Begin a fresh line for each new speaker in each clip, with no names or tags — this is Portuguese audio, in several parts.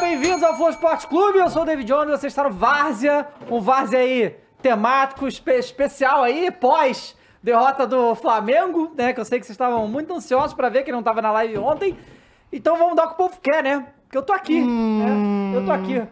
bem-vindos ao Flow Esporte Clube. Eu sou o David Jones, vocês estão no Várzea, um Várzea aí temático, espe- especial aí, pós derrota do Flamengo, né? Que eu sei que vocês estavam muito ansiosos pra ver, que não tava na live ontem. Então vamos dar o que o povo quer, né? Porque eu tô aqui, né? Eu tô aqui.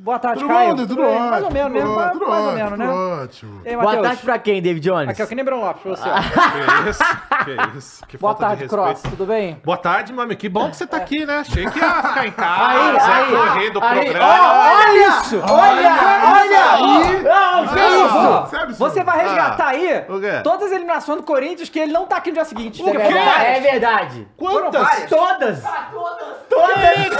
Boa tarde,
Hum. Tudo
Caio.
bom, Dudu? Tudo
bem?
ótimo.
Mais ou
tudo
menos, mesmo, mais,
ótimo,
mais ou
tudo
menos, né?
Ótimo.
E aí,
Boa
Matheus?
tarde pra quem, David Jones?
Aqui é o Knebron Lopes, pra você.
Ah,
Que isso? Que isso? Que
Boa
falta
tarde,
de
Cross,
respeito.
tudo bem?
Boa tarde, meu amigo. Que bom que você tá aqui, né? Achei que ia ficar em
Aí,
casa,
aí,
correr do
aí.
programa.
Ó, Ah, olha isso! Olha! Olha!
aí.
Não, que
Olha só,
isso!
isso é absurdo.
Você vai resgatar aí
o quê?
todas as eliminações do Corinthians que ele não tá aqui no dia seguinte.
É
entendeu?
verdade, é verdade.
Foram
Quantas?
várias.
Todas!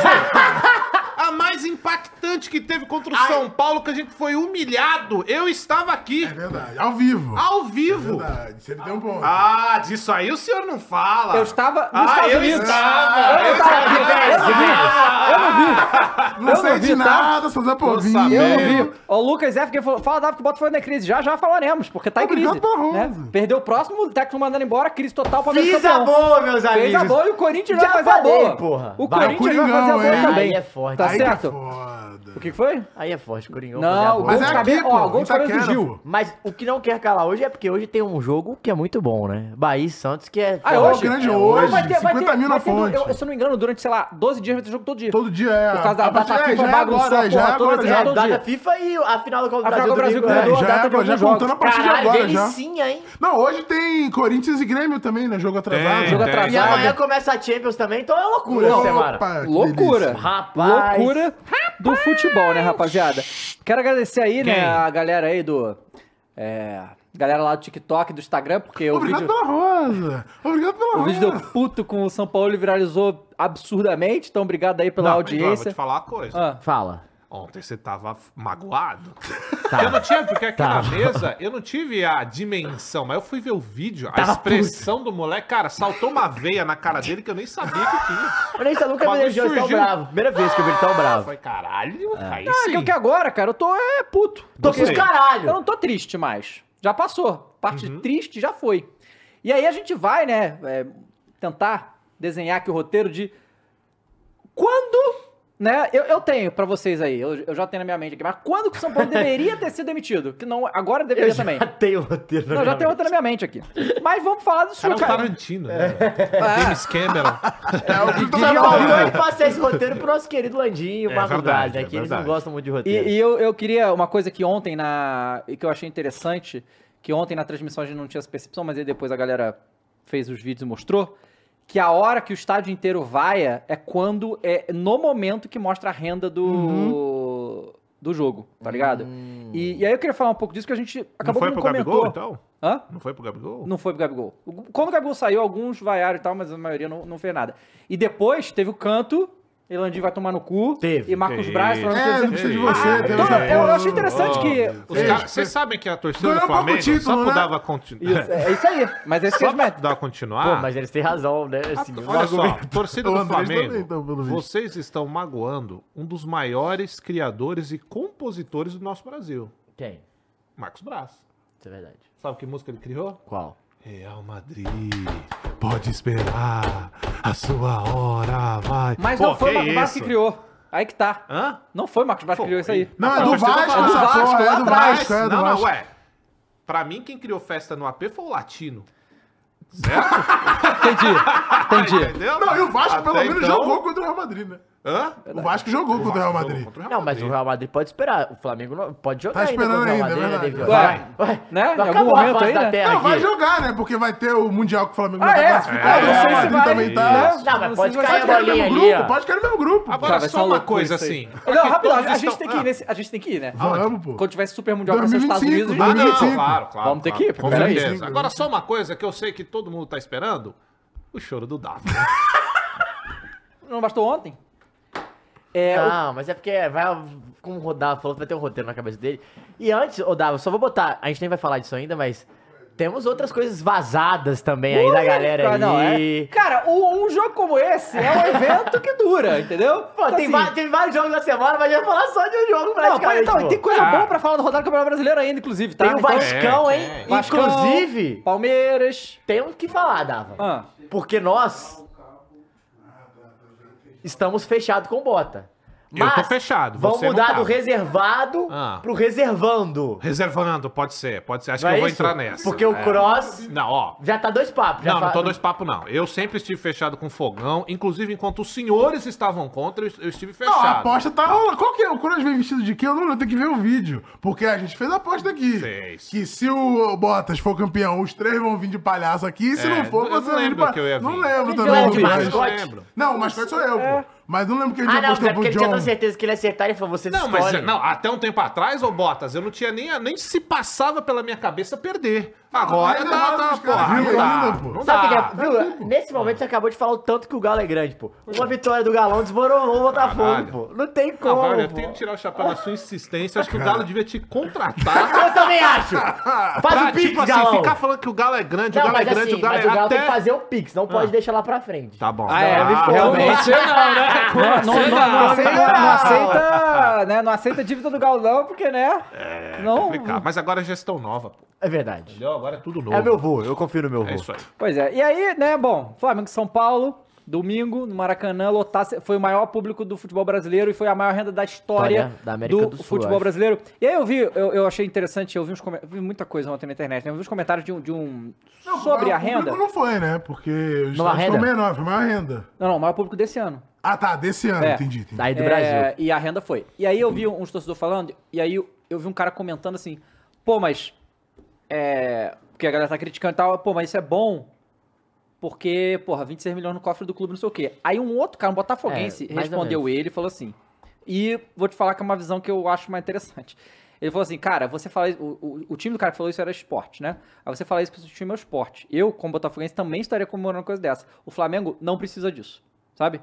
A mais impactante que teve contra o São Paulo, que a gente foi humilhado. Eu estava aqui,
É verdade. Ao vivo.
ao
É
vivo.
verdade. Você me deu um ponto.
Ah, disso aí o senhor não fala.
Eu estava nos
Ah,
Estados
eu
Unidos.
estava.
Eu estava aqui, eu
Ah,
não vi. Eu não vi.
não sei de nada, só Zé Povinho.
tá? sabendo.
Eu não vi. Ó, O Lucas F. que falou, fala, Davi, que o Botafogo é crise. Já, já falaremos, porque tá em
Obrigado
crise.
pela
né?
Rose.
Perdeu o próximo, o técnico mandando embora, crise total pra
Fiz a boa, meus amigos!
Fez a boa e o Corinthians
Já
vai fazer a
falei,
boa.
porra.
O
Vai,
Corinthians vai
Coringão,
fazer a boa
hein?
também.
Aí é forte.
Tá
Aí
Ai, que
certo?
foda.
O que que foi?
Aí é forte, Coringão. fazer a
Não, o
boa.
gol
Mas
de
é
cabeça.
aqui,
Ó,
pô,
gol de cabeça do
Itaquera,
Gil.
pô. É
Mas o que não quer calar hoje é porque hoje tem um jogo que é muito bom, né? Bahia e Santos, que é.
Ah, é
forte.
hoje?
grande
É
hoje.
Vai ter- vai
50 mil
vai
na
ter du-
fonte.
eu- se eu não me engano, durante, sei lá, 12 dias vai ter jogo todo dia.
Todo dia é.
Por causa da
a partir-
data
é,
FIFA,
já é
bagunça,
agora, já
porra
é
toda,
agora,
já
já.
todo
data
dia.
FIFA e a final da Copa do
A
Brasil.
Copa do Brasil
domingo,
É,
né?
ganhou.
já é
data de
agora, já
alguns jogos.
contando a partir de
Caralho,
agora, já.
delicinha, hein?
Não, hoje tem Corinthians e Grêmio também, né? Jogo atrasado.
Tem,
Jogo
tem.
atrasado.
E amanhã começa a Champions também, então é loucura essa semana.
Opa, que
Loucura.
delícia.
Rapaz.
Loucura do futebol, né, rapaziada? Quero agradecer aí, né,
Quem?
a galera aí do. É. Galera lá do TikTok, do Instagram, porque o
Obrigado
vídeo.
pela Rosa. Obrigado pela
O
Rosa.
vídeo do puto com o São Paulo viralizou absurdamente, então obrigado aí pela
Não, Eduardo, vou
audiência.
te falar uma coisa.
Ah.
Fala.
Ontem você tava magoado.
Tá.
Eu não tinha, porque aqui
Tá.
na mesa eu não tive a dimensão, mas eu fui ver o vídeo, a
Tava
expressão do moleque, cara, saltou uma veia na cara dele que eu nem sabia que tinha.
Eu nem sabia nunca
O
vi
bagulho
ele tão
surgiu.
bravo. Primeira vez que eu vi ele tão
Eu
bravo.
falei, caralho, aí
Ah,
sim.
que, que agora, cara, eu tô é puto.
Tô
Gostei.
com os
Eu
caralho.
não tô triste mais. Já passou. Parte
Uhum.
triste já foi. E aí a gente vai, né, é, tentar desenhar aqui o roteiro de quando, né, eu, eu tenho pra vocês aí, eu, eu já tenho na minha mente aqui, mas quando que o São Paulo deveria ter sido demitido? Que não, agora deveria
Eu já
também.
tenho o roteiro na
Não, já
minha
tem
mente.
outra na minha mente aqui. Mas vamos falar
Cara,
do
é
jogo,
um
cara.
Tarantino, né? James Cameron.
É o que tu tá
Já mandou
falando.
ele passar esse roteiro pro nosso querido Landinho,
É
Marcos
verdade,
Braz, né?
é
que eles não
verdade.
gostam muito de roteiro.
E, e eu, eu queria uma coisa que ontem na e que eu achei interessante, que ontem na transmissão a gente não tinha essa percepção, mas aí depois a galera fez os vídeos e mostrou que a hora que o estádio inteiro vaia é quando é no momento que mostra a renda do
Uhum.
do jogo, tá ligado? E, e aí eu queria falar um pouco disso que a gente
Hum. Não
acabou
foi
que
pro
não
Gabigol,
comentou.
então?
Hã?
Não foi pro Gabigol?
Não foi pro Gabigol. O- Quando o Gabigol saiu, alguns vaiaram e tal, mas a maioria não, não fez nada. E depois teve o canto, Elandim vai tomar no cu,
Teve.
e Marcos
Que
Braz
isso.
falando que
É, não precisa de você.
ah,
Deus
então,
é
eu, eu
bom.
achei interessante
Oh,
que.
Os
Sim.
caras- Vocês sabem que a torcida do
Ganhou pouco
Flamengo
título,
só
né?
dava
Isso,
continuar.
é isso aí. Mas esse
Só
fez
pra
merda.
dar continuar.
ah.
Pô, mas eles têm razão, né? Assim,
Olha só,
argumento.
torcida
O
do
Andrés também, então,
Flamengo,
pelo visto.
vocês estão magoando um dos maiores criadores e compositores do nosso Brasil,
Quem?
Marcos Braz.
Isso é verdade.
Sabe que música ele criou?
Qual?
Real Madrid, pode esperar, a sua hora vai.
Mas
Pô,
não foi o
que
Marcos Braz que
isso?
criou. Aí que tá.
Hã?
Não foi o Marcos Braz que
Foi.
criou isso aí.
Não, é
Não,
do
torcida do
Vasco
Vasco,
essa
lá
porra. É do
atrás.
Vasco, é do
não, não,
Vasco.
ué. Pra mim, quem criou festa no AP foi o latino. Certo?
Entendi. Entendi.
Entendeu?
Não, e o Vasco pelo
Até
menos
então-
jogou contra o Real Madrid, né?
Hã?
O Vasco jogou contra o Real Madrid.
Contra o Real
Não, mas o
Madrid.
Real Madrid pode esperar. O Flamengo não pode jogar
Tá esperando
contra o Real
ainda,
Madrid,
é
David Jones?
verdade.
Vai, vai.
Né? Em algum
Acabou a
momento aí,
fase
né?
da terra
Não, vai
É, aqui.
jogar, né? Porque vai ter o Mundial que o Flamengo
Ah, é?
Ah,
classificado.
não sei
o Real
se Né?
Madrid
vai.
também tá.
Isso.
Não, mas
Vocês
pode cair
vão
Pode
a
cair no
bolinha
mesmo
ali,
grupo,
ó.
pode cair no mesmo grupo.
Agora,
vai ser
só
uma
uma
loucura
coisa
isso aí.
assim.
Não, então, rápido, a
Todos
gente tem que ir
estão-
nesse. A gente tem que ir, né?
Vamos, pô.
Quando tiver esse Super Mundial pra ser os Estados
2025,
Unidos,
Ah, não,
2025.
claro, claro.
Vamos ter
claro.
que ir,
Com
peraí.
certeza. Agora, só uma coisa que eu sei que todo mundo tá esperando: o choro do Davi.
Não bastou ontem? É, o-
Não, mas é porque vai. Como o Rodava falou, vai ter um roteiro na cabeça dele. E antes, Rodava, só vou botar. A gente nem vai falar disso ainda, mas. Temos outras coisas vazadas também aí da galera
Não,
aí.
é- Cara, o- um jogo como esse é um evento que dura, entendeu?
Pô,
Então,
tem,
assim,
va- tem vários jogos na semana, mas eu ia falar só de um jogo
Não, mas
praticamente.
então,
pô.
tem coisa
Ah.
boa pra falar do rodado do Campeonato Brasileiro ainda, inclusive, tá?
Tem o
Então,
Vascão,
É,
hein?
tem.
Vascão,
Inclusive,
Palmeiras.
tem o que falar, Dava.
Ah.
Porque nós estamos fechados com o Bota.
Eu
Mas
tô fechado,
Vão
você não
mudar
tá.
do reservado
Ah.
pro reservando.
Reservando, pode ser, pode ser. Acho
Não
que
é
eu vou
isso?
entrar nessa.
Porque o
É.
cross
Não, ó.
já tá dois papos. já
Não, não
fa-
tô dois papos, não. Eu sempre estive fechado com fogão. Inclusive, enquanto os senhores estavam contra, eu eu estive
Não, a
fechado.
aposta tá rolando. Qual que é? O Cronos vem vestido de quê? Eu não lembro, tem que ver o vídeo. Porque a gente fez a aposta aqui.
Fez.
Que se o Bottas for campeão, os três vão vir de palhaço aqui. Se
É,
não for,
eu não
você vai vir
lembro
de pa-
que eu ia vir.
Não
Quem
lembro
que
também.
era de
mas-
eu
mascote? É.
lembro.
Não, o mascote sou eu, pô. Mas não lembro que a gente
Ah, não,
apostou
é
pro
porque ele tinha
John.
tanta certeza que ele ia acertar e falou, você
Não,
escolhe.
mas não, até um tempo atrás, ô Botas, eu não tinha nem, nem se passava pela minha cabeça perder. Agora
ainda
tá,
mais
tá,
os caras
porra,
vindo
não dá,
ainda, pô.
não
Sabe o que
dá.
que é? Viu? Nesse momento você acabou de falar o tanto que o Galo é grande, pô. Uma vitória do Galão desmoronou o
Caralho.
Botafogo, pô. Não tem como.
Carvalho, eu
pô.
tenho que tirar o chapéu na sua insistência. Acho que o Galo devia te contratar.
Eu também acho. Faz
pra,
o pix,
tipo assim,
Galão.
ficar falando que o Galo é grande,
Não,
o Galo é
mas
grande,
assim,
o Galo
mas
é
o Galo
até...
tem que fazer o pix, não pode deixar lá pra frente.
Tá bom.
Ah, é,
Não,
me
não,
realmente. Não, não, não, não,
Não
aceita,
sei não.
não aceita, né? Não aceita dívida do Gaulão, porque, né?
É
não.
complicado. Mas agora é gestão nova, pô.
É verdade.
Entendeu? Agora é tudo novo.
É meu vô, eu confio no meu vô.
É isso aí.
Pois é. E aí, né, bom, Flamengo e São Paulo, domingo, no Maracanã, lotar, foi o maior público do futebol brasileiro e foi a maior renda da história
História da América do Sul,
futebol
acho.
brasileiro. E aí eu vi, eu, eu achei interessante, eu vi, uns come- vi muita coisa ontem na internet, né? Eu vi uns comentários de um, de um
Não,
sobre
mas
a
Ah, o público
renda.
Não foi, né? Porque os
Não, a
estados estão
renda.
menor, foi maior renda.
Não, não, o maior público desse ano.
Ah, tá, desse ano,
É.
entendi. entendi.
Daí do
É,
Brasil.
E a renda foi. E aí eu vi uns torcedores falando, e aí eu- eu vi um cara comentando assim, pô, mas. É. Porque a galera tá criticando e tal, pô, mas isso é bom. Porque, porra, 26 milhões no cofre do clube, não sei o quê. Aí um outro cara, um botafoguense,
É, mais ou
respondeu ele e falou assim. E vou te falar que é uma visão que eu acho mais interessante. Ele falou assim, cara, você fala. isso- O, o, o time do cara que falou isso era esporte, né? Aí você fala isso pro seu time é o esporte. Eu, como botafoguense, também estaria comemorando uma coisa dessa. O Flamengo não precisa disso, sabe?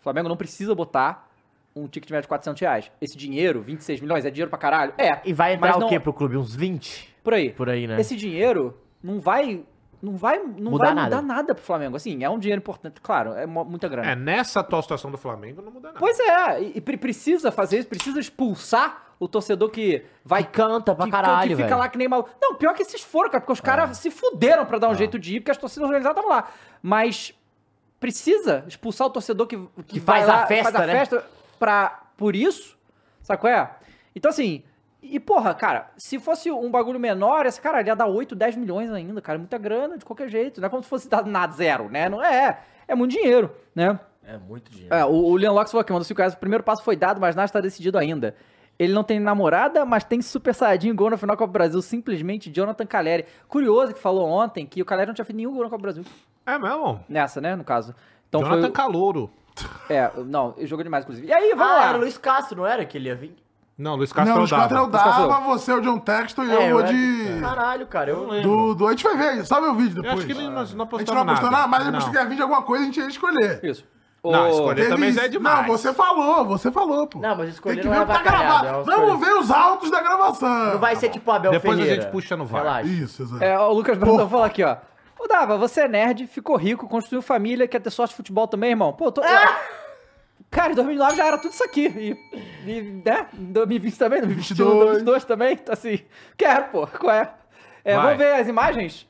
O Flamengo não precisa botar um ticket médio de 400 reais. Esse dinheiro, 26 milhões, é dinheiro pra caralho? É.
E vai
mas
entrar
não-
o quê pro clube? Uns 20?
Por aí.
Por aí, né?
Esse dinheiro não vai. Não vai, não
Mudar
vai
nada.
mudar nada pro Flamengo. Assim, é um dinheiro importante. Claro, é mo- muita grana.
É, nessa atual situação do Flamengo não muda nada.
Pois é, e, e pre- precisa fazer isso, precisa expulsar o torcedor que vai.
Que canta pra
que-
caralho,
que fica
velho. É.
lá que nem mal. Não, pior que esses foram, cara, porque os caras se fuderam pra dar um jeito de ir, porque as torcidas organizadas estavam lá. Mas precisa expulsar o torcedor que, que,
Que
vai
faz
lá,
a festa,
faz a
né?
festa pra, por isso, sabe qual é? Então, assim, e porra, cara, se fosse um bagulho menor, esse cara ia dar 8, 10 milhões ainda, cara, é muita grana, de qualquer jeito. Não é como se fosse dar nada zero, né? Não é, é muito dinheiro, né?
É muito dinheiro.
É, o, o Leon Locks falou aqui, mandou 5 reais. O primeiro passo foi dado, mas nada está decidido ainda. Ele não tem namorada, mas tem super saiyajin gol na final da Copa do Brasil. Simplesmente Jonathan Caleri. Curioso que falou ontem que o Caleri não tinha feito nenhum gol na Copa do Brasil.
É mesmo.
Nessa, né, no caso. Então
Jonathan
foi...
Calouro.
o- É, não, ele jogou demais, inclusive. E aí, vamos
Ah,
lá.
era o Luiz Castro, não era que ele ia vir?
Não, Luiz Castro é
Não,
não,
os quatro eu
Os quatro
dava, você é o John Texton e eu
É,
vou
eu era-
de...
Caralho, cara, eu...
Do, do- a gente vai ver, sabe o vídeo
Eu
depois.
acho que ele não, não
A gente
apostou
não apostou nada, mas ele
não.
que ia vir de alguma coisa a gente ia escolher.
Isso.
Não,
O-
escolher- Ele também já é demais.
Não, você falou, você falou, pô.
Não, mas escolher
Tem que
não
ver
é
o que tá
avacalhado,
gravado.
é uma
Vamos
escolha.
ver os autos da gravação.
Não vai ser tipo Abel
Depois a
Ferreira.
gente puxa no VAR.
Relaxa.
Isso, exato.
É, o Lucas Brandão falou aqui, ó. Ô, Dava, você é nerd, ficou rico, construiu família, quer ter sorte de futebol também, irmão? Pô, eu tô...
Ah!
Cara, em 2009 já era tudo isso aqui. E, e né? Em 2020 também, 2021, 2022 também. Então, assim, quero, pô. Qual é? É,
Vai.
vamos ver as imagens?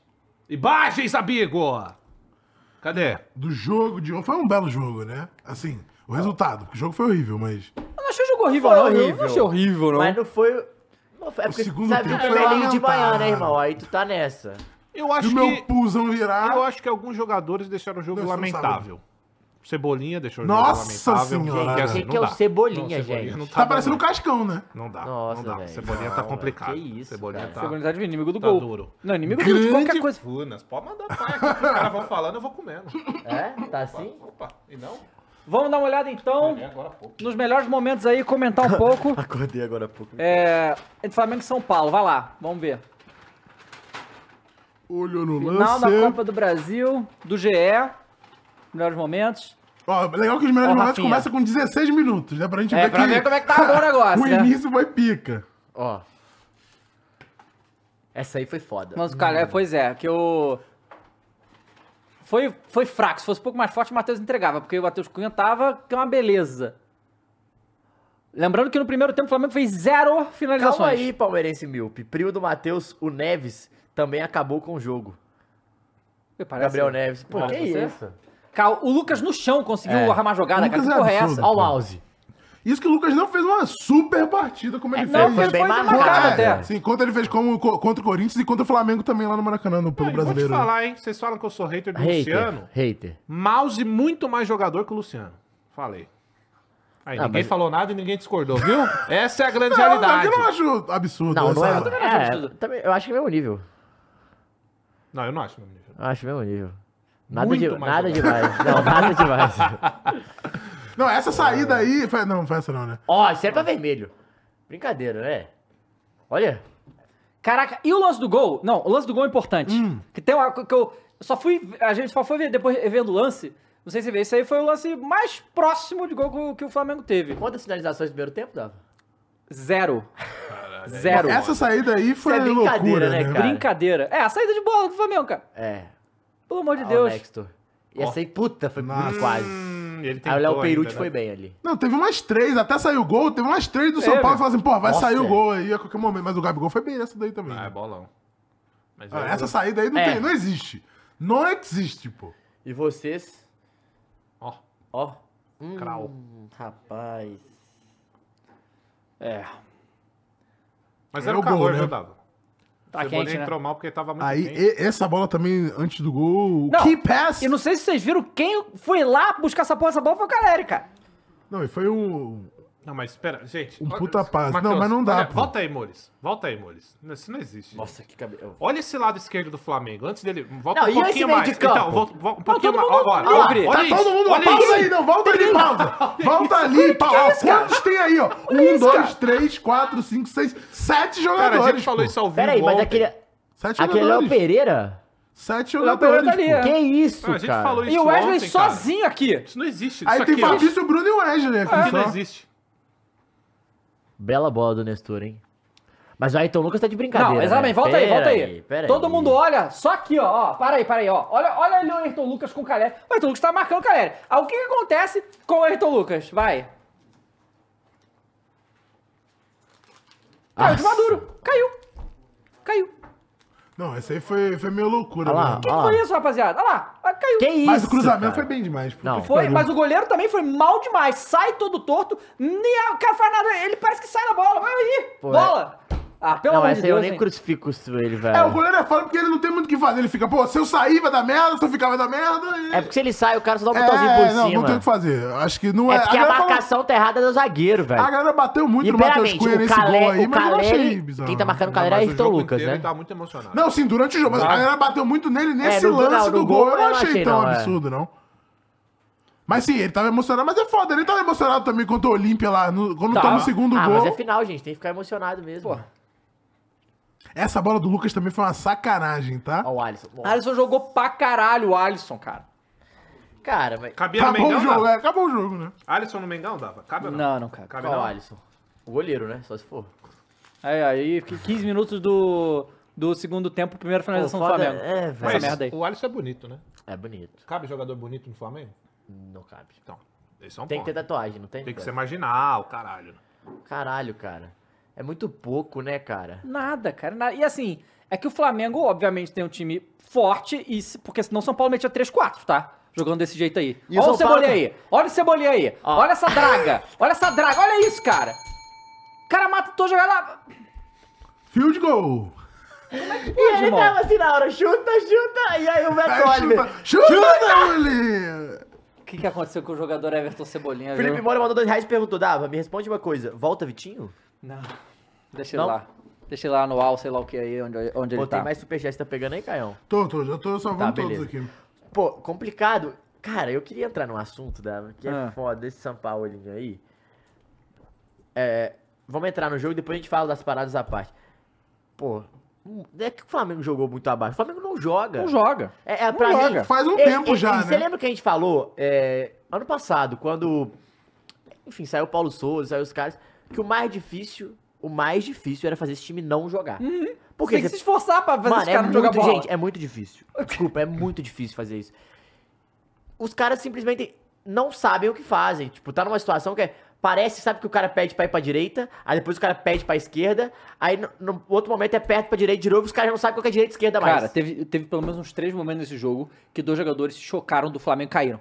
Imagens, amigo! Cadê?
Do jogo de ontem, foi um belo jogo, né? Assim, o resultado, porque o jogo foi horrível, mas...
Eu não achei o jogo horrível,
Foi
não. Eu não
horrível.
achei horrível, não.
Mas não foi... Não foi... É porque
segundo
sabe que o
tempo foi
Premier League de manhã,
lamentável.
né, irmão? Aí tu tá nessa.
Eu
Se
acho
o meu
que.
pulsão virar...
Ah,
tá
Eu acho que alguns jogadores deixaram o jogo
Não, você não
lamentável. Cebolinha deixou o
Nossa
jogo lamentável.
Senhora.
porque,
Quem
assim, não
que é o
dá.
Cebolinha,
Não,
gente?
não
Tá
bom,
parecendo
não.
o Cascão, né?
Não dá.
Nossa,
não dá.
velho.
Cebolinha
Não,
tá
velho.
complicado.
Que isso,
Cebolinha
cara.
tá.
Seguridade do inimigo do
Tá
gol.
duro.
Não, inimigo do gol de qualquer coisa.
Funas. Pode mandar pra cá, que os caras vão falando, eu vou comendo.
É? Tá assim?
Opa, e não?
Vamos dar uma olhada, então,
É agora há pouco.
nos melhores momentos aí, comentar um pouco.
Acordei agora há pouco.
É, entre Flamengo e São Paulo, vai lá, vamos ver.
Olho no
Final
lance.
da Copa do Brasil, do GE. Melhores momentos.
Ó, legal que os melhores
Ó,
momentos
Rafinha.
começam com 16 minutos, né? Pra gente
É,
ver
pra
que
ver como é que tá bom o negócio,
o
né?
início foi pica.
Ó. Essa aí foi foda.
Mas o Calé, pois é, que o... Foi, foi fraco, se fosse um pouco mais forte, o Matheus entregava, porque o Matheus Cunha tava que é uma beleza. Lembrando que no primeiro tempo o Flamengo fez zero finalizações.
Calma aí, palmeirense míope. Primo do Matheus, o Neves, também acabou com o jogo.
Ih, parece-
Gabriel Neves. Pô, que
Parece você.
isso?
Cara, o Lucas no chão conseguiu
É.
arramar jogada,
O
cara. Que
Lucas é
porra é
absurdo.
essa?
Ó o mouse.
Isso que o Lucas não fez uma super partida como ele fez.
É, não, foi,
bem
foi
marcado,
marcado
É,
até.
Sim, contra ele fez como, co- contra o Corinthians e contra o Flamengo também lá no Maracanã, no, pelo
É,
Eu Vou te
brasileiro. né?
falar, hein? Vocês falam que eu sou hater do Luciano.
Hater, hater.
Mouse muito mais jogador que o Luciano. Falei. Aí,
Ah,
ninguém
mas-
falou nada e ninguém discordou, viu? Essa é a grande
Não, não,
realidade.
que eu não
Não,
acho absurdo.
Não, não é.
essa-
não acho
é,
absurdo.
também- eu acho que é o mesmo nível.
eu não acho, meu amigo.
Eu acho é o mesmo nível. Nada,
Muito
de,
mais
nada
jogado.
demais. Não, nada demais.
Não, essa saída aí. Foi, não, foi essa não, né?
Ó, isso é pra vermelho. Brincadeira, né? Olha.
Caraca, e o lance do gol? Não, o lance do gol é importante.
Hum.
Que tem uma co- que eu eu só fui, a gente só foi ver depois vendo o lance. Não sei se você vê, isso aí foi o lance mais próximo de gol que o- que o Flamengo teve.
Quantas finalizações do primeiro tempo dava?
Zero. Zero.
Essa saída aí foi
Isso é brincadeira,
loucura,
né,
né?
cara?
Brincadeira. É, a saída de bola do Flamengo, cara.
É.
Pelo amor de
Ó,
Deus.
o Nextor. E essa aí, puta, foi muito
Nossa.
quase.
Hum, ele
Aí o Léo
tentou
Perucci
ainda,
foi
né?
bem ali.
Não, teve umas três, até saiu o gol, teve umas três do São
Teve.
Paulo que falaram assim, pô, vai
Nossa,
sair o
é.
gol aí a qualquer momento. Mas o Gabigol foi bem nessa daí também. né?
Ah, é bolão. Mas
Ah,
eu-
essa saída aí não,
É.
tem, não existe. Não existe, pô.
E vocês?
Ó,
Ó.
Crau.
Hum, rapaz.
É.
Mas
Era
era o
o gol,
calor,
né?
viu, Dava?
Tá
Cebolinha
quente, né?
entrou mal porque tava muito
Aí,
quente.
e- essa bola também, antes do gol, o
Não,
que pass.
E não sei se vocês viram quem foi lá buscar essa porra, essa bola foi o Caleri, cara.
Não, e foi um...
Não, mas espera, gente.
Um
Olha-
puta passe.
Matheus,
Não, mas não dá,
olha,
pô.
Volta aí, Mores. Volta aí, Mores. Isso não existe.
Nossa, que cabelo.
Olha esse lado esquerdo do Flamengo. Antes dele. Volta
Não,
um
e esse
pouquinho
meio
mais.
de campo?
Então, volta, volta um pouquinho mais.
todo mundo
Agora.
livre.
Olha
tá
isso,
todo mundo,
olha
pausa
isso.
aí, não, volta ali, pausa. Volta ali, pausa. Ó, Quantos tem aí, ó? Um, dois, três, quatro, cinco, seis, sete
Cara,
jogadores,
a gente falou
pô.
isso ao vivo.
Pera aí, mas
ontem.
aquele,
Sete
é
aquele Léo
jogadores.
Pereira?
Sete
Léo Pereira
jogadores,
tá ali,
pô.
É.
Que isso,
Não, a gente
cara?
falou isso
E o Wesley
ontem, cara.
sozinho aqui.
Isso não existe.
Aí
isso
tem É.
aqui, ó,
Fabrício, Bruno e Wesley
isso
aqui
aqui não
só.
existe.
Bela bola do Nestor, hein? Mas o Ayrton Lucas tá de brincadeira.
Não, exatamente,
né?
volta aí,
Pera
volta aí.
pera
Todo
aí.
mundo olha, só aqui, ó, ó. Para aí, para aí, ó. Olha, olha ali o Ayrton Lucas com o Caleri. O Ayrton Lucas tá marcando o Caleri. Aí o que, que acontece com o Ayrton Lucas? Vai. Caiu de
Nossa.
maduro. Caiu. Caiu.
Não, essa aí foi, foi meio loucura,
Olha lá,
né?
Que, que
Ah.
foi isso, rapaziada? Olha lá. Ah, Caiu.
Que isso?
Mas o cruzamento
cara?
foi bem demais. puta
Não.
que
Foi,
pariu.
mas o goleiro também foi mal demais. Sai todo torto, nem o cara faz nada. Ele parece que sai na bola. Vai aí,
Pô, é.
bola. Ah, pelo
Não,
amor
essa
de
aí eu
Deus.
nem
hein.
assim?
crucifico ele, velho.
É, o goleiro é foda porque ele não tem muito o que fazer. Ele fica, pô, se eu sair vai dar merda, se eu ficar vai dar merda. E...
É porque se ele sai, o cara só dá um
É,
botãozinho por
não,
cima.
não tem o que fazer. Acho que não é.
É porque a
galera falou-
marcação tá errada do zagueiro, velho.
a galera bateu muito
E
no Matheus
primeiramente,
Cunha
o
nesse gol aí,
Caleri, o
mas eu não achei
Caleri,
bizarro. né,
quem tá marcando o Caleri é
Mas o
Ayrton
jogo
Lucas,
inteiro
né?
Ele tá muito emocionado.
Não, sim, durante o jogo, mas a galera bateu muito nele nesse
É, no-
lance
não,
do
no
gol. Eu não achei tão
não, é.
absurdo, não. Mas sim, ele tava emocionado, mas é foda, ele tava emocionado também contra o Olímpia lá, no- quando
Tá.
toma o segundo
ah,
gol.
mas é final, gente. Tem que ficar emocionado mesmo.
Porra.
Essa bola do Lucas também foi uma sacanagem, tá?
Ó, o Alisson. Bom,
Alisson jogou pra caralho o Alisson, cara.
Cara, mas...
Cabia no
Acabou o
Mengão,
jogo,
dava?
é, acabou o jogo, né?
Alisson no Mengão dava? Cabe ou não?
Não, não, cara.
Cabe
Qual o
não?
Alisson? O goleiro, né? Só se for.
Aí, aí, qu- 15 minutos do, do segundo tempo, primeira finalização
Pô,
do
foda-
Flamengo.
é, velho.
Essa merda aí.
o Alisson é bonito, né?
É bonito.
Cabe jogador bonito no Flamengo?
Não cabe.
Então, esse é um
Tem que
ponto.
ter tatuagem, não tem?
Tem que ser
cara?
marginal, caralho.
Caralho, cara. É muito pouco, né, cara?
Nada, cara. nada. E assim, é que o Flamengo, obviamente, tem um time forte, e se- porque senão o São Paulo metia 3-4, tá? Jogando desse jeito aí.
E o
olha o
São Paulo- tá-
Cebolinha aí. Olha o Cebolinha aí.
Ó.
Olha essa draga. olha essa draga. Olha isso, cara. O cara mata todo jogar lá.
Field goal.
E ele
irmão.
tava assim na hora, chuta, chuta, e aí o
É,
Bertolli.
chuta, chuta, Willi!
O que, que aconteceu com o jogador Everton Cebolinha? viu?
Felipe Moura mandou dois reais e perguntou, Dava, me responde uma coisa, volta Vitinho?
Não. Deixa ele
Não?
lá. Deixa ele lá no AL, sei lá o que aí, onde, onde
Pô,
ele tá.
tem mais superchat, tá pegando aí, Caião?
Tô, tô, já tô salvando
Tá,
todos
beleza.
aqui.
Pô, complicado. Cara, eu queria entrar num assunto, Dava, que é
Ah.
foda, esse São Paulinho aí. É, vamos entrar no jogo, depois a gente fala das paradas à parte. Pô, hum, não é que o Flamengo jogou muito abaixo, o Flamengo não joga.
Não joga.
É, é pra
joga.
mim,
Faz um
É,
tempo
é,
já,
e
né?
Você lembra que a gente falou é, ano passado, quando. Enfim, saiu o Paulo Souza, saiu os caras, que o mais difícil, o mais difícil era fazer esse time não jogar. Porque
Tem que se
você-
esforçar pra fazer
Mano,
esse
é
cara não jogar
muito,
bola.
gente, é muito difícil. Desculpa, é muito difícil fazer isso. Os caras simplesmente não sabem o que fazem. Tipo, tá numa situação que é, parece, sabe que o cara pede pra ir pra direita, aí depois o cara pede pra esquerda, aí no, no outro momento é perto pra direita de novo, os caras já não sabem qual que é direita e esquerda mais.
Cara, teve, teve pelo menos uns três momentos nesse jogo que dois jogadores se chocaram do Flamengo e caíram.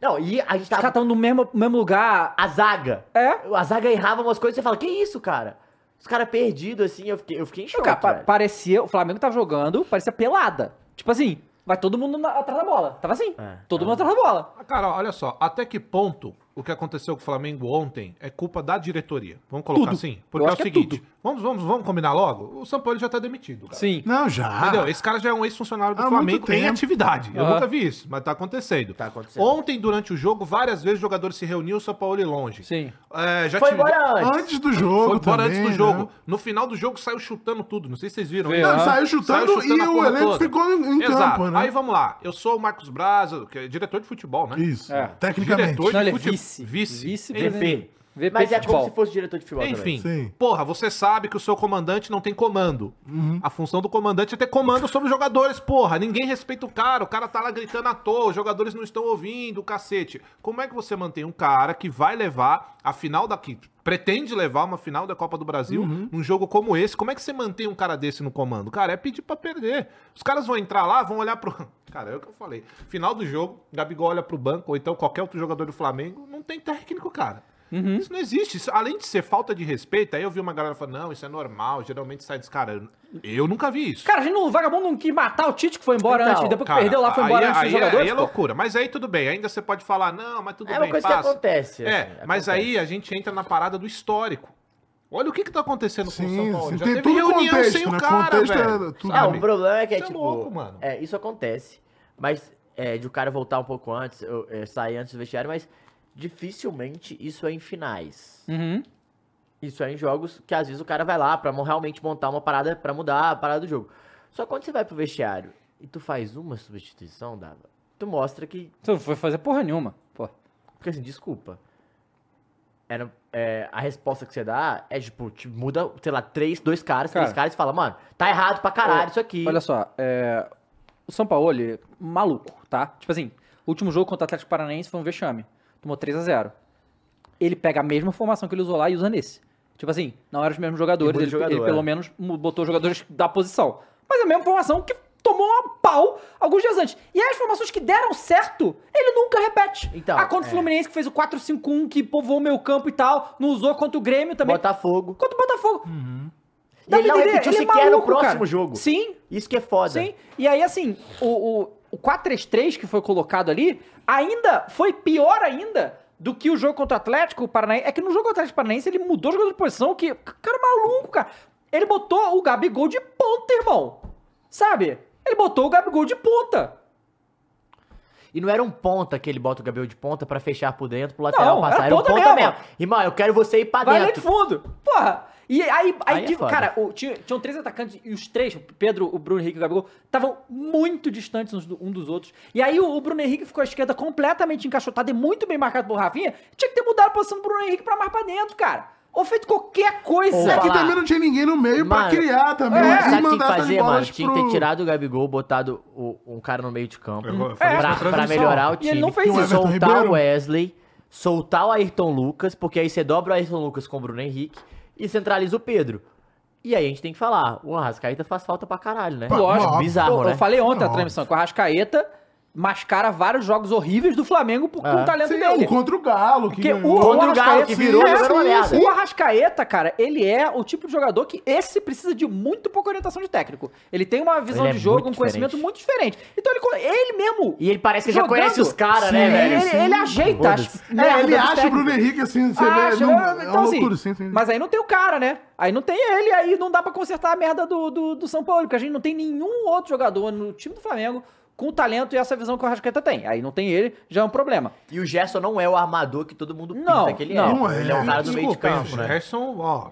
Não, e a gente
Os caras
tava.
estão no mesmo, mesmo lugar.
A zaga.
É?
A zaga errava umas coisas e você fala, que isso, cara? Os caras perdidos, assim, eu fiquei, eu fiquei em choque.
Cara, pa-
velho.
parecia. O Flamengo tava jogando, parecia pelada. Tipo assim, vai todo mundo na- atrás da bola. Tava assim.
É,
todo mundo atrás da bola.
Ah, Cara, olha só, até que ponto o que aconteceu com o Flamengo ontem é culpa da diretoria? Vamos colocar
Tudo.
assim? Porque
Eu
é o
acho que é
seguinte,
tudo.
vamos, vamos, vamos combinar logo? O Sampaoli já tá demitido, cara.
Sim.
Não, já.
Entendeu? Esse cara já é um ex-funcionário do
Há muito
Flamengo em
tempo.
atividade. Eu
Aham.
nunca vi isso, mas tá acontecendo.
Tá acontecendo.
Ontem, durante o jogo, várias vezes os jogadores se reuniam, o São Paulo longe.
Sim.
É, já
Foi
tive-
embora antes.
Antes do jogo.
Foi embora
também,
antes do jogo.
né?
No final do jogo saiu chutando tudo. Não sei se vocês viram.
Veio,
né?
Não,
ele saiu chutando e
a
o
porra
elenco
toda.
ficou em- em
Exato.
campo, né?
Aí vamos lá. Eu sou o Marcos Braz, que é diretor de futebol, né?
Isso.
É.
Tecnicamente.
Diretor
Não, ele é
Futebol-
vice.
vice.
presidente.
VP.
VP
Mas
de
é como
futebol.
se fosse diretor de futebol
Enfim,
Sim.
porra, você sabe que o seu comandante não tem comando. A função do comandante é ter comando sobre os jogadores, porra. Ninguém respeita o cara, o cara tá lá gritando à toa, os jogadores não estão ouvindo, cacete. Como é que você mantém um cara que vai levar a final da. que pretende levar uma final da Copa do Brasil num jogo como esse? Como é que você mantém um cara desse no comando? Cara, é pedir pra perder. Os caras vão entrar lá, vão olhar pro. Cara, é o que eu falei. Final do jogo, Gabigol olha pro banco, ou então qualquer outro jogador do Flamengo, não tem técnico, cara.
Uhum.
Isso não existe. Isso, além de ser falta de respeito, aí eu vi uma galera falando, não, isso é normal, geralmente sai desse cara. eu- Eu nunca vi isso.
Cara, a gente não, o vagabundo não quis matar o Tite que foi embora
Então,
antes. Depois que
Cara,
perdeu lá, foi
aí-
embora antes
aí,
dos jogadores.
Aí é
pô.
loucura. Mas aí tudo bem. Ainda você pode falar, não, mas tudo
É uma
bem,
coisa que acontece,
É,
assim,
mas
acontece.
aí a gente entra na parada do histórico. Olha o que que tá acontecendo com o São
Sim,
Paulo.
sim.
Já
Tem
teve
tudo
reunião
contexto,
sem o
né?
cara,
contexto
velho.
é tudo.
Ah,
Ah,
Amigo,
o problema é que é,
você é
tipo.
louco, mano.
É, isso acontece. Mas é, de o cara voltar um pouco antes, eu, é, sair antes do vestiário, mas dificilmente isso é em finais.
Uhum.
Isso é em jogos que às vezes o cara vai lá pra mo- realmente montar uma parada pra mudar a parada do jogo. Só quando você vai pro vestiário e tu faz uma substituição, Dava, tu mostra que.
Você não foi fazer porra nenhuma. Pô.
Porque assim, desculpa. Era, é, a resposta que você dá é tipo, te muda, sei lá, três, dois caras,
Cara.
três caras e fala, mano, tá errado pra caralho
Ô,
isso aqui.
Olha só, é, o São Paulo, maluco, tá? Tipo assim, o último jogo contra o Atlético Paranaense foi um vexame. Tomou 3 a 0 Ele pega a mesma formação que ele usou lá e usa nesse. Tipo assim, não eram os mesmos jogadores,
muda
ele,
de jogador,
ele pelo
é.
menos mu- botou os jogadores da posição. Mas é a mesma formação que tomou uma pau alguns dias antes. E as formações que deram certo, ele nunca repete.
Então,
a contra o
é.
Fluminense que fez o 4-5-1, que povoou o meio campo e tal, não usou contra o Grêmio também.
Botafogo.
Contra o Botafogo.
E Hum. ele
pra
não
entender,
repetiu
ele é
sequer no
maluco,
próximo
cara.
jogo.
Sim,
Isso que é foda.
Sim, e aí assim, o, o, o 4-3-3 que foi colocado ali, ainda foi pior ainda do que o jogo contra o Atlético Paranaense. É que no jogo contra o Atlético Paranaense ele mudou o jogador de posição, que cara maluco, cara. Ele botou o Gabigol de ponta, irmão. Sabe? Ele botou o Gabigol de ponta.
E não era um ponta que ele bota o Gabriel de ponta pra fechar por dentro, pro lateral
Não,
passar.
era
Era, um
ponta
ponta,
mesmo.
mesmo. Irmão, eu quero você ir pra
Vai lá de
Tá dentro.
fundo. Porra. E aí, aí,
Aí é
de-
foda.
cara, o- tinha- tinham três atacantes e os três, o Pedro, o Bruno Henrique e o Gabigol, estavam muito distantes uns do- um dos outros. E aí o, o Bruno Henrique ficou à esquerda completamente encaixotado e muito bem marcado por Rafinha. Tinha que ter mudado a posição do Bruno Henrique pra mais pra dentro, cara. Ou feito qualquer
Ou
coisa.
É que
falar-
também não tinha ninguém no meio pra
Mano,
criar também.
é,
e
Sabe o que tinha
mandar
que
essas
fazer, mano?
bolas
Tinha que ter
pro- É.
tirado o Gabigol, botado o- um cara no meio de campo.
Eu falei isso na
pra, pra
transmissão.
melhorar
E
o time.
ele não fez
isso. Everton
Soltar
Ribeiro.
o Wesley, soltar o Ayrton Lucas, porque aí você dobra o Ayrton Lucas com o Bruno Henrique e centraliza o Pedro. E aí a gente tem que falar, o Arrascaeta faz falta pra caralho, né?
Lógico.
Bizarro,
eu,
né?
eu falei ontem na
Não.
transmissão que o Arrascaeta mascara vários jogos horríveis do Flamengo por, com
É.
o talento
Sim,
dele.
o contra o Galo. é
Porque o,
ganhou.
Contra o Galo,
Arrascaeta-
que virou
Sim,
jogador
sim,
olhada.
sim. O Arrascaeta, cara, ele é o tipo de jogador que esse precisa de muito pouca orientação de técnico. Ele tem uma visão
Ele é
de jogo, um
muito
conhecimento
diferente.
muito diferente. Então ele, co- ele mesmo.
E ele parece que já
jogando,
conhece os caras, né,
Sim,
Ele,
velho?
ele, ele ajeita né? as
Foda-se.
É,
merda
ele
dos
acha o
técnicos.
Bruno Henrique assim, você
Acha,
vê. Não,
então,
é uma
assim,
loucura, sim, sim.
Mas aí não tem o cara, né? Aí não tem ele, aí não dá pra consertar a merda do, do, do São Paulo, porque a gente não tem nenhum outro jogador no time do Flamengo com o talento e essa visão que o Arrascaeta tem. Aí não tem ele, já é um problema.
E o Gerson não é o armador que todo mundo pinta
Não,
que ele
não.
é.
Não
pô. Ele é um cara do meio de
Desculpa, hein,
campo,
o
né?
Gerson, ó,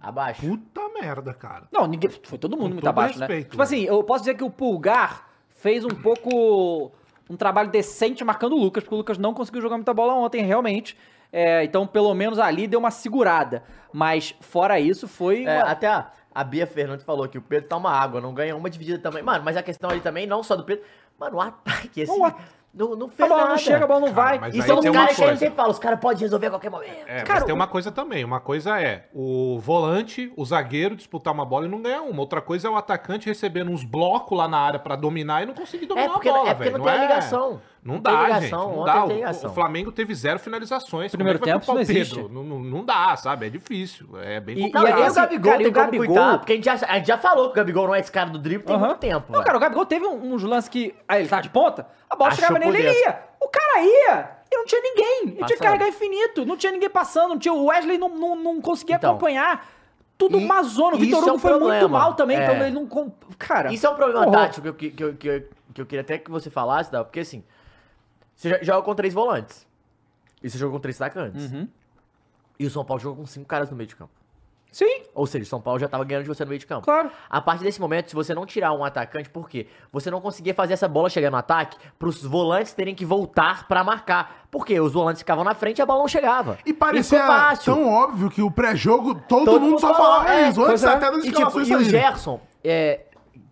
Abaixo.
puta merda, cara.
Não, ninguém. Foi todo mundo
Com
muito
todo
abaixo, né?
respeito,
Tipo assim, eu posso dizer que o Pulgar fez um pouco. um trabalho decente marcando o Lucas, porque o Lucas não conseguiu jogar muita bola ontem, realmente. É, então, pelo menos ali deu uma segurada. Mas, fora isso, foi.
É,
uma-
até a, a Bia Fernandes falou que o Pedro tá uma água, não ganha uma dividida também. Mano, mas a questão ali também, não só do Pedro. Mano, o ataque, assim.
Não, a-
Não, não fez
A bola Tá
nada.
não chega, a bola não
Cara,
vai.
mas
E
aí
são os
tem uma
caras que a
coisa.
gente sempre fala, os caras podem resolver a qualquer momento.
É,
Cara,
mas tem
o-
uma coisa também. Uma coisa é o volante, o zagueiro disputar uma bola e não ganhar uma. Outra coisa é o atacante recebendo uns blocos lá na área pra dominar e não conseguir dominar
É porque,
a bola,
é porque
velho.
não tem a ligação.
Não
tem
dá,
ligação,
gente. Não
ontem
dá.
tem
O-
ligação.
O, Flamengo teve zero finalizações. Como
Primeiro
é que vai
tempo,
culpar o
isso não existe.
Pedro? Não, não, não dá, sabe? É difícil. É bem
E-
complicado.
Não, e,
aí,
nem o
assim,
Gabigol
cara, e
tem
o
como
Gabigol-
cuidar, porque a gente, já, a gente já falou que o Gabigol não é esse cara do drible tem
Aham.
muito tempo.
Não,
velho.
cara, o Gabigol teve um- uns lances que. Aí ele tá de ponta, a bola
Achou
chegava nele e
por
ele ia. O cara ia e não tinha ninguém. Ele tinha
Passando.
que carregar infinito, não tinha ninguém passando, não tinha, o Wesley não, não, não conseguia
Então.
acompanhar. Tudo
E-
uma zona. O Vitor
isso é
Hugo
um
foi muito
problema.
mal também, então
É.
ele não. com- Cara.
Isso é um problema
horror.
tático que, que, que, que, que eu queria até que você falasse, Dal, porque assim, você jo- joga com três volantes. E você joga com três atacantes.
Uhum.
E o São Paulo joga com cinco caras no meio de campo.
Sim,
Ou seja, o São Paulo já tava ganhando de você no meio de campo.
claro.
A partir desse momento, se você não tirar um atacante, por quê? Você não conseguia fazer essa bola chegar no ataque pros volantes terem que voltar pra marcar. Porque os volantes ficavam na frente e a bola não chegava.
E
ficou
parecia
é fácil.
tão óbvio que o pré-jogo, todo,
Todo
mundo só falava
é,
isso, antes
pois é.
até das
E, tipo,
escalações
e o
saírem.
Gerson, é,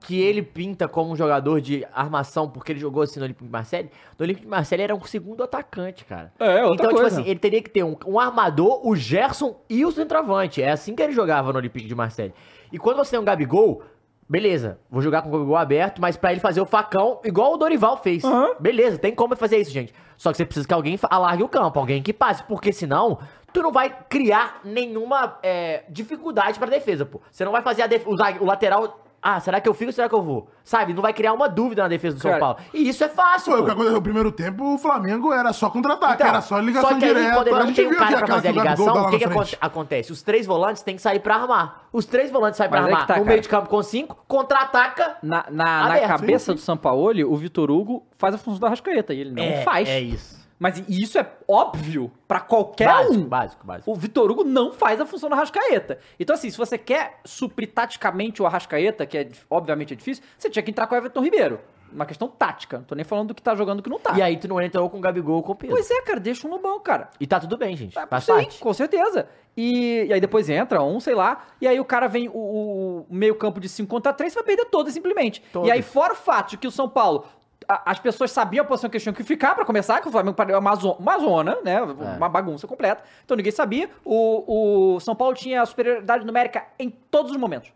que ele pinta como um jogador de armação, porque ele jogou assim no Olímpico de Marseille, no Olímpico de Marseille era um segundo atacante, cara.
É, outra
então,
coisa.
tipo assim, ele teria que ter um, um armador, o Gerson e o centroavante. É assim que ele jogava no Olímpico de Marseille. E quando você tem um Gabigol, beleza, vou jogar com o Gabigol aberto, mas pra ele fazer o facão, igual o Dorival fez.
Aham.
Beleza, tem como fazer isso, gente. Só que você precisa que alguém fa- alargue o campo, alguém que passe, porque senão tu não vai criar nenhuma é, dificuldade pra defesa, pô. Você não vai fazer a def- o, zague- o lateral... Ah, será que eu fico ou será que eu vou? Sabe, não vai criar uma dúvida na defesa do São
Cara,
Paulo. E isso é fácil,
Foi o
pô.
que aconteceu no primeiro tempo, o Flamengo era só contra-ataque,
Então,
era Ah, só ligação
só que aí,
direta.
quando ele
a
não
gente
tem um
viu aqui
cara
aquela
pra fazer a
que o Gabigol
ligação,
dá
o
lá
que,
na
que
frente.
aconte- acontece? Os três volantes têm que sair pra armar. Os três volantes saem pra
Mas aí que
armar.
tá,
no
cara.
meio de campo com cinco, contra-ataca.
Na, na, na
Aberto,
cabeça
sim,
do Sampaoli, o Vitor Hugo faz a função da Rascaeta e ele não
É,
faz.
É isso.
Mas e isso é óbvio pra qualquer
básico,
um.
básico, básico.
O Vitor Hugo não faz a função do Arrascaeta. Então, assim, se você quer suprir taticamente o Arrascaeta, que é, dif- obviamente é difícil, você tinha que entrar com o Everton Ribeiro. Uma questão tática. Não tô nem falando do que tá jogando e do que não tá.
E aí tu não entra ou com o Gabigol ou com o Pedro.
Pois é, cara, deixa um no banco, cara.
E tá tudo bem, gente.
Tá,
Faz
sim,
parte.
com certeza. E, e aí depois entra um, sei lá, e aí o cara vem o, o meio campo de 5 contra 3, você vai perder todas simplesmente.
Todas.
E aí fora o fato de que o São Paulo, a- as pessoas sabiam a posição que eles tinham que ficar pra começar, que o Flamengo pariu uma, zo- uma zona,
É.
né, uma bagunça completa, então ninguém sabia. O, o São Paulo tinha a superioridade numérica em todos os momentos.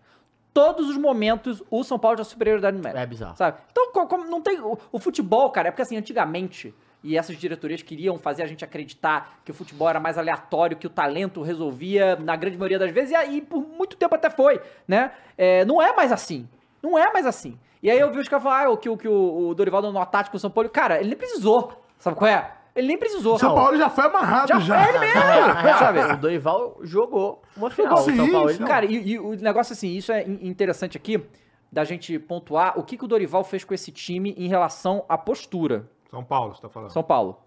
Todos os momentos o São Paulo tinha superioridade numérica.
É bizarro.
Sabe? Então, co- como não tem. O, o futebol, cara, é porque assim, antigamente, e essas diretorias queriam fazer a gente acreditar que o futebol era mais aleatório, que o talento resolvia na grande maioria das vezes, e aí por muito tempo até foi, né? É, não é mais assim. Não é mais assim. E aí eu vi os caras falar ah, o que, o, que o, o Dorival dando uma tática com o São Paulo. Cara, ele nem precisou. Sabe qual é? Ele nem precisou.
O São Paulo já foi amarrado já.
Já foi ele mesmo.
Na real,
Sabe?
O Dorival jogou uma final.
Sim,
o São Paulo, ele
sim.
não.
Cara, e, e o negócio assim, isso é in- interessante aqui, da gente pontuar o que, que o Dorival fez com esse time em relação à postura.
São Paulo, você tá falando.
São Paulo.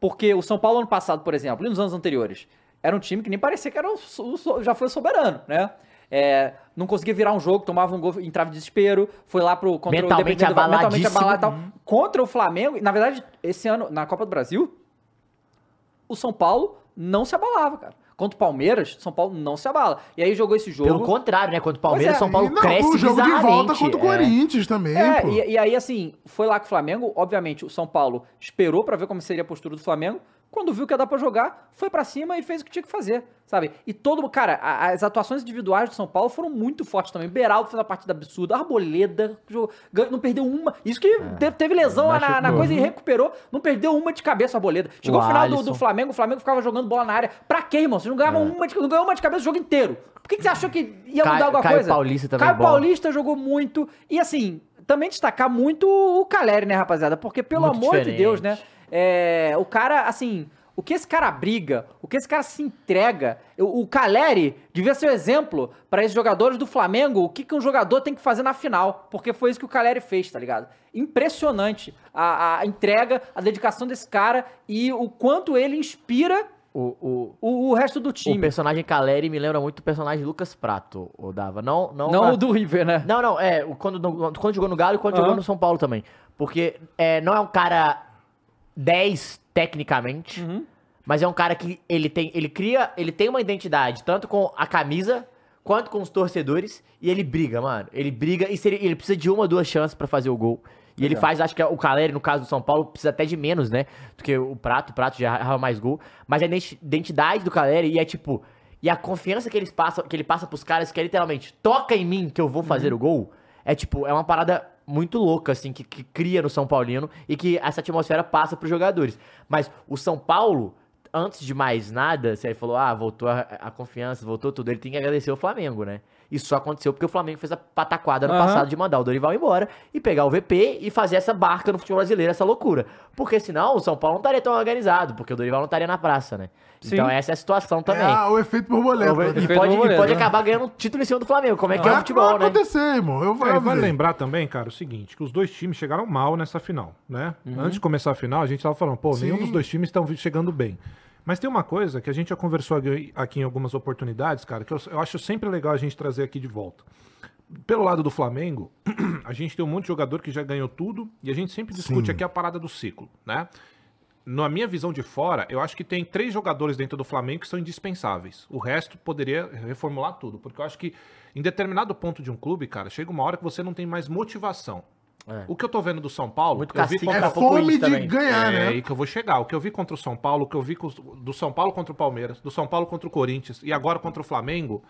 Porque o São Paulo ano passado, por exemplo, e nos anos anteriores, era um time que nem parecia que era o so- o so- já foi soberano, né? É, não conseguia virar um jogo, tomava um gol, entrava em desespero, foi lá pro contra
Mentalmente
dependendo do- mentalmente
abaladíssimo.
abalado e tal. Contra o Flamengo, e, na verdade, esse ano na Copa do Brasil, o São Paulo não se abalava, cara. Contra o Palmeiras, o São Paulo não se abala. E aí jogou esse jogo.
Pelo contrário, né? Quando o
Pois
Palmeiras,
é.
São Paulo
E não,
cresce
o jogo de volta
bizarramente,
contra o
é.
Corinthians também,
É,
pô.
e, e aí, assim, foi lá com o Flamengo. Obviamente, o São Paulo esperou pra ver como seria a postura do Flamengo. Quando viu que ia dar pra jogar, foi pra cima e fez o que tinha que fazer, sabe? E todo mundo. Cara, a- as atuações individuais do São Paulo foram muito fortes também. Beraldo fez uma partida absurda, Arboleda jogou- ganhou- não perdeu uma. Isso que te- teve lesão lá na, na
É. machucou.
coisa e recuperou, não perdeu uma de cabeça, Arboleda. Chegou
O
o final do,
Alisson. É.
do Flamengo, o Flamengo ficava jogando bola na área. Pra quê, irmão? Vocês não ganhavam uma de, não ganhou uma de cabeça o jogo inteiro. Por que, que você achou que ia
Caio-
mudar alguma
Caio
coisa?
Paulista também é
Caio
bom.
Paulista. Paulista jogou muito. E assim, também destacar muito o Caleri, né, rapaziada? Porque, pelo
Muito
amor
diferente.
de Deus, né? é, o cara, assim, o que esse cara briga, o que esse cara se entrega. O, o Caleri devia ser o exemplo para esses jogadores do Flamengo, o que, que um jogador tem que fazer na final. Porque foi isso que o Caleri fez, tá ligado? Impressionante a, a entrega, a dedicação desse cara e o quanto ele inspira
O- o,
o, o resto do
O
time.
personagem Caleri me lembra muito o personagem Lucas Prato, o Dava. Não, não.
Não
na-
o do River, né?
Não, não, é, o- quando, no- quando jogou no Galo e quando
Aham.
jogou no São Paulo também. Porque é, não é um cara 10 tecnicamente, mas é um cara que ele tem, ele cria, ele tem uma identidade, tanto com a camisa quanto com os torcedores, e ele briga, mano. Ele briga e se ele, ele precisa de uma, duas chances pra fazer o gol. E ele faz, acho que é o Caleri, no caso do São Paulo, precisa até de menos, né? Do que o Prato. O Prato já errava mais gol. Mas a identi- identidade do Caleri e é tipo. E a confiança que, eles passam, que ele passa pros caras, que é literalmente, toca em mim que eu vou fazer o gol, é tipo, é uma parada muito louca, assim, que, que cria no São Paulino e que essa atmosfera passa pros jogadores. Mas o São Paulo, antes de mais nada, você aí falou, ah, voltou a, a confiança, voltou tudo, ele tem que agradecer o Flamengo, né? Isso só aconteceu porque o Flamengo fez a pataquada no
Aham.
passado de mandar o Dorival embora e pegar o VP e fazer essa barca no futebol brasileiro, essa loucura. Porque senão o São Paulo não estaria tão organizado, porque o Dorival não estaria na praça, né?
Sim.
Então essa é a situação também.
É ah, o efeito borboleta.
E
Efeito
pode, e
borboleta,
pode
né?
acabar ganhando um título em cima do Flamengo, como é que é o
Vai
futebol, né?
acontecer, irmão. Eu vou
É, vale
avisei.
lembrar também, cara, o seguinte, que os dois times chegaram mal nessa final, né? Antes de começar a final, a gente tava falando, pô, nenhum
Uhum. Sim.
dos dois times estão chegando bem. Mas tem uma coisa que a gente já conversou aqui aqui em algumas oportunidades, cara, que eu, eu acho sempre legal a gente trazer aqui de volta. Pelo lado do Flamengo, a gente tem um monte de jogador que já ganhou tudo e a gente sempre discute
Sim.
aqui a parada do ciclo, né? Na minha visão de fora, eu acho que tem três jogadores dentro do Flamengo que são indispensáveis. O resto poderia reformular tudo, porque eu acho que em determinado ponto de um clube, cara, chega uma hora que você não tem mais motivação.
É.
O que eu tô vendo do São Paulo,
Muito
eu vi
cacique
contra
É
Tá pouco
fome
isso
de
também.
ganhar,
é,
né?
aí que eu vou chegar. O que eu vi contra o São Paulo, o que eu vi com os- do São Paulo contra o Palmeiras, do São Paulo contra o Corinthians e agora contra o Flamengo,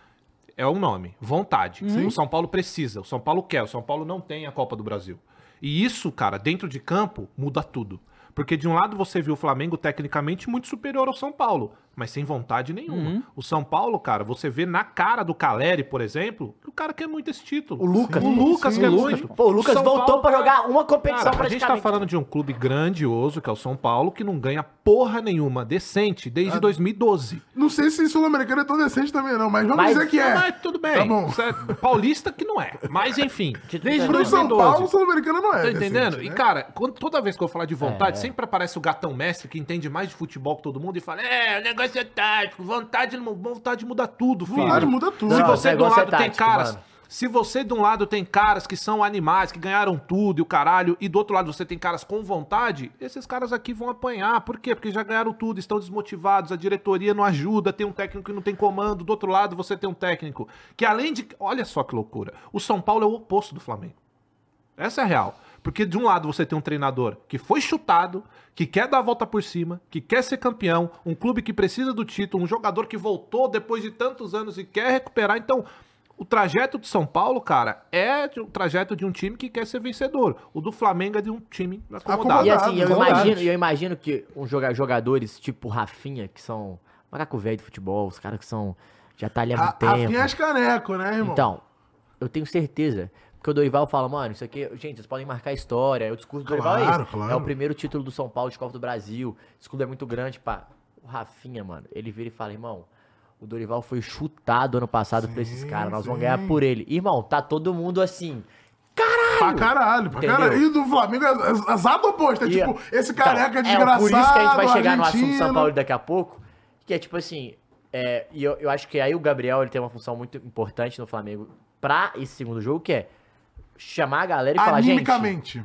é um nome. Vontade. O São Paulo precisa, o São Paulo quer, o São Paulo não tem a Copa do Brasil. E isso, cara, dentro de campo, muda tudo. Porque de um lado você viu o Flamengo tecnicamente muito superior ao São Paulo, mas sem vontade nenhuma.
Uhum.
O São Paulo, cara, você vê na cara do Caleri, por exemplo, que o cara quer muito esse título.
O Lucas.
O Lucas
Sim,
quer
o Lucas.
muito.
Pô, o Lucas
São
voltou
Paulo,
pra
cara,
jogar uma
Cara,
competição
a gente tá
praticamente.
falando de um clube grandioso, que é o São Paulo, que não ganha porra nenhuma decente
Ah.
desde 2012.
Não sei se sul-americano é tão decente também, não, mas vamos
Mas-
dizer que é.
Mas tudo bem.
Tá bom.
Isso é paulista que não é. Mas enfim, desde
Pro São
2012.
Paulo, sul-americano não é.
Tá
decente,
entendendo?
né?
E, cara, quando- toda vez que eu falar de vontade, sempre aparece o gatão mestre que entende mais de futebol que todo mundo e fala: é, o negócio é tático, vontade, não- vontade muda tudo, filho.
Vontade muda tudo.
Se
Não,
você
esse
de um
negócio é
lado tem
tático,
caras.
mano.
Se você de um lado tem caras que são animais, que ganharam tudo e o caralho, e do outro lado você tem caras com vontade, esses caras aqui vão apanhar. Por quê? Porque já ganharam tudo, estão desmotivados, a diretoria não ajuda, tem um técnico que não tem comando, do outro lado você tem um técnico que além de. Olha só que loucura. O São Paulo é o oposto do Flamengo. Essa é a real. Porque de um lado você tem um treinador que foi chutado, que quer dar a volta por cima, que quer ser campeão, um clube que precisa do título, um jogador que voltou depois de tantos anos e quer recuperar. Então, o trajeto de São Paulo, cara, é de um trajeto de um time que quer ser vencedor. O do Flamengo é de um time acomodado.
E assim, eu
Acomodados.
imagino, eu imagino que os joga- jogadores tipo Rafinha, que são macaco velho de futebol, os caras que são. Já tá ali há
A,
muito
a
tempo.
Rafinha é caneco, né, irmão?
Então, eu tenho certeza. Porque o Dorival fala, mano, isso aqui, gente, vocês podem marcar a história. O discurso do Dorival é
Claro,
esse.
claro.
É o primeiro título do São Paulo de Copa do Brasil. Esse clube é muito grande, pá. O Rafinha, mano, ele vira e fala, irmão, o Dorival foi chutado ano passado por esses caras. Nós vamos ganhar por ele. Irmão, tá todo mundo assim.
pra caralho, pra
Entendeu?
caralho. E do Flamengo, as, as adas opostas. É
E-
tipo, esse careca
Então,
desgraçado.
Por isso que a gente vai chegar no
argentino.
assunto São Paulo daqui a pouco. Que é tipo assim. é, e eu, eu acho que aí o Gabriel ele tem uma função muito importante no Flamengo pra esse segundo jogo, que é chamar a galera e falar, gente,
Animicamente.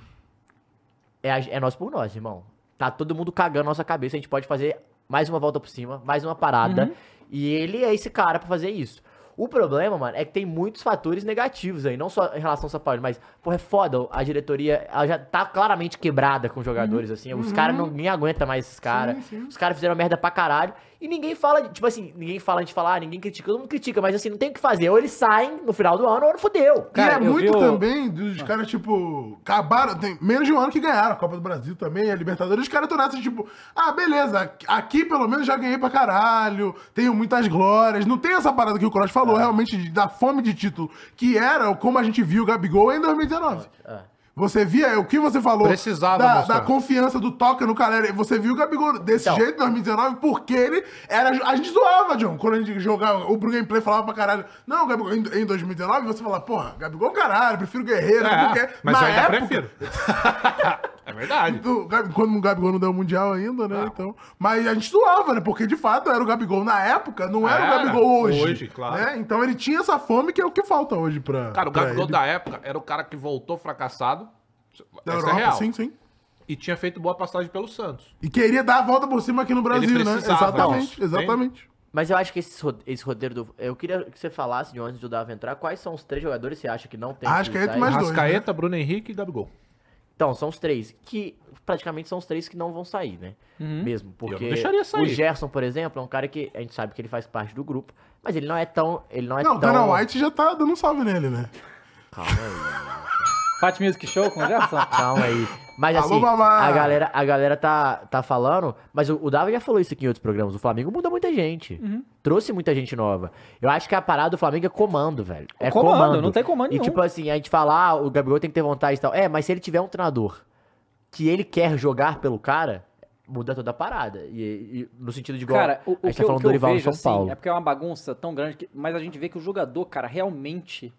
é, a- é nós por nós, irmão. Tá todo mundo cagando nossa cabeça, a gente pode fazer mais uma volta por cima, mais uma parada. E ele é esse cara pra fazer isso. O problema, mano, é que tem muitos fatores negativos aí, não só em relação ao São Paulo, mas, porra, é foda, a diretoria, ela já tá claramente quebrada com os jogadores, assim, os caras não ninguém aguenta mais esses caras, os caras fizeram merda pra caralho, e ninguém fala, tipo assim, ninguém fala, a gente fala, ah, ninguém critica, todo mundo critica, mas assim, não tem o que fazer, ou eles saem no final do ano, ou não fudeu.
Cara,
e é
eu
muito
vi o-
também dos caras, tipo, acabaram. Tem menos de um ano que ganharam a Copa do Brasil também, a Libertadores. Os caras estão nessa, tipo, ah, beleza, aqui- aqui pelo menos já ganhei pra caralho, tenho muitas glórias. Não tem essa parada que o Cross
É.
falou, realmente, de- da fome de título, que era como a gente viu o Gabigol em 2019. Você via o que você falou
Precisava
da,
mostrar.
da confiança do Toca no Calera. Você viu o Gabigol desse
Então.
jeito em 2019 porque ele era. A gente zoava, John. Quando a gente jogava, o Pro Gameplay falava pra caralho. Não, Gabigol, em, em 2019 você falava, porra, Gabigol é um caralho, prefiro Guerreiro.
É,
porque
mas
na
eu ainda
época,
prefiro. é verdade.
do Gabi- quando o Gabigol não deu o Mundial ainda,
Ah.
né? Então, mas a gente zoava, né? Porque de fato era o Gabigol na época, não era,
Era,
o Gabigol hoje.
hoje, claro.
né? Então ele tinha essa fome que é o que falta hoje pra.
Cara, o
pra
Gabigol
ele.
da época era o cara que voltou fracassado.
da
essa
Europa,
é real.
sim, sim.
E tinha feito boa passagem pelo Santos.
E queria dar a volta por cima aqui no Brasil, né?
precisava
Exatamente,
disso,
exatamente.
Mas eu acho que esse, ro- esse roteiro do. Eu queria que você falasse de onde o Dava entrar. Quais são os três jogadores que você acha que não tem
Arrascaeta
que
e mais dois, né?
Rascaeta, Bruno Henrique e Gabigol.
Então, são os três. Que praticamente são os três que não vão sair, né? Mesmo.
não
Porque
deixaria sair.
o Gerson, por exemplo, é um cara que a gente sabe que ele faz parte do grupo. Mas ele não é tão. Ele não é
Não, o
tão.
um Dana White já tá dando um salve nele, né?
Calma aí.
Fat Music Show
é
com o Jefferson?
Calma aí. Mas
Alô,
assim,
mamá!
a galera, a galera tá, tá falando, mas o, o Dava já falou isso aqui em outros programas. O Flamengo muda muita gente.
Uhum.
Trouxe muita gente nova. Eu acho que a parada do Flamengo é comando, velho. É
Comando,
comando,
não tem comando
E
nenhum.
tipo assim, a gente fala, ah, o Gabriel tem que ter vontade e tal. É, mas se ele tiver um treinador que ele quer jogar pelo cara, muda toda a parada. E, e no sentido de igual,
Cara, o, o
a
que,
gente tá
eu-
falando
que
do
eu
Dorival em
vejo,
São
assim,
Paulo.
é porque é uma bagunça tão grande, que- mas a gente vê que o jogador, cara, realmente...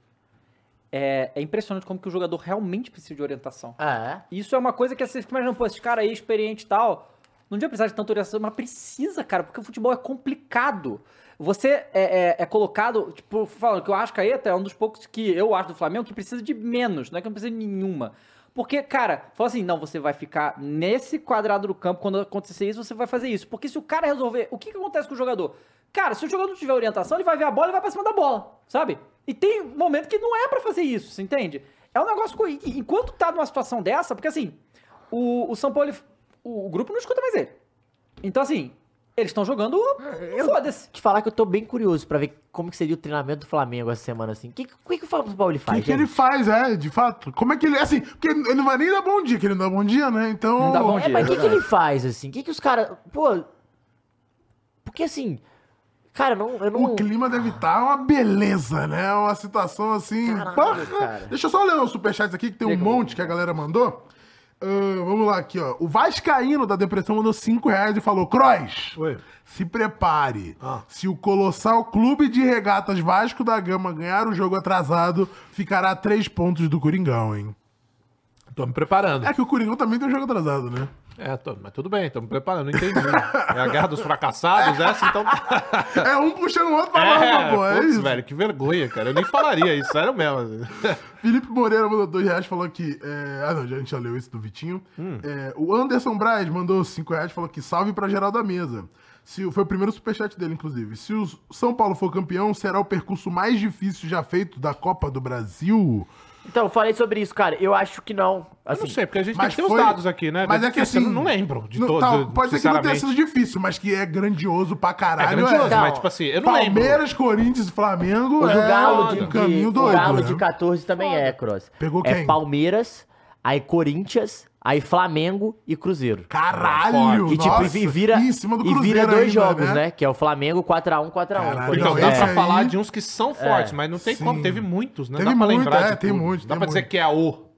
É, é impressionante como que o jogador realmente precisa de orientação.
Ah, é?
Isso é uma coisa que você fica imaginando, pô, esse cara aí, é experiente e tal, não devia precisar de tanta orientação, mas precisa, cara, porque o futebol é complicado. Você é, é- é colocado, tipo, falando que o Arrascaeta é um dos poucos que eu acho do Flamengo que precisa de menos, não é que não precisa de nenhuma. Porque, cara, fala assim, não, você vai ficar nesse quadrado do campo, quando acontecer isso, você vai fazer isso. Porque se o cara resolver, o que, que acontece com o jogador? Cara, se o jogador não tiver orientação, ele vai ver a bola e vai pra cima da bola, sabe? E tem momento que não é pra fazer isso, você entende? É um negócio. co- e- e Enquanto tá numa situação dessa, porque assim, o, o São Paulo. ele- O, o grupo não escuta mais ele. Então, assim, eles estão jogando. Foda-se.
Te falar que eu tô bem curioso pra ver como que seria o treinamento do Flamengo essa semana, assim. O que, que, que o São Paulo ele
O
faz,
que, que ele
gente?
faz, é, de fato? Como é que ele. Assim, porque ele não vai nem dar bom dia, que ele não dá bom dia, né? Então.
Não dá bom
É,
dia.
mas o que, que ele faz, assim? O que, que os caras. Pô. Porque assim. Cara, não, eu não.
O clima deve estar uma beleza, né? Uma situação assim.
Caralho,
Porra!
cara.
Deixa eu só ler os superchats aqui, que tem um monte que a galera mandou. Ahn, vamos lá aqui, ó. O Vascaíno da Depressão mandou 5 reais e falou: Crois,
Oi.
se prepare.
Ah.
Se o Colossal Clube de Regatas Vasco da Gama ganhar o jogo atrasado, ficará a 3 pontos do Coringão, hein?
Tô me preparando.
É que o Coringão também tem um jogo atrasado, né?
É, tô- mas tudo bem, tô me preparando, não entendi. É a guerra dos fracassados, essa, então.
É um puxando o outro pra lá,
É,
pô. É
putz,
isso.
velho, que vergonha, cara. Eu nem falaria isso, sério mesmo.
Felipe Moreira mandou dois reais, falou que. é, Ah, não, já- a gente já leu isso do Vitinho.
Hum.
É, o Anderson Braz mandou cinco reais, falou que salve pra geral da mesa. Se, o- foi o primeiro superchat dele, inclusive. Se o São Paulo for campeão, será o percurso mais difícil já feito da Copa do Brasil?
Então, eu falei sobre isso, cara. Eu acho que não.
Eu
Assim,
não sei, porque a gente
Mas
tem que ter
foi-
os dados aqui, né?
Mas é que
Porque
assim.
Eu não lembro de
não-
todos.
tá, pode ser que não tenha
sinceramente.
sido difícil, mas que é grandioso pra
É
caralho.
grandioso,
Então,
mas tipo assim, eu não lembro.
Palmeiras, Corinthians e Flamengo.
Hoje o Galo,
é
de,
um
um
caminho
de, o
doido.
Galo
né?
de 14 também é, Cross.
Pegou
É
quem?
Palmeiras, aí Corinthians, aí Flamengo e Cruzeiro.
Caralho!
E tipo,
nossa,
e vira,
em cima do
e vira
Cruzeiro
dois
ainda,
jogos,
né?
né? Que é o Flamengo 4x1, 4x1.
Caralho,
Então,
Não,
dá
é.
esse é-
pra
aí- É,
falar de uns que são fortes, mas não tem
Sim.
como. Teve muitos, né?
Teve
dá pra
muito,
lembrar.
é,
de
tem
tudo.
muito,
Dá
tem
pra dizer
muito.
que é o.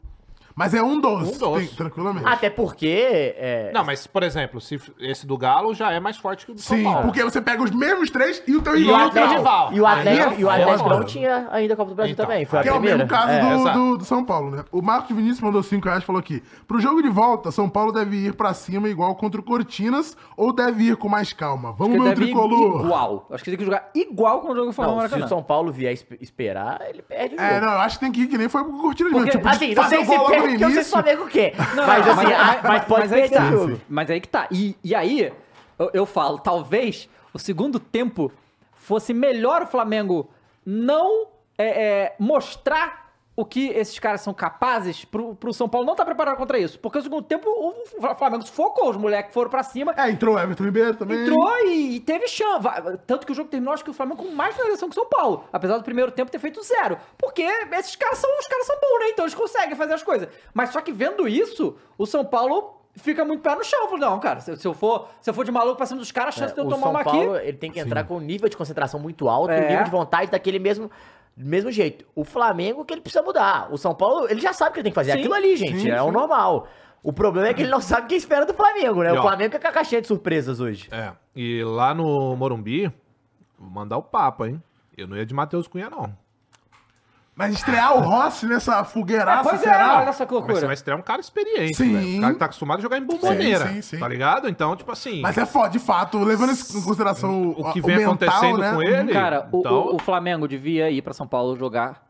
Mas é um doce,
Um doce.
tem- tranquilamente.
Até porque. é,
Não, mas, por exemplo, se f- esse do Galo já é mais forte que o do São
Sim,
Paulo.
porque você pega os mesmos três e o teu tá
E
E o
Não,
rival.
não,
Atlético,
rival.
e o Atlético,
Aí é
e o Atlético
foda.
não tinha ainda a Copa do Brasil
Então,
também. Foi a
Que é o
primeira.
mesmo caso
É.
do,
exato.
do, do São Paulo, né? O Marcos Vinícius mandou 5 reais e falou aqui: pro jogo de volta, São Paulo deve ir pra cima igual contra o Cortinas ou deve ir com mais calma? Vamos
Porque
ver o
deve ir
tricolor.
Igual. Acho que tem que jogar igual com o jogo
Não,
Flamengo
se o
Maracanã.
São Paulo vier esp- esperar, ele perde o jogo.
É, não, eu acho que tem que ir que nem foi pro Cortinas mesmo.
Porque,
Tipo,
Assim, não sei
fazer
se
o gol
perde,
logo no
porque eu sei se o
início.
Flamengo quer.
Não,
Mas
não,
assim, a- mas pode
mas aí que
perder
tá.
o jogo.
Mas aí que tá. E, e aí, eu, eu falo, talvez o segundo tempo fosse melhor o Flamengo não é, é, mostrar o que esses caras são capazes pro, pro São Paulo não tá preparado contra isso. Porque o segundo tempo o Flamengo sufocou, os moleques foram pra cima.
É, entrou o Everton Ribeiro também.
Entrou
Né?
e, e teve chance. Va- Tanto que o jogo terminou, acho que o Flamengo com mais finalização que o São Paulo. Apesar do primeiro tempo ter feito zero. Porque esses caras são, os caras são bons, né? Então eles conseguem fazer as coisas. Mas só que vendo isso, o São Paulo fica muito pé no chão. Falou, não, cara, se, se eu for, se eu for de maluco pra cima dos caras, a chance de eu
É, o
tomar
São
uma
Paulo,
aqui.
ele tem que entrar com um nível de concentração muito alto,
É.
um nível de vontade daquele mesmo, mesmo jeito. O Flamengo que ele precisa mudar. O São Paulo, ele já sabe o que ele tem que fazer.
Sim.
Aquilo ali, gente,
Sim,
é o
sim.
normal. O problema é que ele não sabe o que espera do Flamengo, né?
E,
o
ó.
Flamengo é com a caixinha de surpresas hoje.
É, e lá no Morumbi, vou mandar o papo, hein? Eu não ia de Matheus Cunha, não.
Mas estrear o Rossi nessa
Ah,
fogueiraça,
pois é,
será?
olha essa
Mas você
loucura.
vai estrear um cara experiente,
Sim.
velho. Um cara que tá acostumado a jogar em bomboneira,
Sim, sim, sim.
tá ligado? Então, tipo assim,
Mas é foda, de fato, levando isso em consideração
o que
a-
vem
mental,
acontecendo
né?
com ele...
Cara, o,
então,
o- o Flamengo devia ir pra São Paulo jogar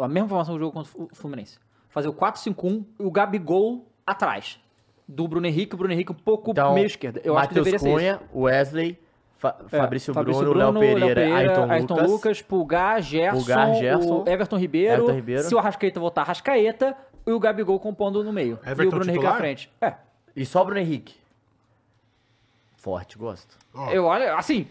a mesma formação do jogo contra o Fluminense. Fazer o 4-5-1 e o Gabigol atrás. Do Bruno Henrique, o Bruno Henrique um pouco meio esquerda. Eu acho que
Então, Matheus
deveria ser isso.
Cunha, Wesley, Fa-
É,
Fabrício, Bruno, Léo Pereira, Ayrton, Lucas.
Pulgar, Gerson,
Pulgar, Gerson,
o Everton Ribeiro,
Everton Ribeiro.
Se o Arrascaeta voltar, Arrascaeta. E o Gabigol compondo no meio. e o
Everton
Bruno Henrique
titular?
à frente. É.
E só Bruno Henrique. Forte, gosto.
Ó.
Eu olho, assim.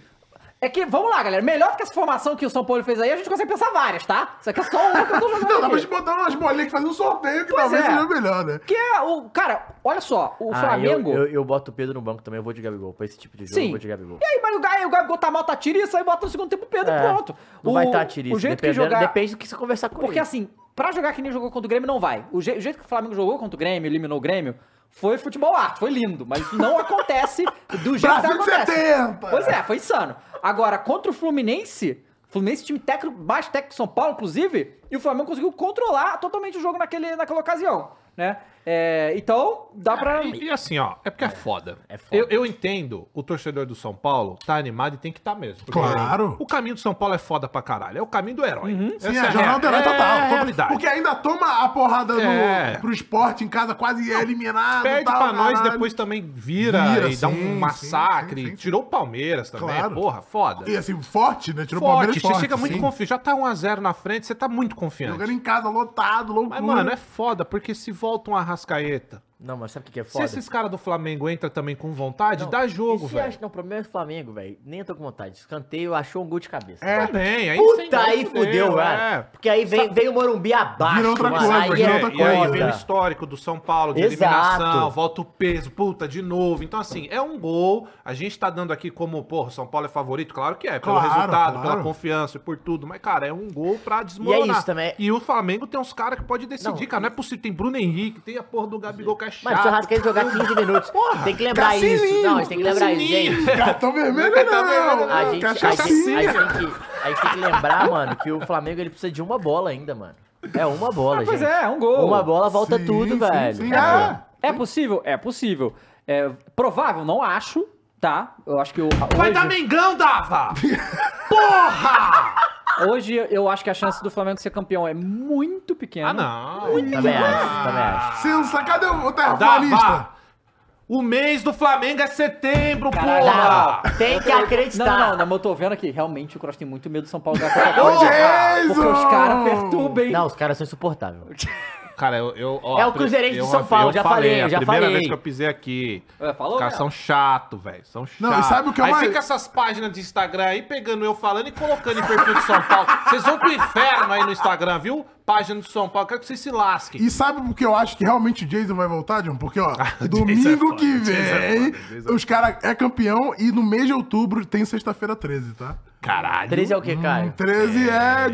É que, vamos lá, galera. Melhor que essa formação que o São Paulo fez aí, a gente consegue pensar várias, tá? Isso aqui é só uma que eu tô jogando.
Não, dá
aqui.
pra gente botar umas bolinhas que fazer um sorteio que
Pois
talvez
é.
seja melhor, né?
Que é o. Cara, olha só, o Flamengo.
Ah, Eu, eu, eu boto o Pedro no banco também, eu vou de Gabigol. Pra esse tipo de jogo, eu
Sim.
vou de Gabigol.
E aí, mas o Gabigol, o Gabigol tá mal, tá tiriça, aí bota no segundo tempo o Pedro
É,
e pronto.
Não
o,
vai estar tirista.
O jeito que
dependendo-
jogar.
Depende do que você conversar com
Porque
ele.
assim, pra jogar que nem jogou contra o Grêmio, não vai. O, je- o jeito que o Flamengo jogou contra o Grêmio, eliminou o Grêmio, foi futebol arte, foi lindo. Mas isso não acontece do jeito que
Brasil de
acontece.
70!
Pois é, foi insano. Agora, contra o Fluminense, Fluminense time técnico, mais técnico de São Paulo, inclusive, e o Flamengo conseguiu controlar totalmente o jogo naquele, naquela ocasião, né? É, então, dá
Ah,
pra...
E, e assim, ó, é porque é foda.
É foda.
Eu, eu entendo, o torcedor do São Paulo tá animado e tem que estar mesmo. porque,
Claro.
assim, o caminho do São Paulo é foda pra caralho. É o caminho do herói.
Sim,
Essa
a jornada é,
real-
total.
É a realidade.
Porque ainda toma a porrada no-
É.
pro esporte em casa, quase é eliminado.
Perde
tal,
pra nós,
caralho.
depois também vira,
Vira,
e dá
sim,
um massacre.
sim, sim, sim.
Tirou o Palmeiras também,
Claro.
porra, foda.
E assim, forte, né? Tirou o
Forte,
Palmeiras
você
forte.
chega muito
sim.
confiante. Já tá 1x0 na frente, você tá muito confiante.
Jogando em casa, lotado, loucura.
Mas, mano, é foda, porque se volta um Arrascaeta,
Não, mas sabe o que que é foda?
se esses caras do Flamengo entram também com vontade, dá jogo,
E se
velho.
acha- Não, o problema é o Flamengo, velho. Nem eu tô com vontade. Escanteio, achou um gol de cabeça.
É, bem, aí sem
Puta,
graça,
aí né? fudeu, velho.
é.
é.
Porque aí vem, vem o Morumbi abaixo.
Virou outra
mano.
coisa,
aí
E,
virou
é
outra
e aí
coisa.
tá vem o histórico do São Paulo de
Exato.
eliminação, volta o peso, puta, de novo. Então, assim, é um gol. A gente tá dando aqui como, porra, o São Paulo é favorito, claro que é, pelo
Claro,
resultado,
claro.
pela confiança e por tudo. Mas, cara, é um gol pra desmoronar.
E é isso também.
E o Flamengo tem uns caras que pode decidir,
Não,
cara. Não é possível. Tem Bruno Henrique, tem a porra do Gabigol que é chato.
Mano, se o Rascaeta jogar 15 minutos, tem que lembrar isso. Não, a gente tem que lembrar isso,
Cassininho.
gente.
Cartão vermelho,
Cartão vermelho,
não.
não.
A gente, a, gente, a, gente,
Cachacinha.
tem que, a gente tem que lembrar, mano, que o Flamengo ele precisa de uma bola ainda, mano. É uma bola,
Ah,
gente.
pois é, um gol.
Uma bola volta
Sim,
tudo,
sim,
velho.
sim.
É,
Ah,
É possível? É possível. É provável? Não acho, tá? Eu acho que o...
Vai
hoje-
dar Mengão, Dava!
Hoje eu acho que a chance do Flamengo ser campeão é muito pequena.
Ah, não.
Também acho, também acho.
Sensa, cadê o o terraplanista?
Dava! O mês do Flamengo é setembro,
Caralho.
porra!
Não, tem que acreditar.
Não, não, não, mas eu tô vendo aqui. Realmente o Cross tem muito medo do São Paulo ganhar qualquer
Ô,
coisa.
Jesus!
Porque os caras perturbam, hein?
um! Não, os caras são insuportáveis.
Cara, eu. eu ó,
É o
pri-
Cruzeirense de
eu-
São Paulo,
eu
já falei,
a
já
primeira
falei.
vez que eu pisei aqui.
É, falou,
Os caras
né?
são chato, velho. São chato.
Não, e sabe o que é
aí
mais-
fica essas páginas de Instagram aí pegando eu falando e colocando em perfil de São Paulo. Vocês vão pro inferno aí no Instagram, viu? Página de São Paulo. Quero que vocês se lasquem.
E sabe por que eu acho que realmente o Jason vai voltar, John? Porque, ó,
o Jason é
domingo
foda,
que
o Jason é
vem,
foda, o Jason é
os caras é campeão e no mês de outubro tem sexta-feira 13, tá?
Caralho.
13 é o quê,
Hum.
cara?
13 é,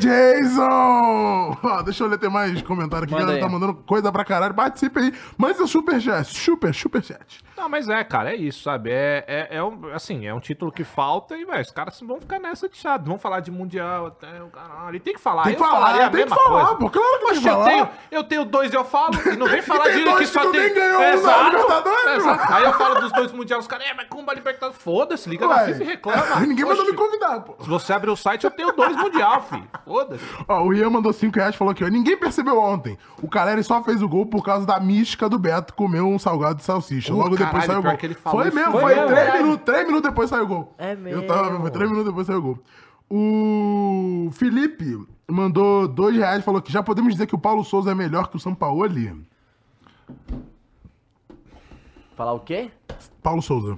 Jason! Ó, deixa eu ler, tem mais comentário aqui,
Manda
galera
aí.
tá mandando coisa pra caralho, participe aí. Mas o superchat, super, superchat.
Não, mas é, cara, é isso, sabe? É, é, é um, assim, é um título que falta e, velho, os caras vão ficar nessa de chato. Vão falar de Mundial até o caralho. E tem que falar.
Tem que
Ah, eu
falar,
falaria a
tem que
mesma
falar,
coisa.
pô, claro que tem que
Poxa, eu
falar.
tenho, eu tenho dois, eu falo. E não vem falar
tem
de que
dois que
só
tu
tem... É,
nem ganhou um na
exato,
Libertadores, né?
exato.
mano.
Aí eu falo dos dois Mundiais, os caras, é, mas Cumba Libertadores. Foda-se, liga na
Ué,
FIFA e reclama.
Ninguém mandou
Poxa,
me convidar, pô.
Se você abrir o site, eu tenho dois Mundial, filho. Foda-se.
Ó, o Ian mandou 5 reais e falou aqui, ó. Ninguém percebeu ontem. O Caleri só fez o gol por causa da mística do Beto comer um salgado de salsicha.
Uh,
Logo
caralho,
depois saiu o
pior
gol.
que ele falou
foi
isso.
mesmo,
Foi
foi
mesmo,
3
verdade.
minutos, 3 minutos depois saiu o gol.
É
Eu tava,
mesmo.
foi 3 minutos depois saiu o gol. O Felipe mandou 2 reais e falou que já podemos dizer que o Paulo Souza é melhor que o Sampaoli?
Falar o quê?
Paulo Souza.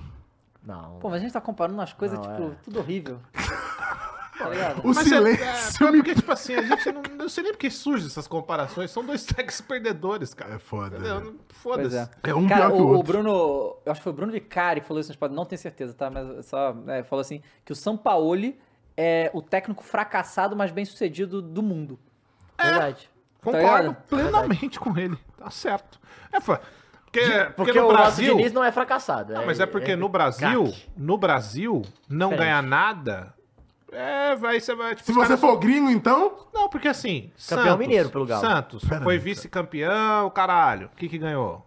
Não.
Pô, mas a gente tá comparando as coisas,
Não, é.
tipo, tudo horrível. tá ligado?
O
Mas é-
silêncio
é,
me...
porque, tipo assim, a gente não, não sei nem porque surgem essas comparações. São dois tags perdedores,
É
cara.
foda.
Entendeu?
né?
Não-
Pois
Foda-se.
é.
É um
Cara,
pior que o
o, o
outro.
Bruno, eu acho que foi o Bruno Vicari que falou isso no Sport, não tenho certeza, tá? Mas só né, falou assim: que o Sampaoli é o técnico fracassado, mas bem sucedido do mundo.
Verdade.
Concordo
ligado?
plenamente com ele. Tá certo. É, fa- porque, porque,
Porque,
no
o
Brasil.
nosso Diniz não é fracassado.
Não, mas é porque no Brasil,
craque.
no Brasil, não
Diferente.
ganhar nada. É, vai, você vai. tipo,
Se
os
você
caras-
for gringo, então...
Não, porque assim.
Campeão mineiro pelo Galo.
Santos
Pera
foi
aí,
vice-campeão, caralho. O que que ganhou?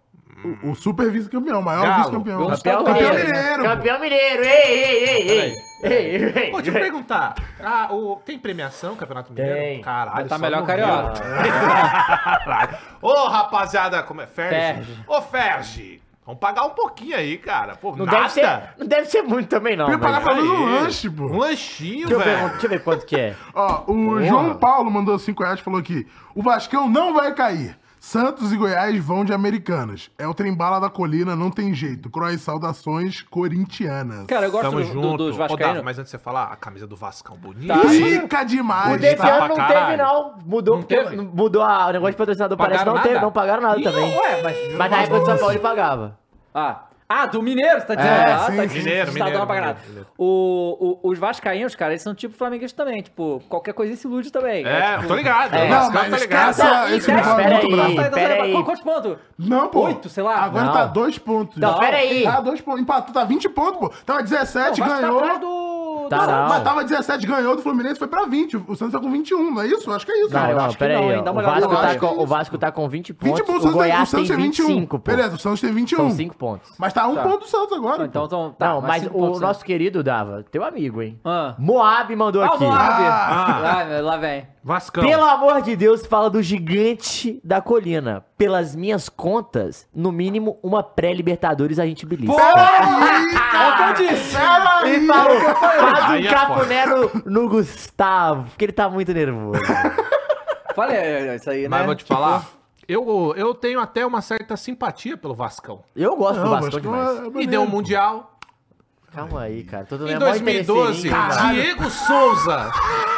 O, o super vice-campeão, o maior
Galo.
vice-campeão.
Galo.
Campeão,
Campeão
mineiro.
mineiro, pô.
Campeão mineiro. Ei, ei, ei, ei. Ei, ei,
Pô, deixa eu perguntar. Ah, o... tem premiação, Campeonato Mineiro?
É. Tem.
Ah,
Caralho,
tá
só
melhor
no
carioca.
Rio. Caralho. Ô, rapaziada, como é? Ferge.
Ferge.
Ô, Ferge. Vamos pagar um pouquinho aí, cara. Pô,
Não
nada.
deve, ser, não deve ser muito também, não.
Tem que
mas-
pagar pra mim um
Aí.
lanche, pô.
Um lanchinho,
Deixa eu, ver,
velho.
deixa eu ver quanto que é.
Ó, o João Paulo mandou 5 reais e falou aqui: o Vascão não vai cair. Santos e Goiás vão de Americanas. É o trem-bala da colina, não tem jeito. Crois, saudações corintianas.
Cara, eu gosto
Tamo
do, do, né?
junto.
dos
Ô, Davi,
vascaínos.
mas antes de você falar, a camisa do Vascão bonita.
Tá.
hein?
Rica demais,
Bonita
Desse
tá?
pra
ano não teve,
caralho.
não. Mudou,
Não
porque
teve?
n- mudou a- o negócio de patrocinador. Parece que
Pagaram
não teve,
nada?
não pagaram nada
Ih,
também.
Ué, mas...
Mas na época do São Paulo ele pagava.
Ah, ah, do Mineiro, você tá dizendo?
É,
ah,
sim,
tá
sim.
dizendo,
Mineiro,
Estadão
Mineiro,
pra caralho.
Mineiro, Mineiro.
O, o- os vascaínos, cara, eles são tipo flamenguistas também. Tipo, qualquer coisa se ilude também. tipo, Ah,
É, eu tô ligado.
É.
O
Não,
Vascão
mas
tá ligado.
esquece
Tá,
essa-
e
esse
esquece,
negócio
pera
muito
aí.
bravo.
Tá, então,
pera aí.
qual- Quantos pontos?
Não, pô.
Oito, sei lá.
Agora
Não.
tá dois pontos.
Não, pera aí.
Tá dois pontos. Empatou, tá 20 pontos, pô. Tava 17,
Não, o Vasco
ganhou.
Tá atrás do...
Tá,
do-
não.
Mas tava 17, ganhou do Fluminense, foi pra 20. O Santos tá com 21, não é isso? Acho que é isso.
Não,
eu
não,
acho que
pera
não,
aí.
hein?
ó.
Dá
O
uma olhada
Vasco,
lá.
tá com, o Vasco tá com 20 pontos.
20 pontos,
o Goiás
Santos
é
tem
tem um.
um.
25, pô.
Beleza, o Santos tem 21.
São 5 pontos.
Mas tá um
Tá.
ponto do Santos agora.
Então,
pô.
então, tá,
não, mas
cinco
o
pontos, né?
nosso querido Dava, teu amigo, hein?
Ah.
Moab mandou
Ah, o
aqui.
Moab.
Ah.
Ah, meu, lá vem.
Vascão.
Pelo amor de Deus, fala do gigante da colina. Pelas minhas contas, no mínimo uma pré-Libertadores a gente belisca.
Peraí,
É o
cara!
que eu disse.
E
Peraí!
falou, faz
Aí
um
é
cafuné no, no Gustavo, porque ele tá muito nervoso.
Falei, é, é, isso aí, né?
Mas vou te
Tipo,
falar, eu, eu tenho até uma certa simpatia pelo Vascão.
Eu gosto do
Não, acho
Vasco
que é
demais.
Me
maneiro.
deu um o Mundial.
Calma aí, cara. Tô é
Em 2012, Diego Souza.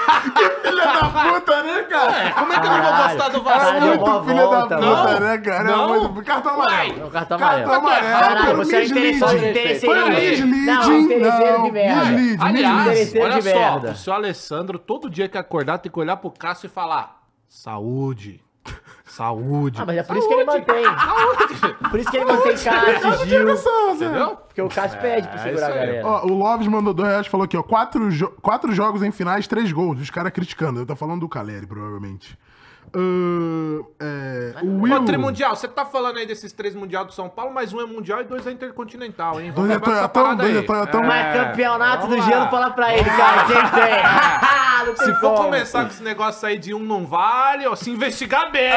Filha da puta, né, cara?
Como é que eu não vou
Caralho.
gostar do
É
Vascão?
Caralho, mó
muito filha da
volta,
puta,
mano.
né, cara?
Não.
É muito... Cartão
É
amarelo.
o cartão amarelo.
Cartão amarelo
Caralho,
pelo
você é interesseiro,
misleading.
interesseiro
Foi
de merda.
misleading,
Não, interesseiro
não.
de merda.
Misleading,
Aliás,
misleading.
Interesseiro
olha
de merda.
só, o seu Alessandro, todo dia que acordar, tem que olhar pro Cássio e falar: saúde, saúde.
Ah, mas é por isso que ele mantém. Por isso que ele mantém Cássio, Gil.
Entendeu?
Entendeu?
Porque o Cássio pede pra
é
segurar a
isso aí.
galera.
Ó, o Loves mandou dois reais e falou aqui, ó. Quatro, jo- quatro jogos em finais, três gols. Os caras criticando. Eu tô falando do Caleri, provavelmente. Ahn, é, o
Pô,
Will...
trimundial, você tá falando aí desses três mundial do São Paulo, mas um é mundial e dois é intercontinental, hein?
Dois é
acabar essa
Toyotão,
parada
dois é
aí.
Toyotão.
Mas
É.
campeonato do
Vamos
gelo,
lá.
fala pra ele, cara. Quem tem? Ah, Não tem
Se for
como.
começar com esse negócio aí de um não vale, ó, se investigar bem.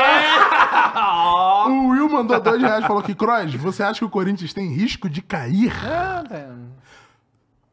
Ó.
O Will mandou dois reais e falou aqui, Croz, você acha que o Corinthians tem risco de cair?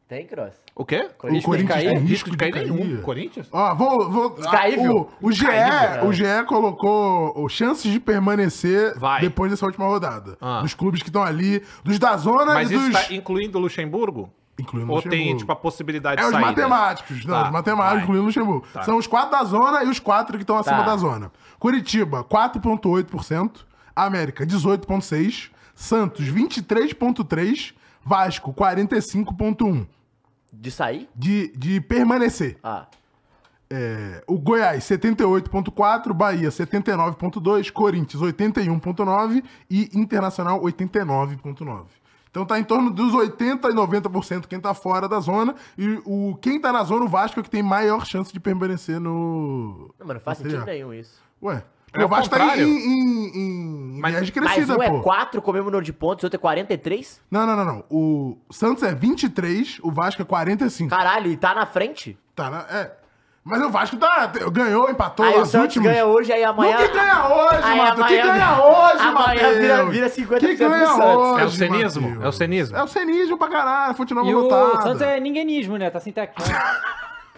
Tem, Cross.
o quê?
O Corinthians
cair?
tem
Risco de cair nenhum. Corinthians? né?
Ó, Ah, vou. vou
Descaível.
o, o, GE,
Descaível.
o GE colocou o chances de permanecer
Vai.
depois dessa última rodada.
Ah.
Dos clubes que estão ali, dos da zona
Mas
e dos.
isso tá incluindo o Luxemburgo?
Incluindo
Ou tem,
Luxemburgo.
tipo, a possibilidade
É
de
os
saída?
matemáticos, não,
Tá,
os matemáticos,
vai. Tá.
incluindo o Luxemburgo. São os quatro da zona e os quatro que estão acima
Tá.
da zona. Curitiba, 4,8%. América, 18,6%. Santos, 23,3%. Vasco, 45,1%.
De sair?
De, de permanecer.
Ah.
O Goiás 78.4, Bahia 79.2, Corinthians 81.9 e Internacional 89.9. Então tá em torno dos 80 e 90% quem tá fora da zona e o quem tá na zona o Vasco é o que tem maior chance de permanecer no
Não, mas não faz
Não sei
sentido
lá.
nenhum isso.
Ué,
É
o
o
Vasco tá em,
contrário.
em, em, em
Mas-
viés de
Mas
crescida,
um
pô.
é 4 com o mesmo número de pontos, o outro é 43?
Não, não, não, não. O Santos é 23, o Vasco é 45.
Caralho, e tá na frente?
Tá, na- é. Mas o Vasco tá ganhou, empatou
aí o
as
Santos
últimas.
ganha hoje, aí amanhã...
Não, que ganha hoje,
Aí
Matheus? Que
amanhã-
ganha hoje,
amanhã
Matheus?
vira- vira 50%
Que
do
ganha
Santos.
hoje,
É o cenismo?
Matheus?
É o cenismo?
É o cenismo pra caralho, fonte nova
E o
lotada.
Santos é ninguénismo, né? Tá sem técnico. né?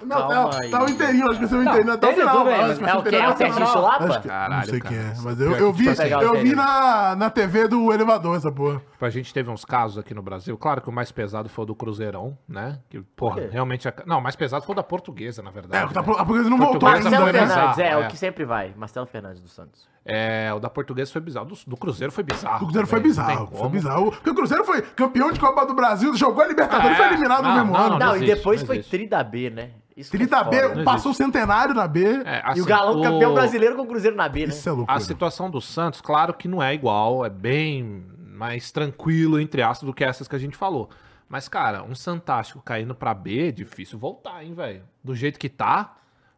Não,
Calma
tá,
aí.
tá o inteirinho, acho que você o inteirinho até o
teve
final.
tudo bem,
acho
mas
que
É
esse
o que?
inteirinho
É o
até
Serginho
final.
Lapa?
Acho que- Não
Caralho,
sei
cara,
quem é,
isso
mas
é
eu,
pior
eu
que
vi,
tá
legal,
eu vi
Serginho.
na, na TV do elevador essa porra.
A gente teve uns casos aqui no Brasil. Claro que o mais pesado foi o do Cruzeirão, né? Que, porra, realmente. a- Não, o mais pesado foi o da portuguesa, na
É,
verdade.
o tá, a
né?
portuguesa não voltou
Portuguesa
ainda,
Marcelo
Não,
né?
Fernandes.
Fernandes, é,
é.
o que sempre vai. Marcelo Fernandes do Santos.
É, o da portuguesa foi bizarro. Do, do Cruzeiro foi bizarro.
O Cruzeiro foi
também, não tem
bizarro, foi
como.
bizarro. Porque o Cruzeiro foi campeão de Copa do Brasil, jogou a Libertadores e
É,
foi eliminado no
não,
mesmo
não,
ano.
não.
Não, e
existe,
depois
não
foi
existe.
Tri da B, né? Isso que é
30
foda,
B,
né?
passou o centenário na B.
É,
E
assim,
o Galão
o-
campeão brasileiro com o Cruzeiro na B, né?
Isso é loucura.
A situação do Santos, claro que não é igual, é bem mais tranquilo, entre aspas, do que essas que a gente falou. Mas, cara, um Santástico caindo pra B, é difícil voltar, hein, velho? Do jeito que tá.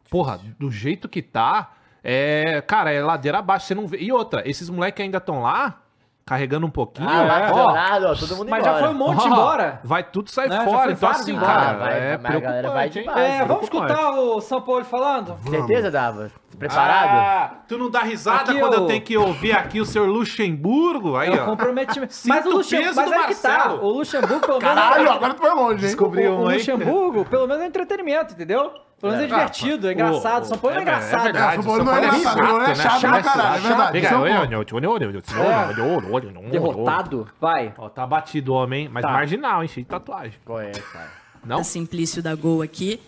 Porra, do jeito que tá. É. Cara, é ladeira abaixo, você não vê. E outra, esses moleques ainda estão lá, carregando um pouquinho.
Ah, Marcos
ó,
Leonardo, ó, todo mundo
Mas já
embora.
foi um
Ah.
monte embora.
Vai tudo sair
Né, já
fora.
foi
Então,
vários
assim,
embora.
cara,
Ah, vai,
é
mas a galera vai
preocupante, hein?
demais.
É, vamos
Preocupante.
escutar o São Paulo falando?
Certeza, Dava? Preparado?
Ah, tu não dá risada
Aqui
quando
o-
eu tenho que ouvir aqui o senhor Luxemburgo? Aí,
É o
ó.
comprometimento.
Sinto
Mas o
o
Luxemburgo,
peso
mas
do
é que tá.
Marcelo.
O Luxemburgo, pelo menos.
Caralho, agora tu vai longe, hein?
Descobriu
o
um aí.
Luxemburgo, pelo menos é entretenimento, entendeu? Pelo menos é, divertido, é engraçado. São Paulo é engraçado.
verdade. São Paulo não é engraçado,
né?
não é chato pra caralho, é verdade. São Paulo.
Derrotado? Vai.
Ó, tá batido o homem, hein? mas
Tá.
marginal, hein? Cheio de tatuagem.
Qual é, cara?
Não?
da Simplício da Gol aqui.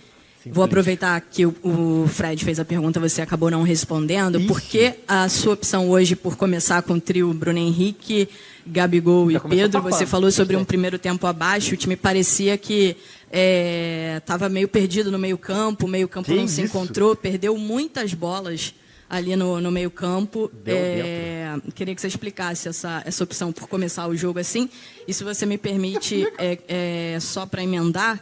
Vou aproveitar que o, o Fred fez a pergunta, você acabou não respondendo. Por que a sua opção hoje por começar com o trio Bruno Henrique, Gabigol e
Já começou
Pedro?
papando,
Você falou sobre um primeiro tempo abaixo, o time parecia que estava meio perdido no meio-campo, o meio-campo
Que
não se
isso?
encontrou, perdeu muitas bolas ali no, no meio-campo.
Deu
É, queria que você explicasse essa, essa opção por começar o jogo assim. E se você me permite, é, é, só para emendar,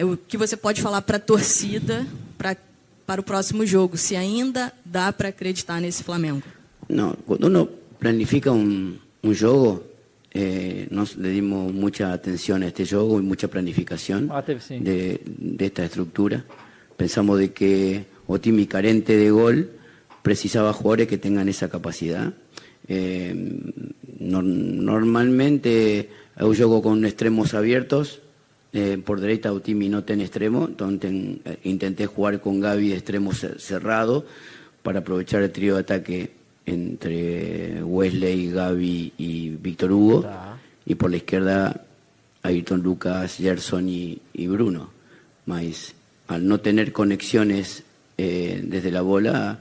é o que você pode falar para a torcida pra, para o próximo jogo, se ainda dá para acreditar nesse Flamengo.
No, cuando uno planifica un, un yogo, eh, nos le dimos mucha atención a este yogo y mucha planificación
Ah, teve sim.
de, de esta estructura. Pensamos de que Otimi carente de gol precisaba jugadores que tengan esa capacidad. Eh, nor- normalmente yo juego con extremos abiertos. eh, por derecha Otimi no tiene extremo, entonces eh, intenté jugar con Gaby de extremo cer- cerrado para aprovechar el trío de ataque entre Wesley, Gaby y Víctor Hugo. Y por la izquierda Ayrton Lucas, Gerson y, y Bruno. Mas al no tener conexiones eh, desde la bola,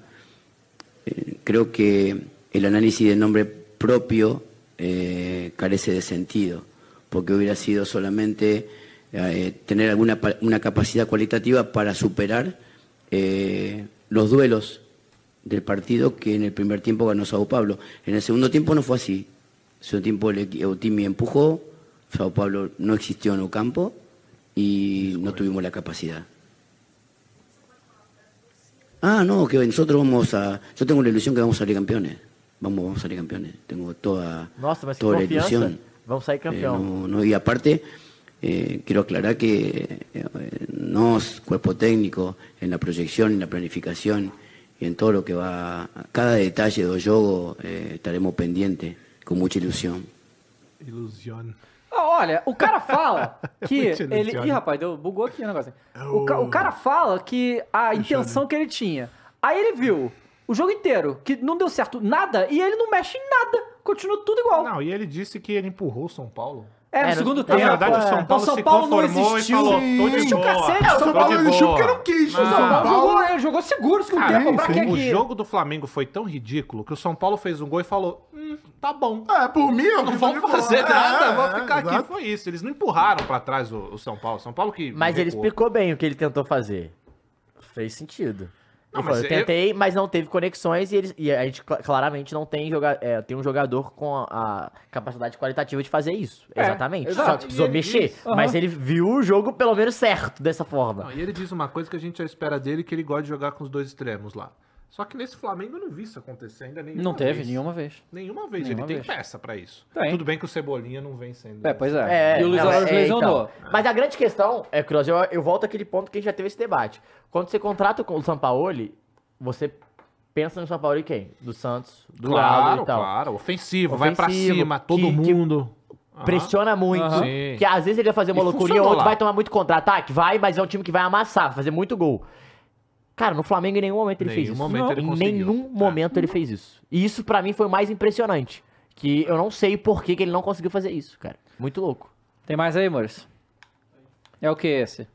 eh, creo que el análisis del nombre propio eh, carece de sentido, porque hubiera sido solamente eh, tener alguna pa- una capacidad cualitativa para superar eh, los duelos del partido que en el primer tiempo ganó Sao Paulo. En el segundo tiempo no fue así. En el segundo tiempo el equi- Eutimi empujó, Sao Paulo no existió en Ocampo y no tuvimos la capacidad. Ah, no, que nosotros vamos a. Yo tengo la ilusión que vamos a salir campeones. Vamos, vamos a salir campeones. Tengo toda,
Nossa, mas que
toda la
confiança.
ilusión.
Vamos sair
Eh,
campeão.
no, no, y aparte, eh, quiero aclarar que eh, eh, nos, cuerpo técnico, en la proyección, en la planificación y en todo lo que va, cada detalle de Oyogo eh, estaremos pendientes con mucha ilusión.
Ilusione.
Ah, olha, o cara fala
É
que
muito É
ele.
ilusionante.
Ih, rapaz, deu, bugou aqui o negócio.
o-
O, ca- o cara fala que
né?
a intenção que ele tinha. Aí ele viu o jogo inteiro, que não deu certo nada, e ele não mexe em nada. Continua tudo igual.
Não, e ele disse que ele empurrou o São Paulo.
É, no
Era-
segundo
na
tempo.
verdade, o São
Então,
Paulo se conformou e falou, "Tô de
Existiu
boa."
cacete,
É,
O São Paulo
de
existiu
boa.
porque não quis. O
Não.
São
São
Paulo
Paulo.
jogou, ele jogou seguro o segundo
Cara,
tempo. Pra que
o
é que...
jogo do Flamengo foi tão ridículo que o São Paulo fez um gol e falou: hum, tá bom.
É, por mim, eu fico
Não
de
vão
boa.
fazer
É,
nada,
é,
vão ficar aqui.
exato.
Foi isso. Eles não empurraram pra trás o, o São Paulo. São Paulo que.
Mas ele
recuou.
explicou bem o que ele tentou fazer. Fez sentido.
Não,
Ele
mas
falou, eu
eu-
tentei, mas é não teve conexões e, eles, e a gente cla- claramente não tem, joga, é, tem um jogador com a, a capacidade qualitativa de fazer isso.
É,
Exatamente.
exato.
Só que precisou
E ele
mexer.
disse,
Mas
aham.
ele viu o jogo pelo menos certo dessa forma.
Não, e ele diz uma coisa que a gente já espera dele, que ele gosta de jogar com os dois extremos lá. Só que nesse Flamengo eu não vi isso acontecer ainda nenhuma
Não teve
vez.
nenhuma vez.
Nenhuma vez.
Nenhuma
ele
vez.
tem peça pra isso.
Tem.
Tudo bem que o Cebolinha não vem sendo.
É, pois é.
É,
e o Luiz
não,
Alves
é,
lesionou.
então. Mas a grande questão, é, Cross, eu, eu volto àquele ponto que a gente já teve esse debate. Quando você contrata com o Sampaoli, você pensa no Sampaoli quem? Do Santos, do Galo
Claro,
e tal.
claro. Ofensivo, vai pra
Ofensivo,
cima, todo
que- que
mundo. Aham.
Pressiona muito.
Aham.
Sim.
Que às vezes ele vai fazer uma
E
loucurinha,
funcionou
outro
lá.
vai tomar muito contra-ataque, vai, mas é um time que vai amassar, vai fazer muito gol. Cara, no Flamengo em nenhum momento ele
Nenhum
fez isso.
momento ele
em
conseguiu.
nenhum
É.
momento ele fez isso. E isso pra mim foi o mais impressionante. Que eu não sei por que, que ele não conseguiu fazer isso, cara. Muito louco.
Tem mais aí, Maurício? É o que esse?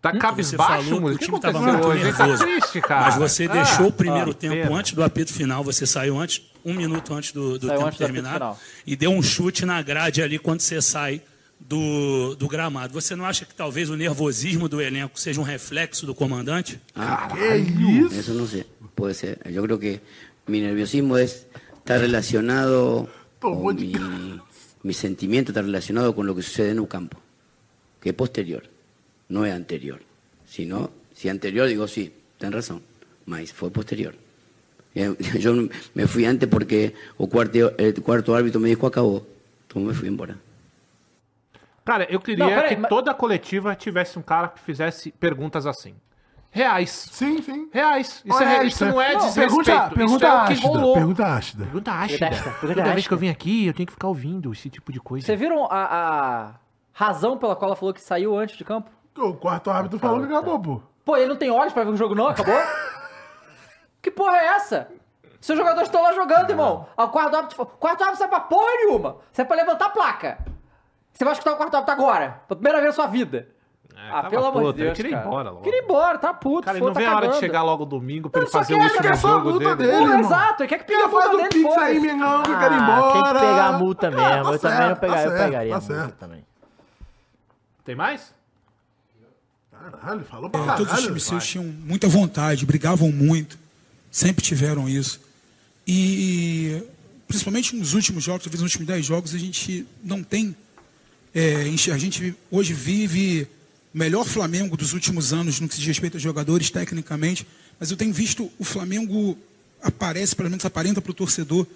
Tá
Hum, Você
cabisbaixo,
falou que
Murilo?
o
O que
time tava
aconteceu
muito
hoje? Ele Tá
nervoso.
triste, cara.
Mas você
Ah,
deixou o primeiro
ah,
tempo
pena.
antes do apito final, você saiu antes, um minuto antes do, do
Saiu
tempo
antes do apito
terminar,
final.
e deu um chute na grade ali quando você sai do, do gramado. Você não acha que talvez o nervosismo do elenco seja um reflexo do comandante?
Ah,
Que isso?
Eso no sé, puede ser. Yo creo que mi nerviosismo es, está relacionado, o mi, mi sentimiento está relacionado con lo que sucede en un campo, que es posterior, no es anterior. Si no, si anterior digo sí, ten razón, mas fue posterior. Eh, Yo me fui antes porque o cuarto, el cuarto árbitro me dijo acabó, entonces me fui embora.
Cara, eu queria
Não, peraí,
que
mas-
toda coletiva tivesse um cara que fizesse perguntas assim. Reais.
Sim, sim.
Reais. Isso, é,
Olha, né?
isso não é desrespeito.
Pergunta, pergunta
isso é o que
ácida,
rolou.
Pergunta ácida.
Pergunta ácida.
Detesta, pergunta
Toda vez
ácida.
que eu vim aqui, eu tenho que ficar ouvindo esse tipo de coisa.
Vocês viram a, a razão pela qual ela falou que saiu antes de campo?
O quarto árbitro falou que acabou, pô.
Pô, ele não tem olhos pra ver que o jogo não acabou? que porra é essa? Seus jogadores estão lá
É.
jogando, irmão. Ah, O quarto árbitro, o quarto árbitro serve pra porra nenhuma. Serve pra levantar a placa. Você vai escutar o quarto árbitro agora. Pela primeira vez na sua vida. ah,
É, tava
pelo amor
puto,
de Deus,
ele queria ir
cara.
embora logo.
Queria ir embora, tá puto.
Cara, ele
foda,
não vê
tá
a hora de
cagando.
chegar logo domingo pra
Não,
ele
só
fazer o
quer-
último
quer só é a
jogo
luta
dele.
dele.
Porra,
irmão.
é
exato. Ele quer que pegue a
Quer faz
puta
um
dele,
pix aí,
foda-se.
Mengão, que eu quero ir
Ah,
embora.
tem que pegar a multa
Cara,
mesmo.
tá
eu também
certo,
não
tá
pegaria, eu
certo,
pegaria
tá
a multa
certo.
também.
Tem mais?
Caralho,
É,
falou pra
É, Todos os times
caralho.
seus tinham muita vontade, brigavam muito, sempre tiveram isso. E principalmente nos últimos jogos, talvez nos últimos 10 jogos, a gente não tem. é, enxer- a gente hoje vive o melhor Flamengo dos últimos anos no que se diz respeito a jogadores, tecnicamente, mas eu tenho visto o Flamengo aparece, pelo menos aparenta para o torcedor,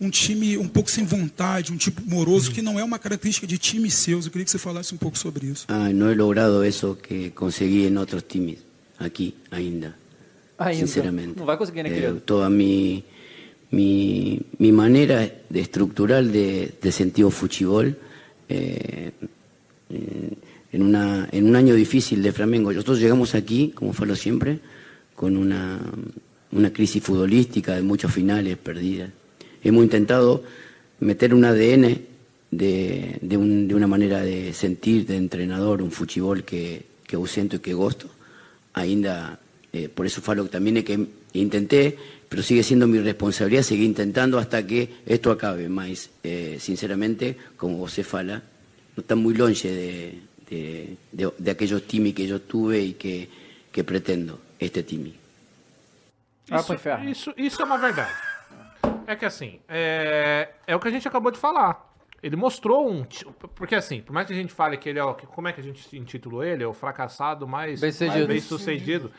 um time um pouco sem vontade, um tipo moroso, que não é uma característica de times seus. Eu queria que você falasse um pouco sobre isso.
Ah, no he logrado eso que conseguí en otros times, aquí, ainda.
Ainda.
Sinceramente.
Não vai conseguir, né,
Eh,
querido?
toda mi, mi, mi manera de estructural de, de sentido fuchibol eh, en, en una, en un año difícil de Flamengo. Nosotros llegamos aquí, como falo siempre, con una, una crisis futbolística de muchos finales perdidas. Hemos intentado meter un ADN de, de, un- de una manera de sentir de entrenador, un fuchibol que, que ausento y que gosto. Ainda, eh, por eso falo también es que intenté, pero sigue siendo mi responsabilidad seguir intentando hasta que esto acabe. Más, sinceramente, como vos se fala, no está muy longe de, de, de- de aquellos timis que yo tuve y que, que pretendo, este timi.
Vai Ah, pro inferno.
Isso, isso é uma verdade. É que assim, é, é o que a gente acabou de falar. Ele mostrou um. ti- Porque assim, por mais que a gente fale que ele é o. que- Como é que a gente intitulou ele? É o fracassado mais
Bem-sucedido.
mais bem-sucedido.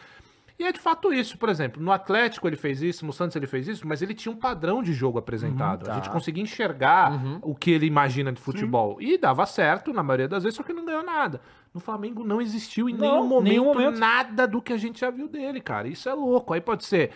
E é de fato isso, por exemplo, no Atlético ele fez isso, no Santos ele fez isso, mas ele tinha um padrão de jogo apresentado.
Uhum.
A
Tá.
gente conseguia enxergar o que ele imagina de futebol. E dava certo, na maioria das vezes, só que não ganhou nada. No Flamengo não existiu em
Não,
nenhum, momento,
nenhum momento.
nada do que a gente já viu dele, cara. Isso é louco. Aí pode ser.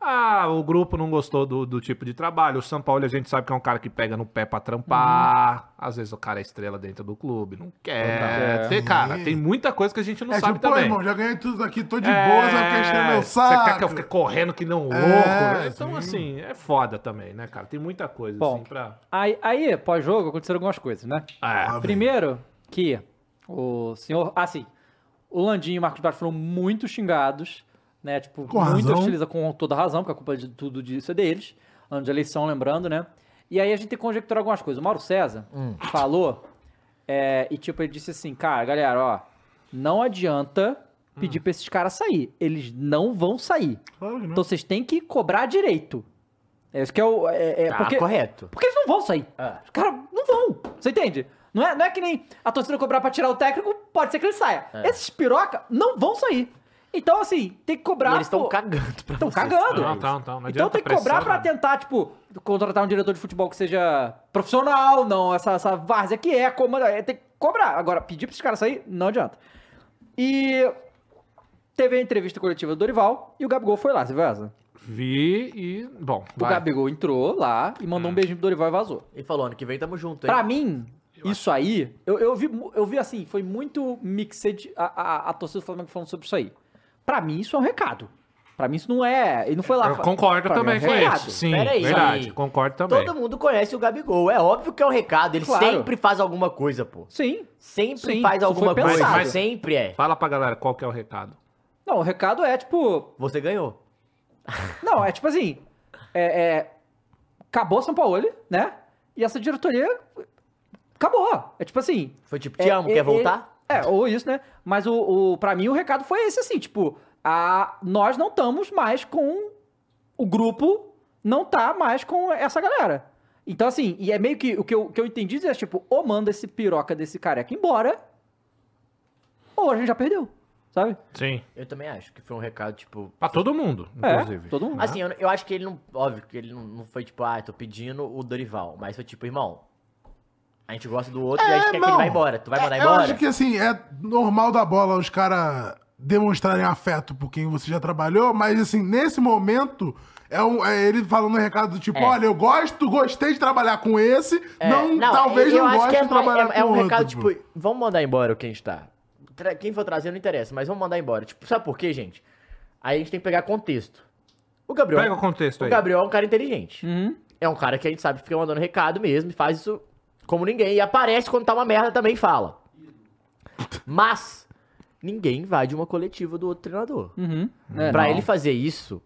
Ah, o grupo não gostou do, do tipo de trabalho. O São Paulo a gente sabe que é um cara que pega no pé pra trampar.
Uhum.
Às vezes o cara é estrela dentro do clube, não quer. Tem,
Uhum.
cara, tem muita coisa que a gente não
É
sabe
tipo, pô,
também.
irmão, já ganhei tudo aqui, tô de
É,
boa, sabe que é meu saco. É,
Você quer que eu fique correndo que não louco? né? Então, assim, é foda também, né, cara? Tem muita coisa,
Bom.
assim, pra...
Aí, aí, pós-jogo, aconteceram algumas coisas, né?
É.
Ah, velho.
Primeiro, que o senhor. Ah, sim. O Landinho e o Marcos Braz foram muito xingados, né? Tipo,
Com
muito
razão.
hostiliza com toda razão, porque a culpa de tudo disso é deles. Ano de eleição, lembrando, né? E aí a gente tem que conjecturar algumas coisas. O Mauro César
Hum.
falou, é, e tipo, ele disse assim, cara, galera, ó, não adianta pedir pra esses caras sair. Eles não vão sair.
Hum. Claro que não.
Então vocês têm que cobrar direito. É isso que é o. É, é
Tá
porque,
correto.
porque eles não vão sair.
Ah.
Os caras não vão. Você entende? Não é, não é que nem a torcida cobrar pra tirar o técnico, pode ser que ele saia.
É.
Esses piroca não vão sair. Então, assim, tem que
E
cobrar.
eles estão
pô,
cagando pra
Estão
vocês.
cagando.
Não, não, Ah, tá. não, não
então
adianta
tem que cobrar
pressão,
pra
não.
tentar, tipo, contratar um diretor de futebol que seja profissional, não essa, essa várzea que é, comanda, é, tem que cobrar. Agora, pedir pra esses caras sair, não adianta. E teve a entrevista coletiva do Dorival e o Gabigol foi lá, você viu essa?
Vi e... Bom,
O
vai. Hum.
Gabigol entrou lá e mandou um beijinho pro Dorival e vazou.
E falou, ano que vem tamo junto, hein?
Pra mim, isso aí, eu, eu, vi, mu- eu vi assim, foi muito mixed a, a, a torcida do Flamengo falando sobre isso aí. Pra mim, isso é um recado. Pra mim, isso não é. Ele não foi lá.
Eu
fa-
concordo
pra mim, é um
também com
recado.
isso. Sim,
Pera aí.
verdade. Concordo também.
Todo mundo conhece o Gabigol. É óbvio que é um recado. Ele
Claro.
sempre faz alguma coisa, pô.
Sim.
Sempre
Sim,
faz
isso
alguma
foi
coisa.
pensado.
Mas sempre é.
Fala pra galera qual que é o recado.
Não, o recado é tipo.
Você ganhou.
Não, é tipo assim. É, é, acabou São Paulo, né? E essa diretoria. Acabou. É tipo assim.
Foi tipo, te amo,
É,
quer
é,
voltar?
É, ou isso, né? Mas o, o para mim o recado foi esse assim, tipo, a nós não estamos mais com o grupo não tá mais com essa galera. Então assim, e é meio que o que eu, que eu entendi é tipo, ou manda esse piroca desse careca embora, ou a gente já perdeu, sabe?
Sim.
Eu também acho que foi um recado, tipo...
Pra todo mundo, inclusive.
É, todo mundo.
Assim, eu, eu acho que ele não... Óbvio que ele não, não foi tipo, ah, eu tô pedindo o Dorival. Mas foi tipo, irmão, a gente gosta do outro e a gente quer que
irmão.
ele vá embora. Tu vai mandar
É,
embora?
Eu acho que assim, é normal da bola os caras demonstrarem afeto por quem você já trabalhou, mas assim, nesse momento. É, um- é ele falando um recado do tipo, olha, eu gosto, gostei de trabalhar com esse,
É,
não, talvez
eu
não
acho
goste
que é,
de
mais-
trabalhar
é- é
com
um
outro.
tipo.
recado,
pô.
tipo, vamos mandar embora quem está. tra- quem for trazer não interessa, mas vamos mandar embora. Tipo, sabe por quê, gente? Aí a gente tem que pegar contexto. O Gabriel.
Pega o contexto
O
aí.
Gabriel é um cara inteligente.
Uhum.
É um cara que a gente sabe que fica mandando recado mesmo e faz isso como ninguém. E aparece quando tá uma merda também e fala. Mas ninguém invade uma coletiva do outro treinador.
Uhum. É,
pra
não.
ele fazer isso,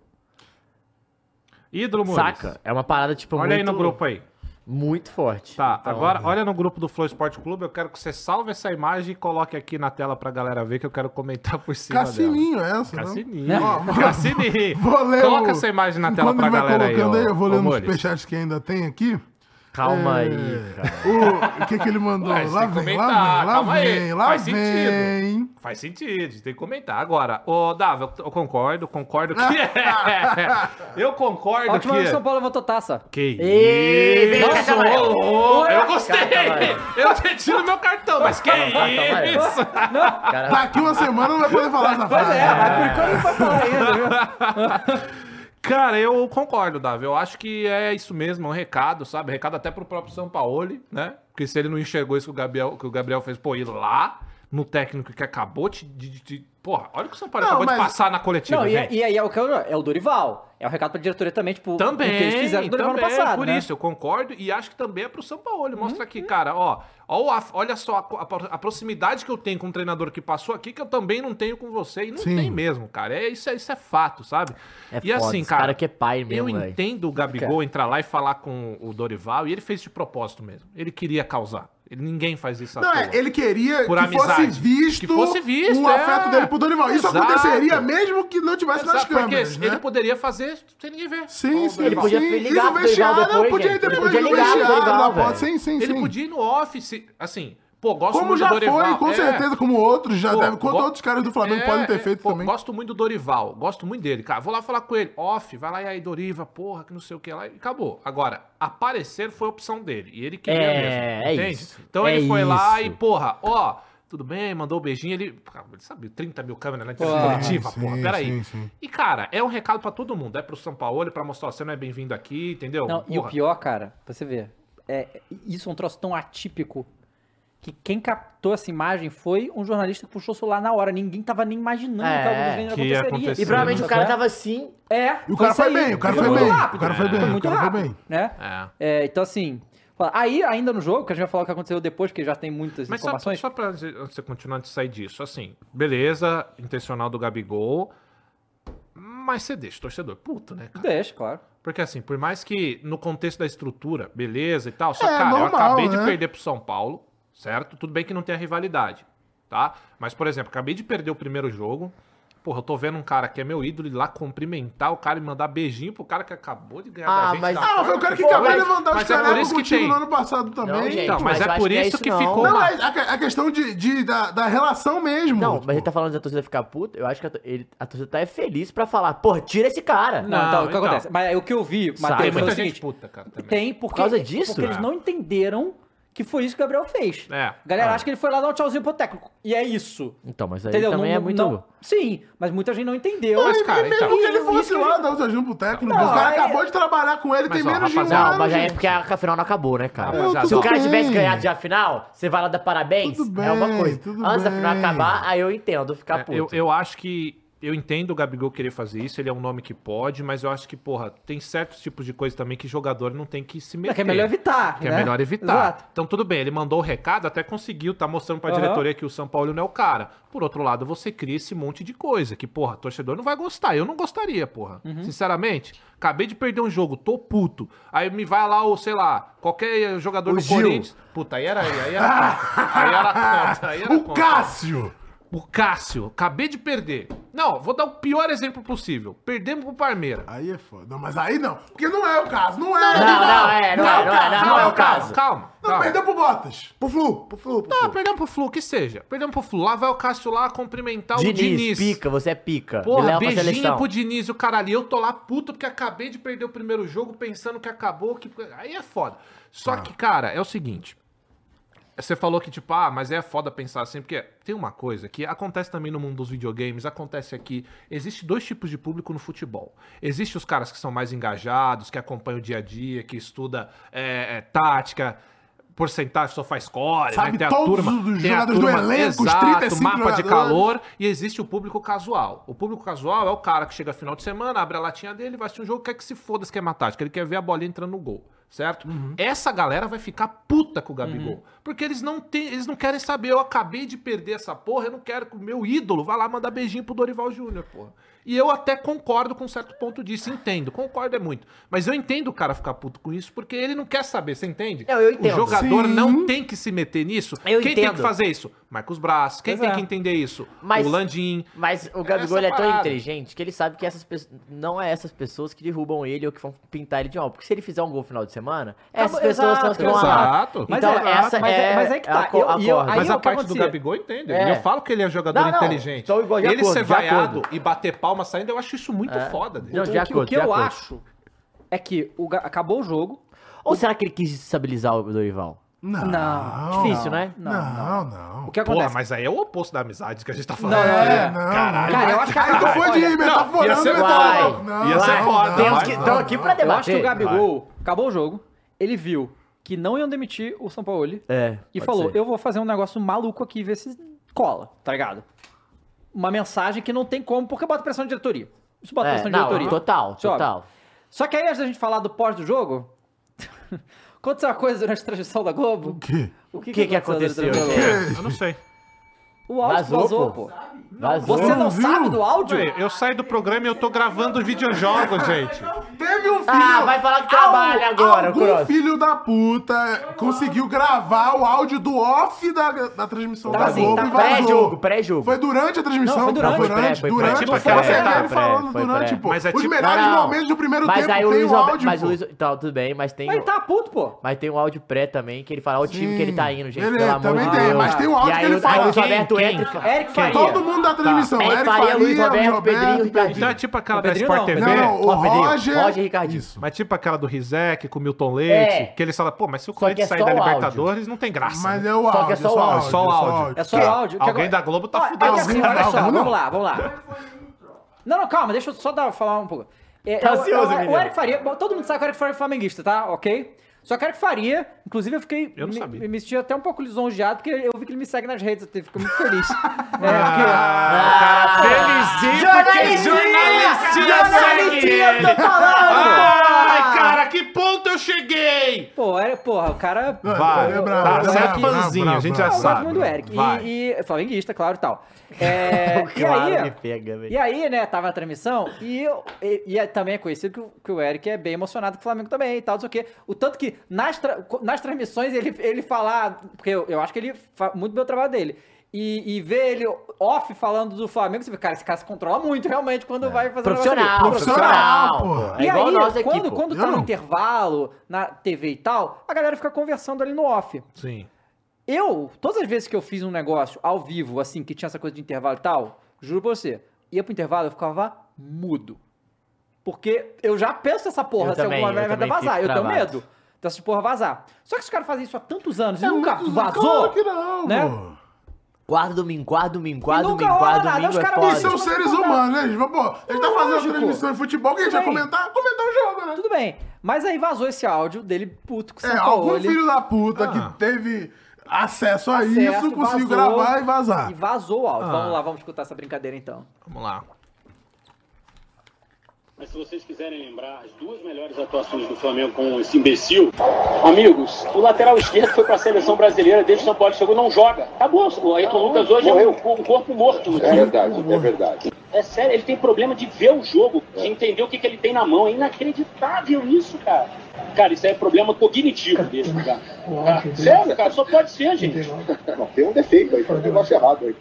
Ídolo, Muniz.
saca? É uma parada, tipo,
Olha
muito,
aí no grupo aí.
muito forte.
Tá,
Então,
agora olha no grupo do Flow Esporte Clube. Eu quero que você salve essa imagem e coloque aqui na tela pra galera ver que eu quero comentar por cima
Cassininho, é essa, né?
dela. Cassininho.
Ó,
Cassininho.
Vou ler
Coloca
o-
essa imagem na tela
Quando
pra
ele vai
galera aí.
colocando
ó,
aí, eu vou
ô,
lendo os
Mores.
superchats que ainda tem aqui.
Calma aí,
É.
cara.
O, o que que ele mandou?
Ué,
lá
sem
vem,
comentar,
lá vem, lá
calma aí,
vem, lá
faz
vem.
Faz sentido, tem que comentar. Agora, ô Dava, eu t- eu concordo, concordo que. é. eu concordo
Ótima vez
que. é.
que o São Paulo levantou taça.
Que
Ei, vem cá,
isso,
Camarão.
ô, louco, Eu gostei!
Camarão.
Eu retiro meu cartão, mas que isso!
Daqui uma semana não vai poder falar essa
Mas
frase. né?
é, mas por enquanto não pode falar ainda, viu?
Cara, eu concordo, Davi. Eu acho que é isso mesmo, é um recado, sabe? Recado até pro próprio São Paulo, né? Porque se ele não enxergou isso que o Gabriel, que o Gabriel fez, pô, ir lá no técnico que acabou de. de- de- de- porra, olha o que o São Paulo
Não,
acabou de
mas-
passar na coletiva,
Não, e,
Tipo, gente.
e aí é o que eu- é o Dorival. É o recado pra diretoria também, tipo,
Também,
É
o que eles fizeram com o Dorival
também,
no passado.
por
né?
isso, eu concordo e acho que também é pro São Paulo. Mostra
Uhum.
aqui, cara, ó, ó o af- olha só a, co- a pro- a proximidade que eu tenho com o treinador que passou aqui, que eu também não tenho com você, e não
Sim.
tem mesmo, cara, é, isso, é, isso é fato, sabe?
É
e
foda,
assim,
esse
cara,
cara que é pai
eu
mesmo, velho.
entendo o Gabigol entrar lá e falar com o Dorival, e ele fez de propósito mesmo, ele queria causar, ele, ninguém faz isso à
Não, é,
toa.
ele queria
Por
que
amizade.
fosse visto
Que fosse visto,
um
é.
afeto dele pro Dorival. Isso
Exato.
aconteceria mesmo que não tivesse nas
Exato, porque
câmeras, né?
ele poderia fazer sem ninguém ver.
Sim, sim,
Ele podia
sim. E no
ligar pro Dorival
vestiário,
depois,
podia ir
gente. Ele
depois
podia
do
ligar pro
vestiário,
Dorival,
lá, pode- Sim,
velho.
sim,
Ele
sim.
podia ir no office, assim, pô, gosto
Como
muito
já
do Dorival.
foi, com
é.
certeza, como outros já
Pô,
devem. Quanto
go-
outros caras do Flamengo
É,
podem ter
é,
feito
pô,
também.
Gosto muito do Dorival, gosto muito dele, cara. Vou lá falar com ele. Off, vai lá e aí, Doriva, porra, que não sei o que lá. E acabou. Agora, aparecer foi a opção dele. E ele queria
É,
mesmo.
é
entende?
isso.
Então
É
ele foi lá e,
isso.
porra, ó. Tudo bem, mandou um beijinho, ele. Cara, ele sabe, 30 mil câmeras na entrevista
Porra.
coletiva,
Sim,
porra, peraí.
sim, sim.
E, cara, é um recado pra todo mundo. É pro São Paulo, pra mostrar, ó, você não é bem-vindo aqui, entendeu?
Não, e o
Porra.
pior, cara, pra você ver, é, isso é um troço tão atípico que quem captou essa imagem foi um jornalista que puxou o celular na hora. Ninguém tava nem imaginando
É,
que algo do gênero
que ia
aconteceria.
acontecer,
E provavelmente
Sim.
o cara tava assim,
É,
E o cara
isso
foi
aí.
bem, o cara
foi
muito
bem,
rápido.
o cara foi bem,
Foi
o
muito
cara foi
rápido,
bem.
né?
É.
É, então, assim, fala- aí ainda no jogo, que a gente vai falar o que aconteceu depois, porque já tem muitas
Mas só,
informações.
só pra antes- antes de você continuar de sair disso, assim, beleza, intencional do Gabigol, mas você deixa o torcedor puto, né, cara?
Deixa, claro.
Porque assim, por mais que no contexto da estrutura, beleza e tal, só,
É,
cara, eu
normal,
acabei de
né?
perder pro São Paulo, certo? Tudo bem que não tem a rivalidade, tá? Mas, por exemplo, acabei de perder o primeiro jogo, porra, eu tô vendo um cara que é meu ídolo ir lá cumprimentar o cara e mandar beijinho pro cara que acabou de ganhar
Ah,
da gente.
mas-
tá?
Ah, mas foi o cara que
Pô,
acabou de
mas-
levantar os
mas é por
caras
isso
com o
que
time
tem.
no ano passado também.
Não, gente,
Então, mas,
mas eu
é
acho
por
que é
isso
isso
que
não.
ficou
Não,
uma-
é a, a questão de, de- da, da relação mesmo.
Não,
tipo.
mas ele tá falando da torcida ficar puta. Eu acho que a, to- ele- a torcida tá é feliz pra falar, porra, tira esse cara.
Não,
Não,
então, o que
então.
acontece? Mas é o que eu vi, Matheus,
Tem
foi
Tem
o
muita
seguinte,
gente puta, cara, também.
Tem, porque,
causa disso? né?
porque eles
É.
não entenderam que foi isso que o Gabriel fez.
É,
A galera
é.
acha que ele foi lá dar um tchauzinho pro técnico. E é isso.
Então, mas aí
Entendeu?
também
Não-
é muito...
não- sim, mas muita gente não entendeu.
Mas,
E-
cara,
e mesmo
então-
que ele é
Isso
fosse
que
lá
eu-
dar o Jorginho pro técnico,
Não,
o cara
é-
acabou de trabalhar com ele,
Mas,
tem
ó,
menos de um
rapaziada,
ano.
Não, mas já é
gente.
porque a, a final não acabou, né, cara?
Não,
Se
É, tudo
o cara
bem.
tivesse ganhado já a final, você vai lá dar parabéns,
Tudo
é uma
bem,
coisa.
tudo
Antes da final
bem.
acabar, aí eu entendo ficar
É,
puto.
Eu, eu acho que. Eu entendo o Gabigol querer fazer isso, ele é um nome que pode, mas eu acho que, porra, tem certos tipos de coisa também que jogador não tem que se meter.
É que é melhor evitar.
Que é
né?
melhor evitar.
Exato.
Então, tudo bem, ele mandou o recado, até conseguiu, tá mostrando pra
Aham.
diretoria que o São Paulo não é o cara. Por outro lado, você cria esse monte de coisa que, porra, torcedor não vai gostar. Eu não gostaria, porra.
Uhum.
Sinceramente, acabei de perder um jogo, tô puto. Aí me vai lá o, sei lá, qualquer jogador
O
do
Gil.
Corinthians. Puta, aí era. Aí era. contra. aí era. contra, Aí era
O
contra.
Cássio!
O Cássio, acabei de perder. Não, vou dar o pior exemplo possível. Perdemos pro Parmeira.
Aí é foda. Não, mas aí não. Porque não é o caso. Não é.
não, não, é, não é, não é, não é o caso.
Calma.
Não,
calma.
perdeu pro Bottas.
Pro Flu, pro Flu, pro
Ah, perdemos pro Flu, que seja. Perdemos pro Flu. Lá vai o Cássio lá cumprimentar é o Diniz.
Diniz, pica, você é pica. Me
Porra,
leva pra
beijinho
seleção.
pro Diniz, o caralho. E Eu tô lá puto porque acabei de perder o primeiro jogo pensando que acabou. Que... Aí é foda.
Ah.
Só que, cara, é o seguinte. Você falou que, tipo, ah, mas é foda pensar assim, porque tem uma coisa que acontece também no mundo dos videogames, acontece aqui. Existe dois tipos de público no futebol. Existem os caras que são mais engajados, que acompanham o dia a dia, que estuda é, é, tática. porcentagem só faz core,
Sabe
né? Tem a
todos
turma,
os
tem a
jogadores do
turma,
elenco, os
exato,
35
mapa de
jogadores.
calor e existe o público casual. O público casual é o cara que chega final de semana, abre a latinha dele, vai assistir um jogo, quer que se foda se quer tática, ele quer ver a bolinha entrando no gol, certo? Essa galera vai ficar puta com o Gabigol, porque eles não têm, eles não querem saber, eu acabei de perder essa porra, eu não quero que o meu ídolo vá lá mandar beijinho pro Dorival Júnior, porra. E eu até concordo com um certo ponto disso, entendo, concordo é muito. Mas eu entendo o cara ficar puto com isso, porque ele não quer saber, você entende?
Não, É, eu entendo.
O jogador
Sim.
não tem que se meter nisso.
Eu
Quem tem
entendo.
que fazer isso? Marcos Braz. Quem
Pois
tem
é.
que entender isso?
Mas-
o Landim.
Mas o Gabigol
Essa
ele é tão
parada.
inteligente que ele sabe que essas pessoas, não é essas pessoas que derrubam ele ou que vão pintar ele de mal. Porque se ele fizer um gol no final de semana, essas
Acabou-
pessoas são as que vão
exato.
amarrar.
Exato.
Mas
Então,
é-
essa
Tá mas
é,
é- mas é que tá.
a co-
Eu- e eu-
corda.
Mas
Aí
a
o que
parte do
acontecia?
Gabigol entende.
É.
Eu falo que ele é jogador
Não, não,
inteligente.
tô igual, de
ele
acordo,
ser
de acordo. É. Então,
vaiado e bater palma saindo, eu acho isso muito foda né? dele.
Não,
O
de
que-
acordo,
o que
de
eu
acordo.
acho é que o Ga- acabou o jogo.
Ou será que ele quis destabilizar o Dorival?
Não.
Não.
Difícil, né?
Não,
Não,
não.
não.
O que
Porra,
acontece?
mas aí é o oposto da amizade que a gente tá falando.
Não, não,
É,
não.
não.
Caralho.
Cara, eu acho que
Aí tu foi de tá
Olha,
metaforando
ia ser
metaforando.
foda.
Não,
Ia ser
não,
foda.
não, um
Temos
não,
que-
não,
tamo aqui
não.
pra
Eu acho que o
Vai.
Gabigol acabou o jogo, ele viu que não iam demitir o São Paulo e
É. pode
falou:
ser.
"Eu vou fazer um negócio maluco aqui e ver se cola", tá ligado? Uma mensagem que não tem como, porque bota pressão na diretoria. Isso bota
É,
pressão na diretoria.
não, total,
Isso é óbvio.
total.
Só que aí antes da gente falar do pós do jogo, aconteceu uma coisa durante a transmissão da Globo.
Que?
O que,
que que aconteceu,
durante a transmissão da Globo?
É, Eu não sei.
O áudio
Vazou,
vazou,
pô.
pô.
Vazou.
Você não
viu?
sabe do áudio?
Ué, eu saí do programa e eu tô gravando videojogos, gente.
Teve um filho.
Ah, vai falar que trabalha agora, o
algum
Cross.
filho da puta conseguiu gravar o áudio do off da, da transmissão
Tá
da
assim,
Globo
tá
e vazou.
pré-jogo, pré-jogo.
Foi durante a transmissão?
Não, foi durante.
Foi
Foi
durante,
pré, foi
durante.
pré, foi
Foi
pré,
você
foi
mesmo
pré,
falando
foi
durante,
pré.
pô.
Mas é
Os
tipo-
melhores
Não, não.
momentos do primeiro
mas
tempo
aí o
tem
Luiz
o
Alberto.
áudio,
Mas
pô.
o Luiz. Então, tudo bem, mas tem.
Mas ele tá puto, pô.
Mas tem um áudio pré também que ele fala ó, o time que ele tá indo, gente.
Ele-
pelo amor
também
de
tem,
Deus.
mas tem um áudio
e aí,
que ele
o- aí
fala.
o Luiz
Quem?
Alberto
Quem?
entra
é?
e fala.
Eric Faria.
Tá Todo mundo da transmissão.
Tá.
Eric
Eric Faria,
Faria,
Luiz Roberto, Pedrinho,
Pedrinho.
Ricardinho.
Então é tipo aquela da
Pedrinho
Sport
não,
TV.
Não, não, o
Ó, Pedrinho,
Roger...
Roger e Ricardinho.
Isso.
Mas tipo aquela do Rizek com o Milton Leite,
É.
que eles falam, pô, mas se o
Só que
Corinthians
é
sair
só
da
o
Libertadores, não tem graça. né?"
Mas é o
Só
áudio,
que é só o
é
áudio,
só o áudio.
É só o áudio. que
Alguém
agora-
da Globo
Ó,
tá
é que
fudendo.
assim,
Alguém
olha
da
só,
Globo?
vamos lá, vamos lá. Não, não, calma, deixa eu só dar, falar um pouco. É,
Tá
eu-
ansioso,
eu-
menino.
O Eric Faria, bom, todo mundo sabe que o Eric Faria é flamenguista, tá? Ok? Só que o Eric Faria, inclusive eu fiquei.
Eu não
me,
sabia.
Me senti até um pouco lisonjeado, porque eu vi que ele me segue nas redes, eu fico muito feliz. É, porque-
Ah, Felizinho, porque jornalistinha segue
eu tô
ele. Ah!
falando!
Ai, cara, que ponto eu cheguei!
Pô, era, porra, o cara.
Vai,
ele é bravo,
tá,
ele é
você é
bravo,
fãzinho,
bravo,
a gente já
bravo.
Eu gosto
sabe.
muito do Eric.
Vai.
E, e flamenguista, claro e tal. É, e
Claro,
aí,
me pega, velho.
E aí, né, tava na transmissão, e, eu, e, e é- também é conhecido que o, que o Eric é bem emocionado com o Flamengo também e tal, não sei o quê. O tanto que nas, tra- co- nas transmissões ele, ele falar, porque eu, eu acho que ele faz muito bem o trabalho dele. E, e ver ele off falando do Flamengo, você vê, cara, esse cara se controla muito realmente quando vai fazer um negócio
Profissional,
dele.
profissional,
Profissional,
pô.
E
É igual
aí,
nós aqui,
quando,
pô.
quando tá
Eu
no
não.
intervalo, na TV e tal, a galera fica conversando ali no off.
Sim.
Eu, todas as vezes que eu fiz um negócio ao vivo, assim, que tinha essa coisa de intervalo e tal, juro pra você, ia pro intervalo, eu ficava mudo. Porque eu já penso essa porra,
Eu
se
também,
alguma
eu
merda
também
vazar.
fico
Eu tenho
travado.
medo dessa porra vazar. Só que os caras fazem isso há tantos anos e
É
nunca
muito-
vazou.
Claro que não,
né?
pô.
Quarto domingo, quarto domingo, quarto
nunca
domingo,
rola
quarto
nada,
domingo
os
é
caras
E
Isso
são
foda.
seres humanos, né? A gente, vai, pô, a gente tá fazendo
Lógico.
transmissão de futebol, quem a gente vai
Tudo bem.
comentar? Comentar o jogo, né?
Tudo bem. Mas aí vazou esse áudio dele puto com o
É,
São
algum
Paulo.
filho da puta
Ah.
que teve acesso a
certo,
isso, conseguiu
vazou,
gravar e vazar.
E vazou o áudio.
Ah.
Vamos lá, vamos escutar essa brincadeira então.
Vamos lá.
Mas se vocês quiserem lembrar as duas melhores atuações do Flamengo com esse imbecil, amigos, o lateral esquerdo foi para a seleção brasileira desde que o São Paulo chegou, não joga. Acabou, o Ayrton Lucas hoje é um, co- um corpo morto. no time.
é verdade. É.
É sério, ele tem problema de ver o jogo, de entender o que, que ele tem na mão. É inacreditável isso, cara. Cara, isso é problema cognitivo dele, cara. Tá? Sério, cara, só pode ser, gente.
Não, tem um defeito aí, tem um negócio errado aí.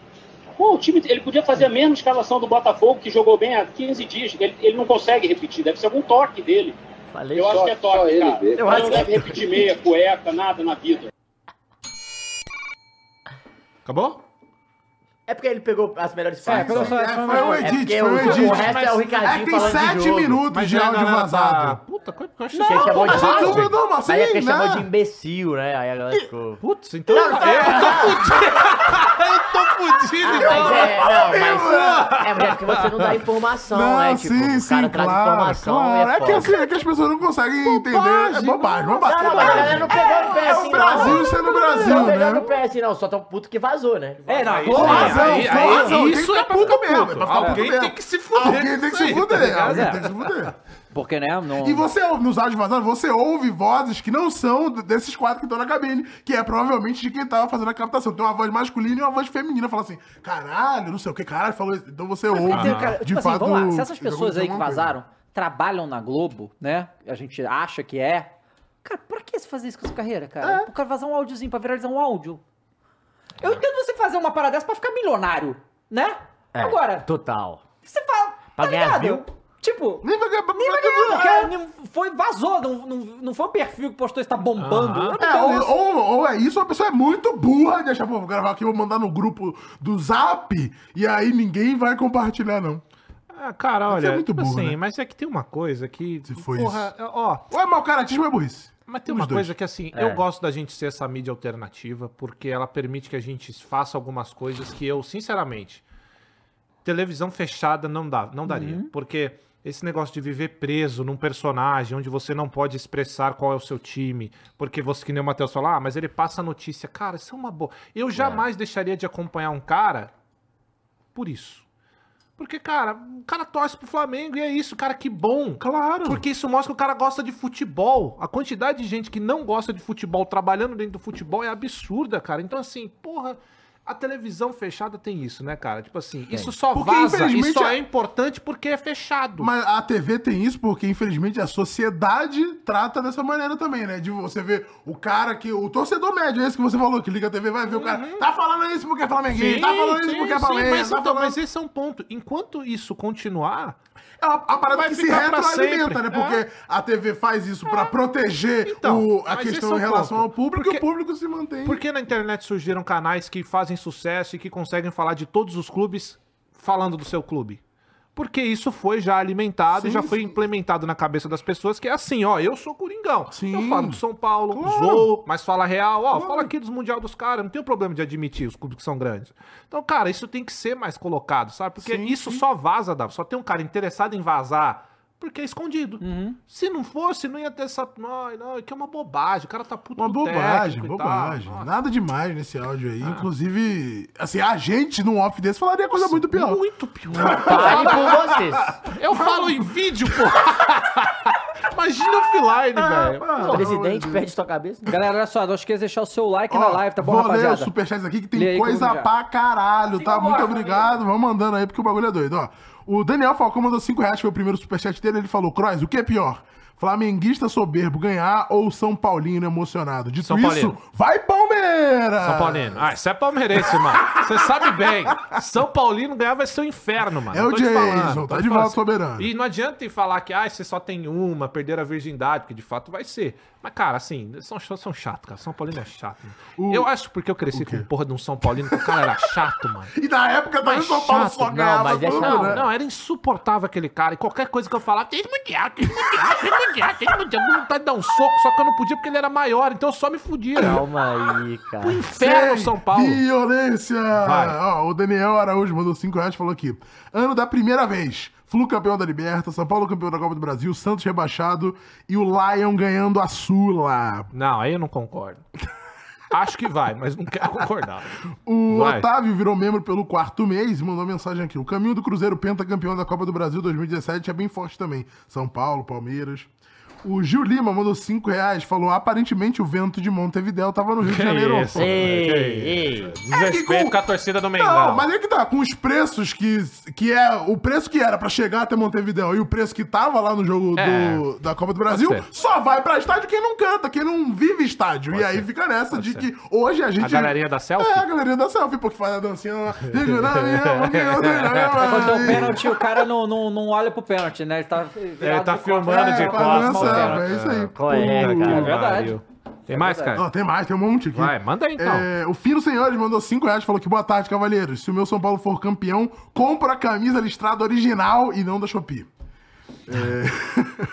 Pô, o time, ele podia fazer a mesma escalação do Botafogo, que jogou bem há 15 dias. Ele, ele não consegue repetir, deve ser algum toque dele.
Falei
Eu acho
Só-
que é toque,
só ele
cara.
vê.
Eu
acho
não
que é
deve repetir meia, cueca, nada na vida.
Acabou?
É porque ele pegou as melhores
É,
partes.
pelo
só.
só-
É, foi um
É
edit,
porque
foi um
o- o
edit.
resto é o Ricardinho
É que tem
falando de
sete
jogo. é
minutos de
aí a
áudio
galera tá-
vazado.
Puta, coisa que eu achei
Que
que é
chamou de
mas
imbecil.
eu não dou uma
Mas é que
assim,
chamou
né?
tá.
de imbecil, né? Aí a galera ficou.
Putz, então eu tô fudido. Eu tô fudido, então.
Mas é, não,
né?"
mas é, mas é porque você não dá informação, né? Tipo, o cara traz informação
claro.
e é
É, que,
foda.
assim, é que as pessoas não conseguem entender. É bobagem,
Não,
bobagem.
não, mas a galera não pegou no pé
É
assim,
o
não.
Brasil sendo Brasil,
Não pegou no
né?
pé assim, não. Só tão puto que vazou, né?
É, não,
Pô,
isso aí,
razão,
aí-
com
aí-
razão. tem que
isso é
ficar
pra
puto
ficar
mesmo, é
puto.
pra ficar puto
Alguém
mesmo.
tem que se fuder.
Alguém tem que se
tá
fuder,
ligado?
alguém
É.
tem que se fuder.
Porque, né? Não...
E você ouve, nos áudios vazados, você ouve vozes que não são d- desses quatro que estão na cabine, que é provavelmente de quem tava fazendo a captação. Tem uma voz masculina e uma voz feminina. Fala assim, caralho, não sei o que, caralho, falou isso. Então você ouve.
Tem, cara,
de
tipo assim,
fato,
vamos lá. Se essas
aconteceu
pessoas aí que
alguma coisa.
vazaram trabalham na Globo, né? A gente acha que é. Cara, pra que você fazer isso com a sua carreira,
É.
cara? O cara vazar um áudiozinho pra viralizar um áudio. Eu entendo você fazer uma parada dessa pra ficar milionário, né?
É,
Agora,
Total.
você fala.
Pra
tá
ganhar
ligado?
view.
Tipo.
Nem vai ganhar-
Nem vai ganhar
vai
view,
ganhar-
cara, nem- foi, vazou, não, não, não foi o perfil que postou isso, tá bombando.
Aham.
Eu não
É,
entendo
ou,
isso.
ou, ou é isso, ou a pessoa é muito burra de deixar, pô, vou gravar aqui, vou mandar no grupo do Zap, e aí ninguém vai compartilhar, não.
Ah, cara,
Mas
olha,
é muito
tipo
burro,
assim,
né?
mas é que tem uma coisa que...
Se foi
ó,
Ou é mau caratismo ou é burrice?
Mas tem
Os
uma
dois.
coisa que assim, eu gosto da gente ser essa mídia alternativa, porque ela permite que a gente faça algumas coisas que eu, sinceramente, televisão fechada não dá, não daria, porque esse negócio de viver preso num personagem onde você não pode expressar qual é o seu time, porque você que nem o Matheus falou, ah, mas ele passa a notícia, cara, isso é uma boa. Eu jamais deixaria de acompanhar um cara por isso. Porque, cara, o cara torce pro Flamengo e é isso, cara, que bom.
Claro.
Porque isso mostra que o cara gosta de futebol. A quantidade de gente que não gosta de futebol trabalhando dentro do futebol é absurda, cara. Então, assim, porra, a televisão fechada tem isso, né, cara? Tipo assim, isso só
Porque,
vaza e
infelizmente,
só
a-
é importante porque é fechado.
Mas a TV tem isso porque, infelizmente, a sociedade trata dessa maneira também, né? De você ver o cara que. O torcedor médio, esse que você falou, que liga a TV, vai ver o
Uhum.
cara. Tá falando isso porque é flamenguinho, tá falando isso porque é palmeiras.
mas,
tá
então,
falando-
mas esse é um ponto. Enquanto isso continuar,
É uma- a parada
vai
que se
ficar pra
retroalimenta,
sempre. É.
né? Porque a TV faz isso pra proteger
Então,
o- a
mas esse
questão
é o
em relação
ponto.
ao público e
Porque-
o público se mantém.
Por que na internet surgiram canais que fazem sucesso e que conseguem falar de todos os clubes falando do seu clube? Porque isso foi já alimentado,
Sim,
já foi
sim.
implementado na cabeça das pessoas, que é assim, ó, eu sou Coringão.
Sim.
Eu falo do São Paulo,
Claro.
zoo, mas fala real, ó, fala aqui dos Mundial dos caras, não tem problema de admitir os clubes que são grandes. Então, cara, isso tem que ser mais colocado, sabe? Porque
Sim,
isso só vaza, Davi, só tem um cara interessado em vazar, porque é escondido.
Uhum.
Se não fosse, não ia ter essa... Não, não, que é uma bobagem, o cara tá puto
Uma
com o
bobagem,
técnico e tal.
bobagem.
Nossa. Ah.
Nada demais nesse áudio aí. Inclusive, assim, a gente num off desse falaria coisa muito pior.
Muito pior.
Fale por vocês.
Eu falo em vídeo, pô. Imagina offline,
Ah,
velho.
O presidente perde sua cabeça.
Galera, olha só, não esqueça de é deixar o seu like na
Ó,
live, tá bom,
vou
rapaziada?
ler os superchats aqui que tem
Lê aí que eu vou
coisa
mijar.
pra caralho, tá? Muito obrigado. Vamos mandando aí porque o bagulho é doido, ó. O Daniel Falcão mandou 5 reais, foi o primeiro superchat dele. Ele falou: Crois, o que é pior? Flamenguista soberbo ganhar ou São Paulino emocionado? Dito
São
isso,
Paulino.
vai Palmeiras!
São Paulino. Ah, isso é palmeirense, mano. Você sabe bem. São Paulino ganhar vai ser um inferno, mano.
É o
Eu tô te
Jason, tá
falando, tô te
de volta
falando.
soberano.
E não adianta ir falar que, ah, você só tem uma, perder a virgindade, que de fato vai ser. Mas, cara, assim, são, são chato, cara. São Paulino é chato, mano. Eu acho porque eu cresci com porra de um São Paulino que o cara era chato, mano.
E na época também o
Mas
São Paulo
tá chato,
só
não,
ganhava
mas é
tudo,
chato,
né?
Não, era insuportável aquele cara. E qualquer coisa que eu falava, tem mundial, tem mundial, tem mundial, tem mundial. Eu vontade de dar um soco, só que eu não podia porque ele era maior, então eu só me fudia. Um
Calma aí, cara.
Inferno, São Paulo.
Violência!
Vai.
Ó, o Daniel Araújo mandou 5 reais e falou aqui. Ano da primeira vez. Flu campeão da Liberta, São Paulo campeão da Copa do Brasil, Santos rebaixado e o Lion ganhando a Sula.
Não, aí eu não concordo. Acho que vai, mas não quero concordar.
O
Vai.
Otávio virou membro pelo quarto mês e mandou mensagem aqui. O caminho do Cruzeiro pentacampeão da Copa do Brasil 2017 é bem forte também. São Paulo, Palmeiras. O Gil Lima mandou 5 reais, falou aparentemente o vento de Montevidéu tava no Rio de Janeiro.
isso,
ontem."
velho, né? que
Ei,
isso.
ei.
Desrespeito
É que com-
com... a torcida do Mengão.
Não, mas é que tá, com os preços que, que é. O preço que era pra chegar até Montevideo e o preço que tava lá no jogo
É.
do- da Copa do Brasil,
ser.
só vai pra estádio quem não canta, quem não vive estádio. e aí fica nessa de que hoje a gente.
A galeria da selfie?
É, a galeria da selfie, porque faz a dancinha lá. Digo, "Não, minha, minha, minha,
Quando
um
deu o
minha".
pênalti, o cara não, não, não olha pro pênalti, né? Ele tá, virado
tá
de
filmando
costas.
de
É,
É,
com
costas,
a
balança,
mano.
dança,
cara.
é isso aí.
Qual é,
Puta
cara?
que
verdade.
pariu. Tem mais,
Ó,
cara?
tem mais, tem um monte aqui.
Vai, manda aí então.
É, o Firo Senhores mandou 5 reais e falou que boa tarde, cavaleiros. Se o meu São Paulo for campeão, compra a camisa listrada original e não da Shopee. É...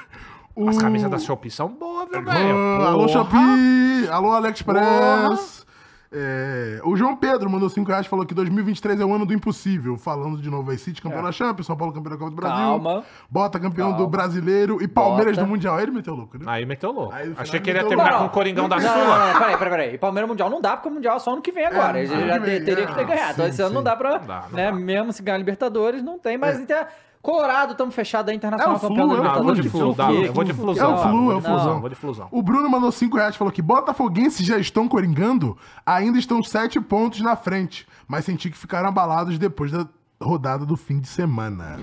As
O-
camisas da Shopee são boas, viu,
Ah,
velho?
alô,
Porra.
Shopee! Alô, AliExpress! É, o João Pedro mandou 5 reais e falou que 2023 é o ano do impossível. Falando de novo aí, City campeão da Champions, São Paulo campeão da Copa do Brasil.
É. Calma.
Bota campeão do Brasileiro e Palmeiras
Bota.
do Mundial. Aí Ele meteu louco, né?
Aí meteu louco.
Aí no final
Achei que ele ia
meteu
terminar
louco.
com o Coringão da Ah,
Não, não, não,
Sula.
não, peraí, peraí, peraí. E Palmeiras Mundial não dá, porque o Mundial é só ano que vem agora. Ele
ano
já
que
te-
vem,
teria
é.
que ter ganhado. Então,
Sim,
esse ano não
sim.
dá pra.
Não dá, não dá.
né,
É.
Mesmo se ganhar a Libertadores, não tem, mas inter... Colorado, estamos fechados aí, Internacional
É o flu,
campeão da
é o
Não, eu vou
Libertadores.
de
Flu,
flu, dá.
que-
Eu vou de
que-
flusão.
É o flu, é
Vou de
o
flusão,
flusão.
Vou de flusão.
O Bruno mandou 5 reais e falou que botafoguenses já estão coringando, ainda estão 7 pontos na frente, mas senti que ficaram abalados depois da rodada do fim de semana.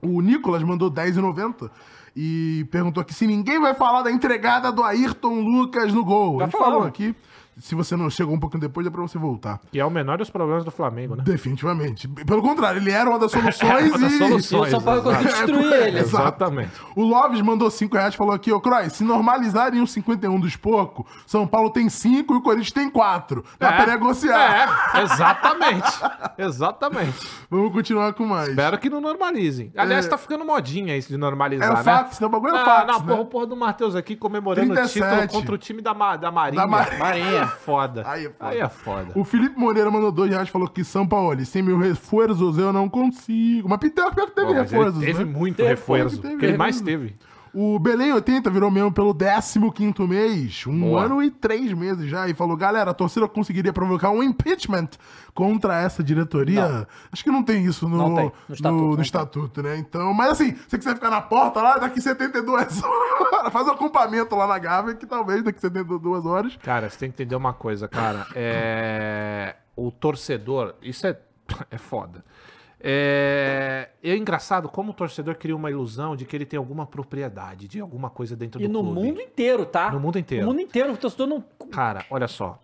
O Nicolas mandou 10,90 e perguntou aqui se ninguém vai falar da entregada do Ayrton Lucas no gol.
Já
A gente falou
falamos.
aqui. Se você não chegou um pouquinho depois, dá pra você voltar.
E é o menor dos problemas do Flamengo, né?
Definitivamente. Pelo contrário, ele era uma das soluções
Uma das
e...
soluções.
E o São Paulo conseguiu destruir ele.
Exato.
Exatamente.
O Loves mandou 5 reais e falou aqui, ô Croy, se normalizarem um os 51 dos porcos, São Paulo tem 5 e o Corinthians tem 4. Dá pra negociar.
É, exatamente. Exatamente.
Vamos continuar com mais.
Espero que não normalizem. Aliás, tá ficando modinha isso de normalizar,
É o
né?
fax, né? O bagulho é o
Não,
fax,
Não,
né?
porra, o porra do Matheus aqui comemorando o
37.
título contra o time da, Ma- da Marinha.
Da Marinha.
Aí é foda.
Aí é foda.
Aí é foda.
O Felipe Moreira mandou 2 reais e falou que São Paulo, sem mil reforços eu não consigo. Mas pior pior que teve
Pô, mas ele
reforços,
teve
né?
muito
Teve,
reforço.
teve,
O que ele mais
teve.
teve.
O Belém 80 virou mesmo pelo 15º mês, um
Boa.
ano e três meses já, e falou, galera, a torcida conseguiria provocar um impeachment contra essa diretoria. Acho que não tem isso no,
Não
no,
tem, no
no
estatuto,
estatuto,
não tem.
né? Então, mas assim, se você quiser ficar na porta lá, daqui 72 horas, faz um acampamento lá na Gávea, que talvez daqui 72 horas...
Cara, você tem que entender uma coisa, cara. É... O torcedor, isso é, é foda. É... é engraçado como o torcedor cria uma ilusão de que ele tem alguma propriedade de alguma coisa dentro
E
do
no
clube.
mundo inteiro, tá?
No mundo inteiro.
No mundo inteiro, o torcedor não.
Cara, olha só.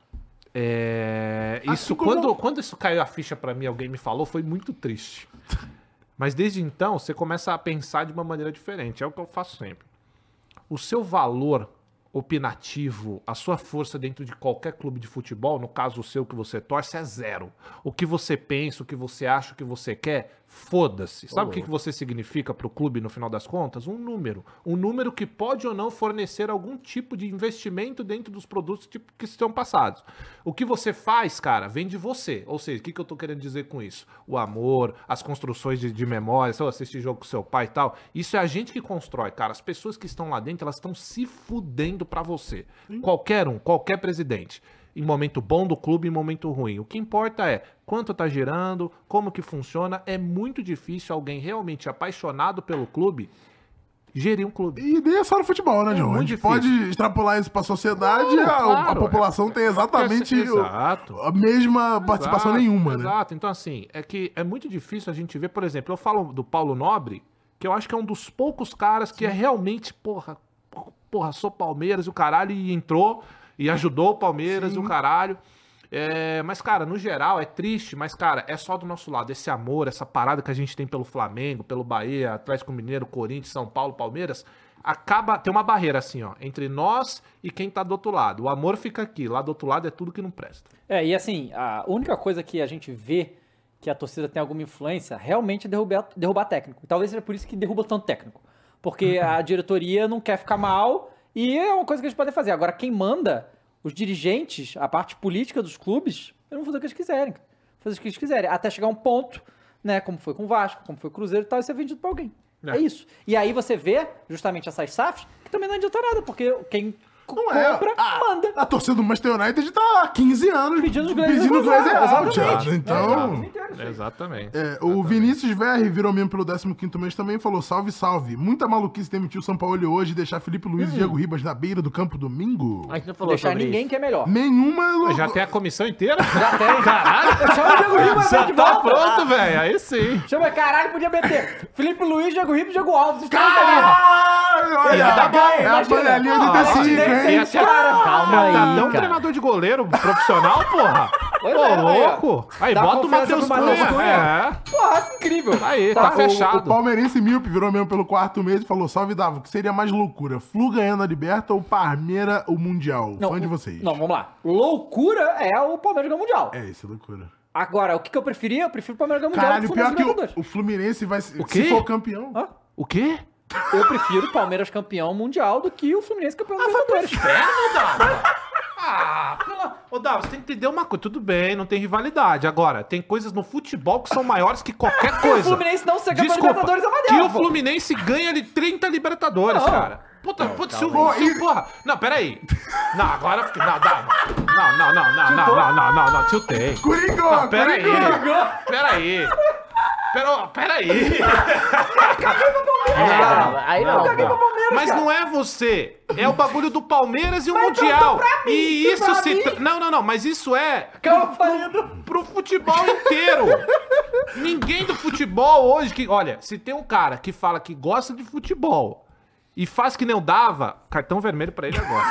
É...
Assim
Isso,
como-
quando, quando isso caiu a ficha pra mim, alguém me falou, foi muito triste. Mas desde então, você começa a pensar de uma maneira diferente. É o que eu faço sempre. O seu valor opinativo, a sua força dentro de qualquer clube de futebol, no caso o seu que você torce, é zero. O que você pensa, o que você acha, o que você quer, foda-se. Sabe o que, que você significa pro clube no final das contas? Um número. Um número que pode ou não fornecer algum tipo de investimento dentro dos produtos tipo, que estão passados. O que você faz, cara, vem de você. Ou seja, o que, que eu tô querendo dizer com isso? O amor, as construções de, de memórias, eu assisti jogo com seu pai e tal. Isso é a gente que constrói, cara. As pessoas que estão lá dentro, elas estão se fudendo pra você. Qualquer um, qualquer presidente. Em momento bom do clube, em momento ruim. O que importa é quanto tá girando, como que funciona. É muito difícil alguém realmente apaixonado pelo clube gerir um clube.
E nem é só no futebol, né, João? A
muito
gente
difícil.
pode extrapolar isso pra sociedade,
Não,
a, a
claro,
população tem exatamente
Essa- Exato.
o- a mesma participação
Exato,
nenhuma, né?
Exato. Então, assim, é que é muito difícil a gente ver, por exemplo, eu falo do Paulo Nobre, que eu acho que é um dos poucos caras que é realmente, porra, porra, sou Palmeiras e o caralho, e entrou e ajudou o Palmeiras e o caralho. É, mas, cara, no geral é triste, mas, cara, é só do nosso lado. Esse amor, essa parada que a gente tem pelo Flamengo, pelo Bahia, Atlético Mineiro, Corinthians, São Paulo, Palmeiras, acaba. Tem uma barreira assim, ó, entre nós e quem tá do outro lado. O amor fica aqui, lá do outro lado é tudo que não presta.
É, e assim, a única coisa que a gente vê que a torcida tem alguma influência realmente é derrubar, derrubar técnico. Talvez seja por isso que derruba tanto técnico. Porque a diretoria não quer ficar mal e é uma coisa que eles podem fazer. Agora, quem manda, os dirigentes, a parte política dos clubes, eles vão fazer o que eles quiserem. Fazer o que eles quiserem. Até chegar a um ponto, né? Como foi com o Vasco, como foi com o Cruzeiro e tal, e ser vendido pra alguém. É.
É.
isso. E aí você vê justamente essas SAFs que também não adianta nada, porque quem co-
Não é.
compra,
a,
manda.
A torcida do Manchester United tá há 15 anos
Pedindo os Glazers
pedindo o Glazer
out,
out.
exatamente.
cara. Então,
Exatamente.
é, o Vinícius VR virou mesmo pelo 15º mês também e falou, salve, salve. Muita maluquice demitir o São Paulo hoje e deixar Felipe Luiz
Hum.
e Diego Ribas na beira do campo domingo.
A gente não falou
Deixar
sobre
ninguém
isso.
que é melhor.
Nenhuma... louco-
Já tem a comissão inteira?
Já tem.
Caralho!
Chama o Diego Ribas, vem de
Já tá
volta.
pronto, velho. Aí sim.
Chama, caralho, podia meter. Felipe Luiz, Diego Ribas, Diego Alves. Os caras ali.
Caralho, olha,
Ele tá ganho,
é a
imagina.
panelinha
Ó,
do 85,
esse
hein?
daí
Tem
Esse
até-
cara.
Calma
assim,
aí,
Tá até um
cara.
treinador de goleiro profissional, porra.
Pois
Ô,
é, aí, ó.
louco. Aí,
Dá
bota o
confiança
Matheus
pro Matheus
Cunha.
Cunha. Porra, incrível.
É. Aí, tá,
O, o
fechado.
palmeirense míope virou mesmo pelo quarto mês e falou, salve, Davo, o que seria mais loucura? Flu ganhando a Liberta ou Parmeira o Mundial? Fã de vocês.
Não, vamos lá. Loucura é o Palmeiras ganhar o Mundial.
É isso, é loucura.
Agora, o que, que eu preferia? Eu prefiro o Palmeiras ganhar o Mundial
Caralho,
do
pior
Fluminense
que
Libertadores.
o, o Fluminense vai se,
O
se
quê?
for campeão.
Hã?
O quê?
Eu prefiro o Palmeiras campeão mundial do que o Fluminense campeão do Libertadores.
Ah, pela... Ô, Davi, você tem que entender uma coisa. Tudo bem, não tem rivalidade. Agora, tem coisas no futebol que são maiores que qualquer coisa.
O Fluminense não ser campeão
Desculpa,
Libertadores é uma
que o
delas, pô.
Fluminense ganha de 30 Libertadores, cara. Puta, putz, se o se o- porra. Não, peraí. Não, agora. fica- Não, dá. Não, não, não, não, não, não, não, não, não, tiltei.
Coringou,
Não, peraí.
Coringou.
Peraí. Pera- Peraí. Ah.
Não, aí não. não.
Mas não é você. É o bagulho do Palmeiras e o Mundial. e isso se. tra- Não, não, não, mas isso é
Calma, falando.
pro futebol inteiro. Ninguém do futebol hoje que. Olha, se tem um cara que fala que gosta de futebol e faz que não dava, cartão vermelho pra ele agora.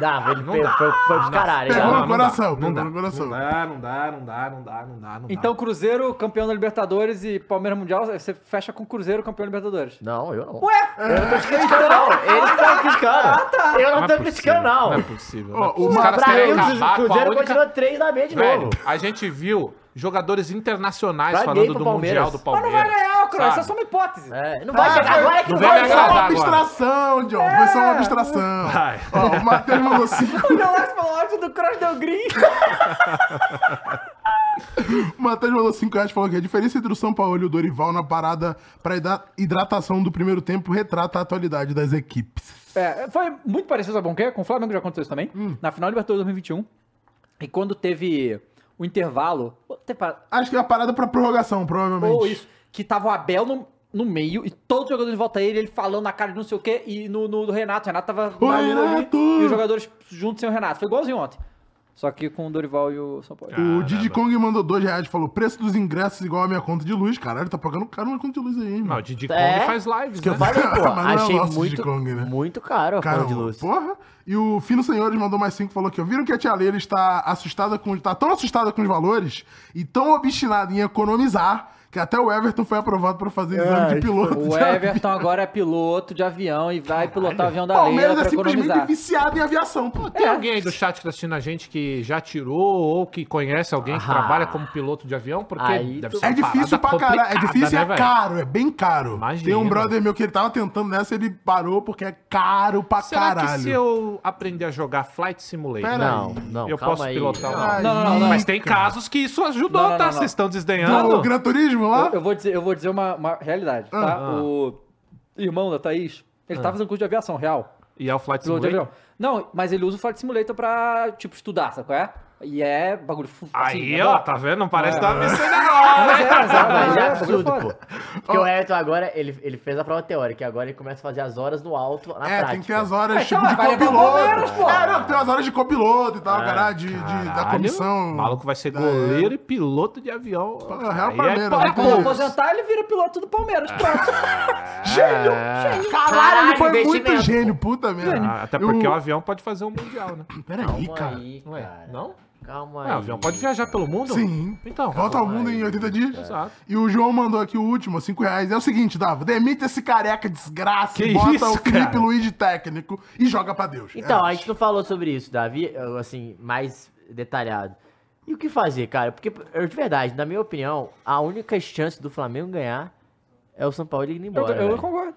Dava, ele
Não
pegou,
dá.
foi, foi pros caralho.
Pegou
Não,
no coração,
não
pegou
dá.
no coração.
Não dá, não dá, não dá, não dá, não dá, não dá.
Então, Cruzeiro, campeão da Libertadores e Palmeiras Mundial, você fecha com Cruzeiro, campeão da Libertadores.
não, eu não.
Ué?
Eu não tô te criticando, não. Ele
Ah,
que tá me criticando. Eu não
Não é
tô criticando,
possível,
não.
Não é possível.
Ó,
Os
uma-
caras
Pra
querem
ele,
acabar
o
com a
Cruzeiro
única-
continua 3 na B de
Velho,
novo.
a gente viu jogadores internacionais
Vai bem
falando
pro
do
Palmeiras.
Mundial do
Mas
Palmeiras.
não vai ganhar, Croix. Isso
sabe?
é só uma hipótese.
É, não vai chegar. Agora é que
não vem
não vai
me
Foi só
chegar.
uma
agradar. agora.
abstração, John. Foi só uma
É.
abstração.
Vai.
Ó, o Matheus mandou cinco.
O Galáxia falou ótimo do Cross deu green.
O Matheus mandou 5 reais e falou que a diferença entre o São Paulo e o Dorival na parada pra hidra- hidratação do primeiro tempo retrata a atualidade das equipes.
É, foi muito parecido, sabe com o quê? Com o Flamengo já aconteceu isso também. Na final da Libertadores 2021. E quando teve o intervalo. teve pa-
Acho que é a parada pra prorrogação, provavelmente.
Ou isso. Que tava o Abel no, no meio e todo jogador de volta a ele, ele falando na cara de não sei o quê, e no, no do Renato. O Renato tava.
Ô,
maluco ali,
Renato!
E os jogadores juntos sem o Renato. Foi igualzinho ontem. Só que com o Dorival e o São Paulo.
O Didi Kong mandou 2 reais e falou: preço dos ingressos igual a minha conta de luz. Caralho, tá pagando caro minha conta de luz aí,
Não, o
mano.
Didi Kong
É.
faz lives,
Que eu
né?
falei, pô.
Mas não é
Achei
nosso de
muito,
Kong, né?
muito caro a
Cara,
conta de luz.
porra. E o Fino Senhores mandou mais cinco, falou que eu viram que a tia Leila está assustada com, tá tão assustada com os valores e tão obstinada em economizar que até o Everton foi aprovado para fazer exame de piloto.
É, O
de
Everton agora é piloto de avião e vai pilotar o avião da Leila
Palmeiras é
pra
simplesmente
economizar.
viciado em aviação, É. pô.
É.
Tem alguém aí do chat que tá assistindo a gente que já tirou ou que conhece alguém que
Ah.
trabalha como piloto de avião? Porque
Aí
deve
tu-
ser
É
uma
difícil pra
parada
caralho. É
complicada,
difícil e é
né, velho?
caro, é bem caro.
Imagina.
Tem um brother meu que ele tava tentando nessa, ele parou porque é caro pra
Será
caralho.
que se eu aprender a jogar Flight Simulator,
Pera
Não, não,
eu
calma
posso
aí.
pilotar
Não.
um avião?
Não, não, não, não.
Mas tem casos que isso ajudou,
Não, não,
tá?
não, não.
Vocês estão desdenhando?
Do um Gran Turismo lá?
Eu, eu vou dizer, eu vou dizer uma, uma realidade, tá?
Ah.
O irmão da Thaís, ele tava fazendo curso de aviação real.
E é o Flight
Piloto de
Simulator?
avião. Não, mas ele usa o Flight Simulator pra, tipo, estudar, sabe qual é? E é bagulho... fu-
Aí,
assim,
ó,
adoro.
tá vendo? Não parece
É.
que tá me sendo agora,
Mas
hein?
Ah,
é, mas é, mas
Mas
é,
é
bagulho
absurdo,
foda.
pô. Porque o Everton agora, ele, ele fez a prova teórica, e agora ele começa a fazer as horas no alto na
É,
prática.
tem que ter as horas,
Mas
tipo,
calma,
de
então, vai levar o Palmeiras,
copiloto.
pô.
É, não, tem as horas de copiloto e tal, caralho, de, de- da
É, Caralho,
comissão.
O maluco vai ser
da-
goleiro e piloto de avião.
Pô, real
Aí é
Palmeiras,
pra
né?
Quando
poucos.
aposentar, ele vira piloto do Palmeiras, pronto.
Gênio! Caralho, ele
Caralho,
foi é um muito
investimento,
gênio, puta merda.
Ah, até porque
Eu-
o avião pode fazer um mundial, né?
Peraí, cara.
aí,
Ué,
cara.
não?
Calma
Ah,
aí.
o avião pode viajar pelo mundo?
Sim.
Então.
Volta ao mundo em 80 dias.
Exato.
E o João mandou aqui o último, 5 reais. É o seguinte, Dava, demite esse careca desgraça
Que
e bota
isso,
o Felipe
cara?
Luiz de técnico e joga pra Deus.
Então,
É.
a gente não falou sobre isso, Davi, eu, assim, mais detalhado. E o que fazer, cara? Porque, eu, de verdade, na minha opinião, a única chance do Flamengo ganhar é o São Paulo ir
Eu,
embora.
eu
velho.
concordo.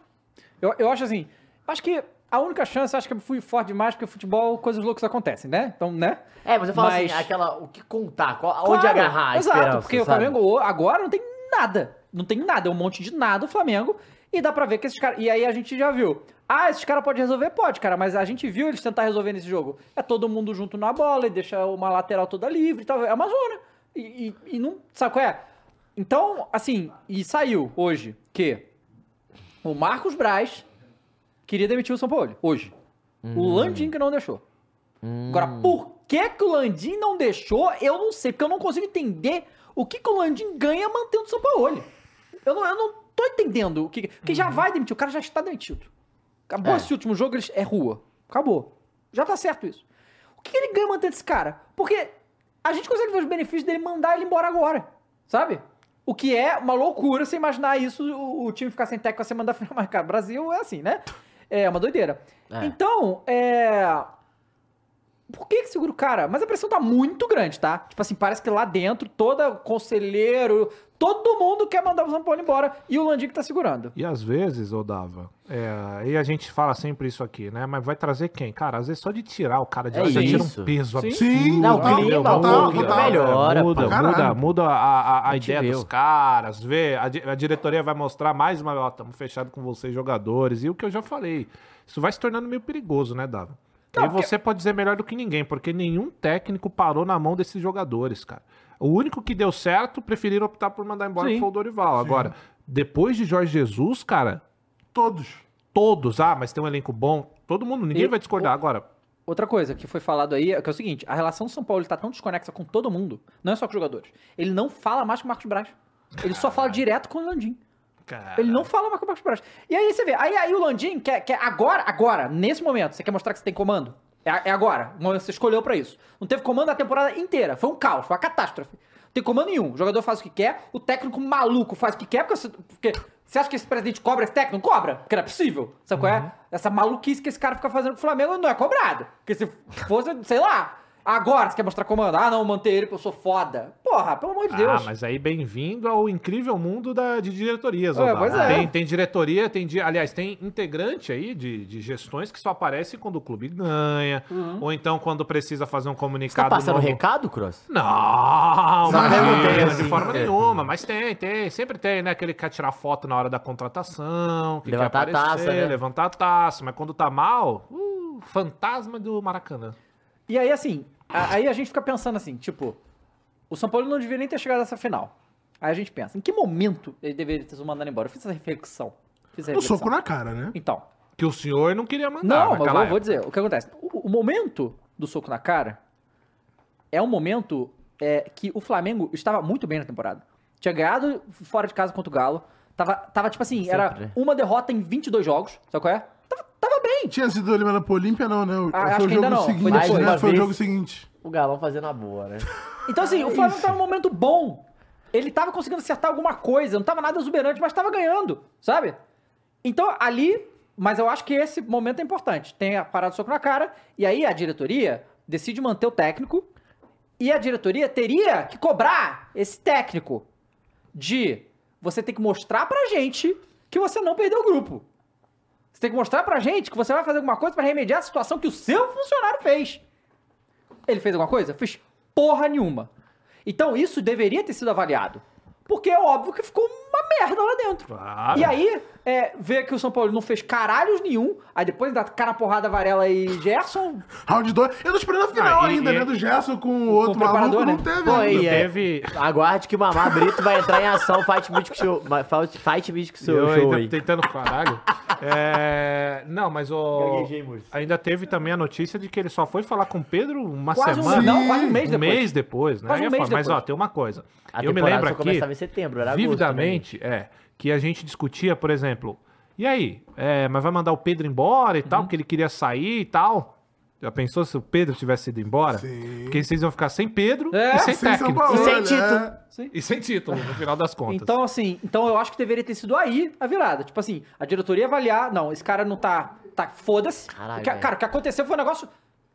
Eu, eu acho assim, acho que a única chance, acho que eu fui forte demais, porque futebol, coisas loucas acontecem, né? Então, né?
É, mas eu falo
Mas-
assim, aquela, o que contar, qual, onde
Claro,
agarrar a
Exato,
esperança,
porque o
sabe?
Flamengo agora não tem nada. Não tem nada, é um monte de nada o Flamengo. E dá pra ver que esses caras. E aí a gente já viu. Ah, esses caras podem resolver? Pode, cara, mas a gente viu eles tentar resolver nesse jogo. É todo mundo junto na bola e deixa uma lateral toda livre e tal. É uma zona. E, e- e não. Sabe qual é? Então, assim, e saiu hoje que o Marcos Braz queria demitir o São Paulo hoje.
Hum.
O Landim que não deixou. Agora, por que, que o Landim não deixou, eu não sei, porque eu não consigo entender o que, que o Landim ganha mantendo o São Paulo. Eu não, eu não tô entendendo o que. Porque já vai demitir, o cara já está demitido. Acabou
Uhum. É.
esse último jogo, eles, é rua. Acabou. Já tá certo isso. O que, que ele ganha mantendo esse cara? Porque a gente consegue ver os benefícios dele mandar ele embora agora. Sabe? O que é uma loucura você imaginar isso, o, o time ficar sem técnico a semana da final. Mas, cara, Brasil é assim, né? É uma doideira.
É.
Então, é. Por que que segura o cara? Mas a pressão tá muito grande, tá? Tipo assim, parece que lá dentro, todo conselheiro, Todo mundo quer mandar o São Paulo embora e o Landim que tá segurando.
E às vezes, ô Dava, é, e a gente fala sempre isso aqui, né? Mas vai trazer quem? Cara, às vezes só de tirar o cara de
É
lá já tira
isso.
um peso absurdo.
Sim,
Não, o
total,
clima,
total,
o clima
total.
melhor.
É,
pra
muda,
caralho.
muda, muda a, a- a ideia
Motiveu.
dos caras, vê, a, di- a diretoria vai mostrar mais uma, ó, estamos fechados com vocês, jogadores, e o que eu já falei, isso vai se tornando meio perigoso, né, Dava? E aí você pode dizer melhor do que ninguém, porque nenhum técnico parou na mão desses jogadores, cara. O único que deu certo, preferiram optar por mandar embora
Sim.
foi o Dorival. Agora, depois de Jorge Jesus, cara,
Todos.
todos, ah, mas tem um elenco bom, todo mundo, ninguém
E
vai discordar. Agora,
Outra coisa que foi falado aí é que é o seguinte: a relação do São Paulo ele tá tão desconexa com todo mundo, não é só com os jogadores. Ele não fala mais com o Marcos Braz. Ele só fala direto com o Landim.
cara,
Ele não fala mais com o Marcos Braz. E aí você vê, aí, aí o Landim quer, quer agora, agora, nesse momento, você quer mostrar que você tem comando? É, a- é agora. O momento que Você escolheu pra isso. Não teve comando a temporada inteira. Foi um caos, foi uma catástrofe. Não tem comando nenhum. O jogador faz o que quer, o técnico maluco faz o que quer, porque você, porque você acha que esse presidente cobra esse técnico? Cobra, porque não é possível. Sabe qual é? Essa maluquice que esse cara fica fazendo com o Flamengo não é cobrado. Porque se fosse, sei lá. Agora você quer mostrar comando. Ah, não, manter ele porque eu sou foda. Porra, pelo amor de Deus.
Ah, mas aí bem-vindo ao incrível mundo da, de diretorias.
É,
Odar.
pois é.
Tem, tem diretoria, tem. di- Aliás, tem integrante aí de, de gestões que só aparecem quando o clube ganha,
Uhum.
ou então quando precisa fazer um
Você tá
comunicado.
passando
novo.
recado, Cross?
Não,
tem,
imagina, de
assim.
forma
É.
nenhuma, mas tem, tem, sempre tem, né? Aquele que quer tirar foto na hora da contratação, que
Levantar
quer
a
aparecer,
taça, né?
levantar a taça, mas quando tá mal, uh, fantasma do Maracanã.
E aí, assim, a- aí a gente fica pensando assim, tipo, o São Paulo não deveria nem ter chegado a essa final. Aí a gente pensa, em que momento ele deveria ter sido mandado embora? Eu fiz essa reflexão. Fiz essa
Um
reflexão.
soco na cara, né?
Então,
Que o senhor não queria mandar.
não, mas eu
naquela
vou, vou dizer, o que acontece? O, o momento do soco na cara é um momento é, que o Flamengo estava muito bem na temporada. Tinha ganhado fora de casa contra o Galo. Tava, tava tipo assim, era
Sempre.
uma derrota em 22 jogos, sabe qual é? Tava, tava bem.
Tinha sido eliminado pro Olímpia, não, né?
Ah,
foi
acho
o jogo
que ainda não, foi
seguinte,
depois.
né?
Uma
Foi o
vez.
jogo seguinte.
O Galão fazendo a boa, né?
Então, assim, o Flamengo tava num momento bom. Ele tava conseguindo acertar alguma coisa, não tava nada exuberante, mas tava ganhando, sabe? Então, ali, mas eu acho que esse momento é importante. Tem a parada do soco na cara, e aí a diretoria decide manter o técnico, e a diretoria teria que cobrar esse técnico de você tem que mostrar pra gente que você não perdeu o grupo. Você tem que mostrar pra gente que você vai fazer alguma coisa pra remediar a situação que o seu funcionário fez. Ele fez alguma coisa? Fez porra nenhuma. Então isso deveria ter sido avaliado. Porque é óbvio que ficou uma merda lá dentro.
Claro.
E aí, é, ver que o São Paulo não fez caralhos nenhum, aí depois dá cara na porrada Varela e Gerson,
Round 2. Eu tô esperando a final
Ah, e-
ainda,
e-
né? Do Gerson com o outro maluco.
preparador,
Não
né?
teve.
Pô,
ainda.
e é-
Teve,
Aguarde que o Mamá Brito vai entrar em ação Fight Music Show. ma- Fight, Fight Music Show.
eu
show
ainda
aí.
tentando caralho. É, não, mas o.
Gaguejei, moço.
Ainda teve também a notícia de que ele só foi falar com o Pedro uma
quase um,
semana.
não, quase um mês
um
depois.
mês depois, né?
Quase um
Eu ia
mês
falar, Mas ó,
depois.
tem uma coisa.
A
eu me
temporada
lembro
só
aqui,
começava em setembro, era agosto
vividamente, é, que a gente discutia, por exemplo, e aí, é, mas vai mandar o Pedro embora e tal,
Uhum.
porque ele queria sair e tal. Já pensou se o Pedro tivesse ido embora?
Sim.
Porque vocês iam ficar sem Pedro
É,
e sem,
Sem São
técnico.
Paulo,
E sem
né?
título.
E sem título, no final das contas.
Então, assim, então eu acho que deveria ter sido aí a virada. Tipo assim, a diretoria avaliar, não, esse cara não tá. tá foda-se.
Caralho,
O que-
velho.
Cara, o que aconteceu foi um negócio.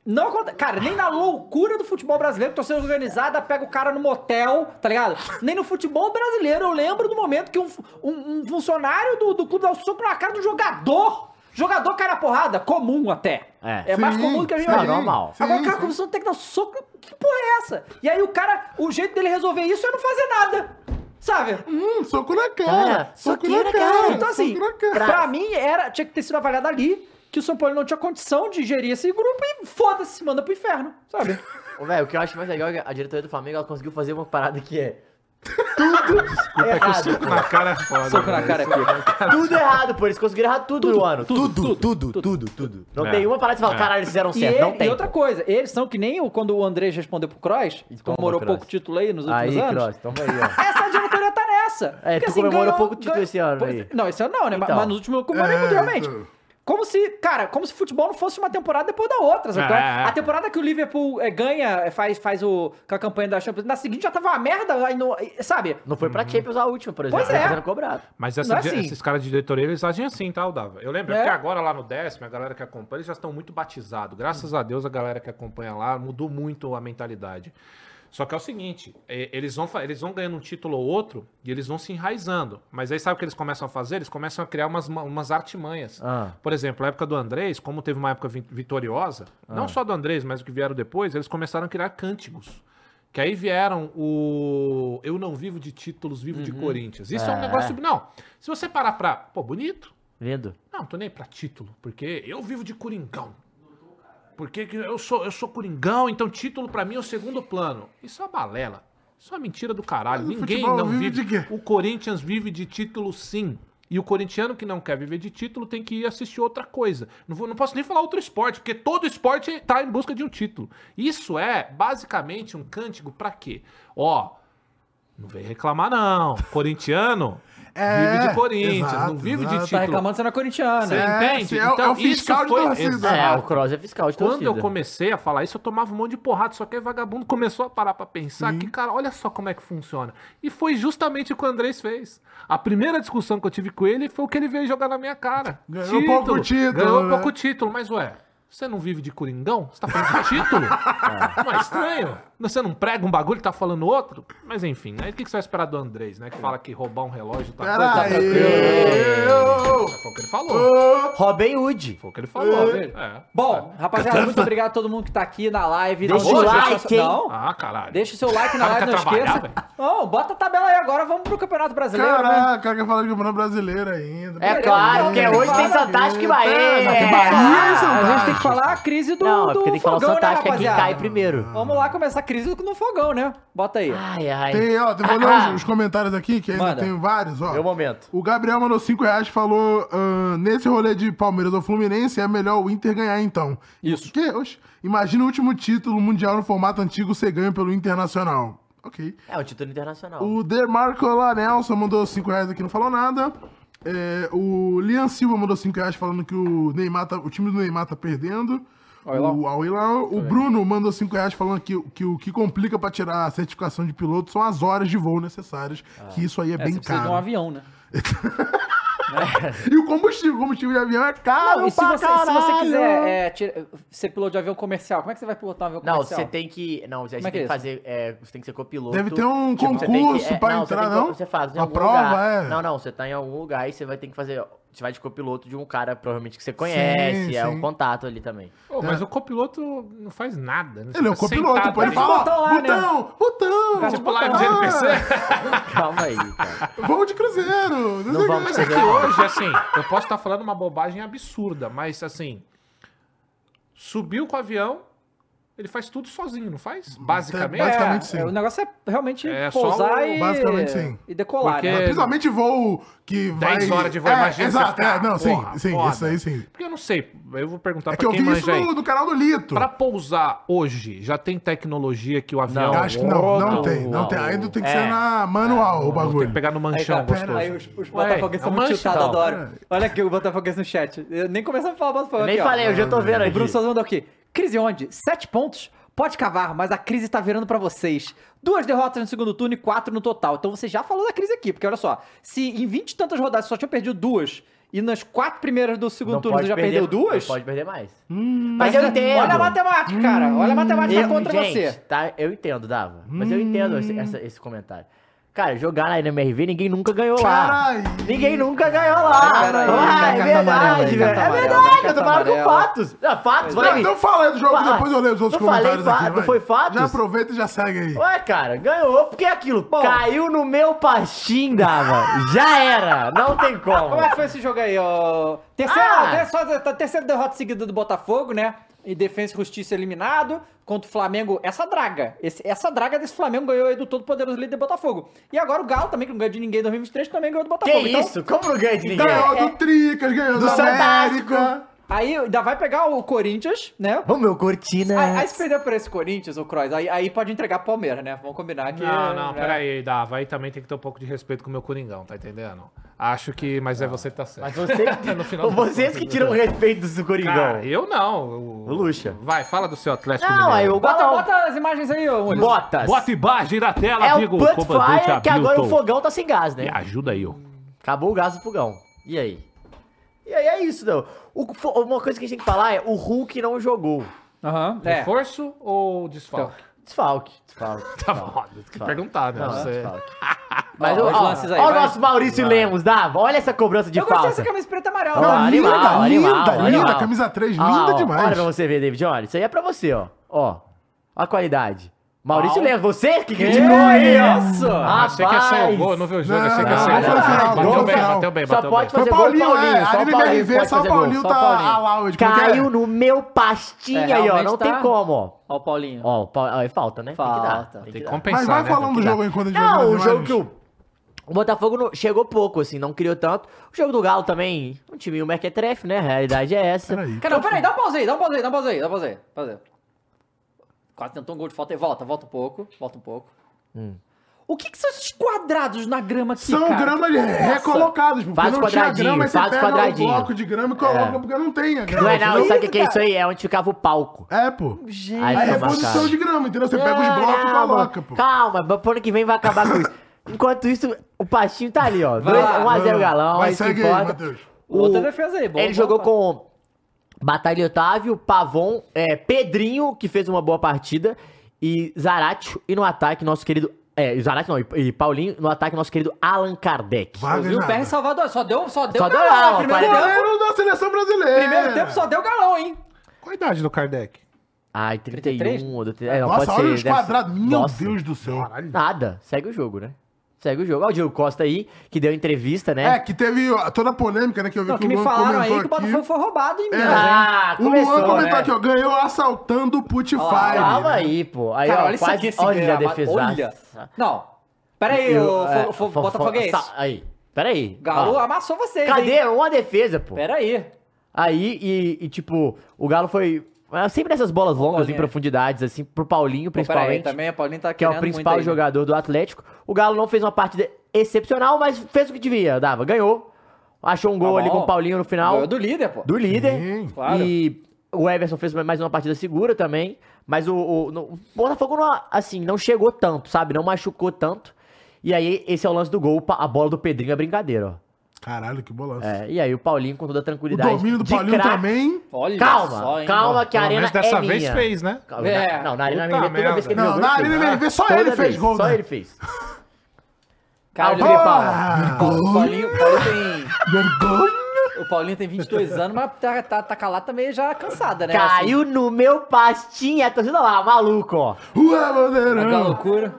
Não aconte- Cara, nem na loucura do futebol brasileiro, torcida organizada pega o cara no motel, tá ligado? Nem no futebol brasileiro. Eu lembro do momento que um, fu- um- um funcionário do, do clube dá um soco na cara do jogador. Jogador cai na porrada, comum até.
É.
é mais
Sim,
comum do que a gente
sim,
imagina.
normal.
sim,
Agora o cara
sim.
começou a ter que dar soco. Que porra é essa? E aí o cara, o jeito dele resolver isso é não fazer nada. Sabe?
Hum, soco na cara.
Cara,
Soco
soquinho
na
na
cara.
cara.
Então, assim,
soco na cara.
pra... mim, era, tinha que ter sido avaliado ali que o São Paulo não tinha condição de gerir esse grupo e foda-se, manda pro inferno, sabe?
Ô, velho, o que eu acho mais legal é que a diretoria do Flamengo ela conseguiu fazer uma parada que é.
é que
Tudo
o
errado.
soco na cara é foda.
Soco na
velho.
cara aqui.
Tudo errado, pô. Eles conseguiram errar tudo, no ano. Tudo,
tudo,
tudo, tudo, tudo. Não
É.
tem uma parada que você fala,
É.
caralho, eles fizeram
E,
certo.
ele-
não tem.
e outra
pô.
coisa, eles são que nem o, quando o Andrés respondeu pro Cross, comemorou
Cross.
pouco título aí nos últimos
Aí,
anos.
Cross, toma aí, ó.
Essa diretoria tá nessa.
É, tu comemorou pouco título
ganhou-
esse ano
Pois-
aí.
Não, esse ano não, né? Mas-
Então.
Mas nos últimos comemorei
É,
muito, realmente.
então.
Como se, cara, como se futebol não fosse uma temporada depois da outra, sabe?
É,
qual é?
é.
A temporada que o Liverpool eh, ganha, eh, faz, faz o, com a campanha da Champions, na seguinte já tava uma merda, aí no, eh, sabe?
Não foi pra Champions a última, por exemplo.
Pois é.
Tá sendo cobrado.
Mas essa
Não é
di-
assim.
esses caras de diretoria, eles agem assim, tá, Dava? Eu lembro,
É.
porque agora lá no décimo, a galera que acompanha, eles já estão muito batizados. Graças a Deus, a galera que acompanha lá mudou muito a mentalidade. Só que é o seguinte, é, eles, vão, fa- eles vão ganhando um título ou outro e eles vão se enraizando. Mas aí sabe o que eles começam a fazer? Eles começam a criar umas, ma- umas artimanhas.
Ah.
Por exemplo, a época do Andrés, como teve uma época vi- vitoriosa,
Ah.
não só do Andrés, mas o que vieram depois, eles começaram a criar cânticos. Que aí vieram o Eu não vivo de títulos, vivo de Corinthians. Isso é um
É.
negócio. Não. Se você parar pra. Pô, bonito.
Lindo.
Não, tô nem pra título, porque eu vivo de Coringão. Porque que eu sou, eu sou Coringão, então título pra mim é o segundo plano. Isso é uma balela. Isso é uma mentira do caralho.
Mas o
Ninguém
futebol
não
vive
vive.
de quê?
O Corinthians vive de título sim. E o corintiano que não quer viver de título tem que ir assistir outra coisa. Não, vou- não posso nem falar outro esporte, porque todo esporte tá em busca de um título. Isso é basicamente um cântico pra quê? Ó, não vem reclamar não. Corintiano
É,
vive de Corinthians,
exato,
não vive
exato.
de
Tá
título.
Tá reclamando você não é corintiano.
Você
né?
É,
entende?
sim, é o- é o fiscal
isso
de torcida.
Exato.
É, o Cross é fiscal de
Quando eu
torcida.
comecei a falar isso, eu tomava um monte de porrada, só que aí vagabundo começou a parar pra pensar que, cara, olha só como é que funciona. E foi justamente o que o Andrés fez. A primeira discussão que eu tive com ele foi o que ele veio jogar na minha cara.
Ganhou pouco título,
Ganhou
né?
pouco título, mas ué, você não vive de Coringão? Você tá falando de título? Não é estranho? Você não prega um bagulho e tá falando outro? Mas enfim, aí o que que você vai esperar do Andrés, né? Que fala que roubar um relógio tá coisa, tá
Peraí.
tranquilo. Foi o que ele falou.
Robin Hood.
Foi o que ele falou.
É.
É.
Bom, rapaziada, muito obrigado a todo mundo que tá aqui na live.
Deixa
Não,
o
deixa-
like, hein?
Não,
Ah, caralho.
deixa o seu like na
Cara,
live,
quer
não
trabalhar,
esqueça. Não, bota a tabela aí agora, vamos pro Campeonato Brasileiro, né?
Caraca, quer falar de campeonato brasileiro ainda.
É claro, porque hoje tem Santástico e Bahia.
Bahia,
Ah, a gente tem
Santástico.
que falar a crise do,
é. Não,
do
é porque tem que falar o
fogão, né,
Santástico, é quem
rapaziada?
cai primeiro.
Vamos lá começar a crise no fogão, né? Bota aí.
Ai, ai.
Tem, ó, tem, vou ler os, os comentários aqui, que ainda
Manda.
tem vários, ó.
Meu momento.
O Gabriel mandou 5 reais e falou: ahn, nesse rolê de Palmeiras ou Fluminense, é melhor o Inter ganhar então.
Isso.
Que, oxe, imagina o último título mundial no formato antigo ser ganho pelo Internacional. Ok.
É o título internacional.
O Demarco Lanelson mandou 5 reais aqui, não falou nada. É, o Lian Silva mandou 5 reais falando que o, Neymar tá- o time do Neymar tá perdendo.
Al-Hilal.
O Al-Hilal. O Bruno mandou 5 reais falando que, que o que complica pra tirar a certificação de piloto são as horas de voo necessárias, que isso aí é,
É,
bem
você precisa
caro.
de um avião, né?
E o combustível, o combustível de avião é caro
Não, e se
pra
você, se
caralho.
você quiser é, tira- ser piloto de avião comercial, como é que você vai pilotar um avião
Não,
comercial?
você tem que. Não, você
Como é que
tem
é
que
isso?
fazer. é, você tem que ser copiloto. Tipo,
Deve ter um
você tem que- é,
concurso pra
você
entrar,
tem que-
não?
Você faz em
Uma
algum
prova,
lugar.
é?
Não, não, você tá em algum lugar e você vai ter que fazer. Você vai de copiloto de um cara, provavelmente, que você conhece. é
sim.
um contato ali também.
Ô, mas
É.
o copiloto não faz nada. Né?
Ele é o
Fica
copiloto,
sentado
pô. Ele
ali.
fala,
botão lá,
ó,
né?
botão, botão.
Tipo lá no GNPC.
Calma aí, cara.
Vamos de cruzeiro. Não, sei
Não
o
vamos
quê.
fazer.
Que hoje, assim, eu posso estar falando uma bobagem absurda, mas assim. Subiu com o avião, ele faz tudo sozinho, não faz? Basicamente.
basicamente,
É,
sim.
é, o negócio é realmente
É, só
pousar
o-
e,
basicamente sim.
e decolar,
Porque- é
né?
É, Principalmente voo que vai...
10 horas de voo,
é,
imagina. você
Exato,
ficar,
é, não, sim,
porra,
sim,
foda.
isso aí sim.
Porque eu não sei, eu vou perguntar
É que
pra
eu
quem
vi isso
manja aí.
no, no canal do Lito.
Pra pousar hoje, já tem tecnologia que o avião.
Eu
Não,
acho que não, é não,
não,
tem, não
não.
tem. Ainda tem que
É.
ser na manual o
É, Tem que
bagulho.
pegar no
Aí,
manchão
cara,
gostoso.
aí os, os
Ué,
botafoguenses
é
são
um
muito
manchão.
chutados, adoro. Olha aqui o botafoguense no chat. Eu nem começamos a falar botafoguense
Eu nem
aqui, ó.
falei, eu já tô vendo
O Bruno
aqui.
Souza mandou aqui. Crise onde? Sete pontos? Pode cavar, mas a crise tá virando pra vocês. Duas derrotas no segundo turno e quatro no total. Então você já falou da crise aqui, porque olha só. Se em 20 e tantas rodadas só tinha perdido duas, e nas quatro primeiras do segundo turno você já perdeu duas,
Não pode perder mais.
mas
Hum,
mas eu
é-
olha-
entendo.
Olha a matemática, cara. Olha a matemática
Hum. Eu-
contra
gente,
você. Hum.
Tá, eu entendo, Dava. Mas eu entendo esse, essa- esse comentário. Cara, jogar na NMRV, ninguém nunca ganhou lá.
Caralho.
Ninguém nunca ganhou lá.
Peraí,
Ah, é
carta amarela aí,
verdade, velho.
carta
É
amarela,
verdade, eu tô falando
carta
com fatos. Ah, fatos, vai
Não,
aí.
então fala aí do jogo,
Fala.
depois eu leio os outros
Não falei
comentários
fa-
aqui.
não
vai.
foi fatos?
Já aproveita e já segue aí.
Ué, cara, ganhou, porque é aquilo. Caiu no meu pastim, Dava. Já era, não tem como.
Como é que foi esse jogo aí, ó? Terceira,
Ah!
né, só- tá- terceira derrota seguida do Botafogo, né? E Defensa e Justiça eliminado. Contra o Flamengo, essa draga. Esse- essa draga desse Flamengo ganhou aí do todo poderoso líder Botafogo. E agora o Galo também, que não ganhou de ninguém em 2023, também ganhou do
Que
Botafogo. Então,
isso? Como não ganha de ninguém?
Ganhou do Tricas, ganhou do
Santástico.
América.
Aí ainda vai pegar o Corinthians, né?
Vamos, meu Cortina.
Aí, aí se perder pra esse Corinthians, o Croix, aí, aí pode entregar pro Palmeiras, né? Vamos combinar que.
Não, não,
né?
peraí, Dava. Aí também tem que ter um pouco de respeito com o meu Coringão, tá entendendo? Acho que. Mas é você que tá certo.
Mas você,
No final das
vocês
contas, né?
que tiram o respeito do Coringão.
Cara, eu não. O...
Luxa.
Vai, fala do seu Atlético
Não, aí
Mineiro.
o
Bota,
Galão.
bota as imagens aí, ô Mules.
Botas.
Bota e barra, na tela,
É o
amigo.
Put
comandante
Fire, que agora o
Hamilton.
fogão tá sem gás, né?
Me ajuda aí, ó.
Acabou o gás do fogão. E aí? E aí é isso, não. O fo- uma coisa que a gente tem que falar é o Hulk não jogou.
Aham, é.
Reforço ou desfalque?
Desfalque. Desfalque.
Tá bom, tem que perguntar, né?
Então. Não,
Você-
desfalque. Mas
Ó,
ó,
os
ó,
lances aí,
ó o
vai.
nosso Maurício Lemos, Dava. Olha essa cobrança de
Eu gostei
falta.
dessa camisa preta e amarela.
Não,
Não,
ali-
linda, linda,
animal, animal,
linda.
animal.
Camisa 3,
Ó,
linda
Ah, ó,
demais.
Olha pra você ver, David. Olha, isso aí é pra você, ó. Ó, a qualidade. Maurício
Ó.
Lemos, você que criticou aí, ó.
isso?
Ah, achei que ia sair o gol, eu não vi o jogo,
Não,
achei que ia
não,
sair o
não, não, não,
gol. Bateu
não,
bem,
não.
bateu bem,
Só
bateu
pode
bem.
Foi
fazer
Paulinho,
gol, Paulinho.
é.
Só
Ali no
Paulinho
MRV,
pode
só
fazer gol,
Paulinho
só
tá
Paulinho.
allowed. como que é?
Caiu no meu pastinha
É,
aí, ó.
realmente
Não
tá-
tem como, ó.
Ó, o Paulinho.
Ó, o Pau- ó, é falta, né? Tem que dar,
Falta.
Tem que
dar.
compensar,
Mas vai
né?
falando do
que
jogo
dar.
enquanto a gente vai
Não,
vendo
o
as
jogo que
imagens.
o, o Botafogo não- chegou pouco, assim, não criou tanto. O jogo do Galo também, um time o Mequetrefe, né? A realidade é essa.
Peraí.
Cara, não, peraí, dá um pause aí, dá um pause aí, dá um pause aí, dá um pause aí. Pause aí. Quase tentou um gol de falta aí. Volta, volta um pouco, volta um pouco.
Hum.
O que que são esses quadrados na grama aqui,
São
cara?
gramas recolocadas, porque
Faz
não tinha
quadradinho,
grama, aí você
faz
pega um
quadradinho. É.
bloco de grama e coloca, porque não tem a grama.
Não é não,
entendeu?
sabe o que, que é isso aí? É onde ficava o palco.
É, pô.
Gente.
Aí
Aí
é
fica
reposição
marcado.
de grama, entendeu? Você pega os
Não,
blocos e
não,
coloca, pô.
Calma, mas pro ano que vem vai acabar com isso. Enquanto isso, o Pastinho tá ali, ó.
Vai lá,
1x0 galão,
Vai,
aí se
segue aí,
importa.
Matheus.
Outra
O-
defesa aí, boa.
Ele jogou com Batalha Otávio, Pavon, é, Pedrinho, que fez uma boa partida, e Zaratio, e no ataque nosso querido... É, Zaratio não, e, e Paulinho, no ataque nosso querido Allan Kardec.
Viu o
Wagner.
PR em
Nada.
Salvador? Só deu, só deu
Só deu
galão.
galão,
né? primeiro
apareceu.
tempo,
Goleiro da seleção brasileira.
primeiro tempo só deu galão, hein?
Qual a idade do Kardec?
Ai,
33?
31... do- É, não,
Nossa,
pode
olha
ser,
os
deve ser-
quadrados. Meu
Nossa.
Deus do céu.
Nada, segue o jogo, né? Segue o jogo. Olha o Diego Costa aí, que deu entrevista, né?
É, que teve ó, toda a polêmica, né? Que eu vi
Não,
que,
que me
o Luan
falaram aí
comentou
que o Botafogo
aqui. É.
foi roubado em Minas, hein?
Ah,
O Luan
começou,
comentou
né?
aqui, ó. Ganhou assaltando o Putify.
Calma aí, pô. Aí,
Cara,
ó,
olha isso
quase-
aqui, esse
Olha a
gramado.
defesa.
Olha. Não. Pera aí, o
é,
fo- fo-
fo- fo-
Botafoguês.
sa- Aí, peraí.
Galo
Ó,
amassou vocês, hein?
Cadê? Uma defesa, pô.
Pera aí.
Aí, e, e, tipo, o Galo foi... é, Sempre nessas bolas longas em
Paulinho.
profundidades, assim, pro
né?
Paulinho,
Pô, pera aí,
principalmente,
também a Paulinho tá
que é o
querendo muito
principal
aí.
jogador do Atlético. O Galo não fez uma partida excepcional, mas fez o que devia, dava. Ganhou. Achou um gol
Tá
ali
bom.
com o Paulinho no final.
Ganhou do líder, pô.
do líder.
Sim,
claro.
E o Everson fez mais uma partida segura também. Mas o, o- no- o Botafogo não, assim, não chegou tanto, sabe? Não machucou tanto. E aí, esse é o lance do gol. pa- A bola do Pedrinho é brincadeira, ó.
Caralho, que bolaço.
É, e aí, o Paulinho, com toda a
O
tranquilidade.
domínio do
de
Paulinho
craque-
também.
Olha
Calma,
só, hein?
calma, que a
Pelo
arena
menos
é
dessa
minha.
vez fez, né?
Calma,
É.
na- Não, na Arena
Puta
MRV, toda vez que ele
merda.
Não,
jogou,
na
ele
Arena
fez.
MRV só
Toda
ele fez
vez,
gol,
Só
né?
ele fez.
Cara,
Calma.
o
Ah,
Paulinho, Paulinho, Paulinho
Vergonha.
tem, o Paulinho tem 22 anos, mas tá, tá, tá calado também já cansada, né?
Caiu no meu pastinho. A torcida lá, maluco, ó.
Ué,
Assim, aquela
bandeirão.
loucura.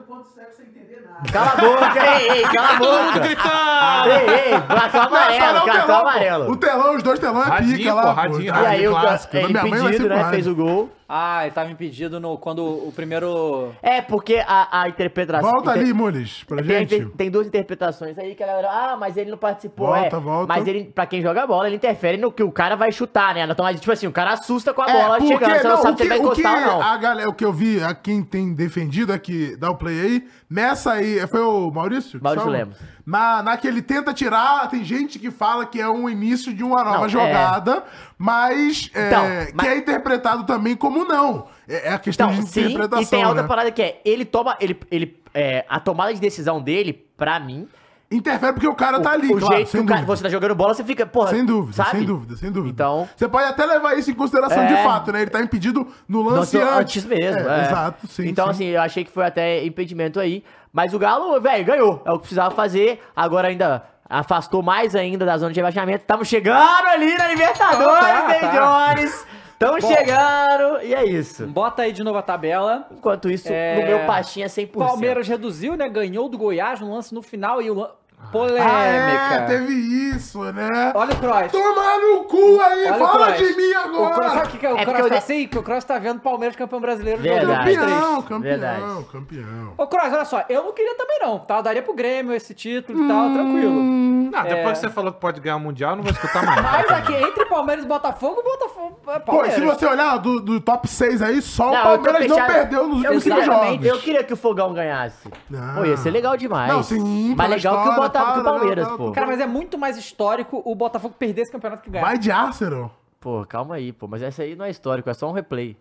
Cala a boca, ei, ei, cala a boca.
Ah,
Ei, ei, cartão
Não,
amarelo,
só não,
cartão
pô.
amarelo.
O telão, os dois telões é
Radinho,
pica
pô,
lá. pô.
radinho,
E
radinho.
Ah,
aí, o,
clássico.
ele
Minha mãe vai
impedido,
sempre
né?
rádio.
Fez o gol.
Ah, ele tava impedido no, quando o primeiro.
É, porque a, a interpretação.
Volta
inter-
ali, Mules, pra
Tem,
gente.
tem duas interpretações aí que a galera. Ah, mas ele não participou.
Volta,
é.
volta.
Mas ele, pra quem joga bola, ele interfere no que o cara vai chutar, né? Na tomada, tipo assim, o cara assusta com a bola chegando, você não, sabe se ele vai
É, o que
encostar ou não.
a galera, o que eu vi, a quem tem defendido aqui, dá o play aí, nessa aí, foi o Maurício? que
Maurício
saiu?
Lemos.
Na, na que ele tenta tirar, tem gente que fala que é um início de uma nova
Não, é.
jogada, mas, é,
Então,
que
mas-
é interpretado também como não. É, é a questão
Então,
de
sim,
interpretação,
e tem a outra
né?
parada que é, ele toma. Ele, ele, é, a tomada de decisão dele, pra mim,
Interfere porque o cara tá ali,
o
claro,
jeito que
sem
o cara,
dúvida.
você tá jogando bola, você fica, porra.
Sem dúvida,
sabe?
sem dúvida, sem dúvida.
Então-
Você pode até levar isso em consideração de
É.
fato, né? Ele tá impedido no lance
Nossa, antes mesmo. é.
Exato, sim.
Então,
sim.
assim, eu achei que foi até impedimento aí. Mas o Galo, velho, ganhou. É o que precisava fazer. Agora ainda afastou mais ainda da zona de rebaixamento. Estamos chegando ali na Libertadores,
Ah,
Tá, tá,
hein,
tá.
Jones? Estamos chegando. E é isso.
Bota aí de novo a tabela.
Enquanto isso,
É.
no meu pastinha 100%.
Palmeiras reduziu, né? Ganhou do Goiás no lance no final e o. lan-
Ah,
Polêmica.
é, teve isso, né?
Olha o Cross.
Toma no cu aí,
Olha o
fala
Kroos.
de mim
O Cross, sabe
agora!
o que, que é? O
É porque
Cross
eu
tá
de-
assim? que O Cross tá vendo o Palmeiras campeão brasileiro no
Verdade.
Campeão, campeão,
Verdade.
campeão.
Ô, Cross, olha só, eu não queria também não, tá? Eu daria pro Grêmio esse título e
Hum.
tal, tranquilo.
Não, Ah, depois
É.
que você falou que pode ganhar o Mundial, eu não vou escutar mais. Tá nada.
Mas aqui, entre Palmeiras e Botafogo, Botafogo é
Pô, e
Palmeiras.
se você olhar do, do top 6 aí, só
Não,
o
eu
Palmeiras
tô
não
fechado.
perdeu nos
Eu
últimos cinco
sinceramente,
jogos.
Eu queria que o Fogão ganhasse.
Não.
Pô, ia ser legal demais.
Ah. Não, sim,
Mas
pela
legal que o,
história,
Botafogo, que
tal,
o
tal,
Palmeiras,
tal,
pô.
tal.
Cara, mas é muito mais histórico o Botafogo perder esse campeonato que ganha.
Vai de Arsenal.
Pô, calma aí, pô. Mas essa aí não é histórico, é só um replay.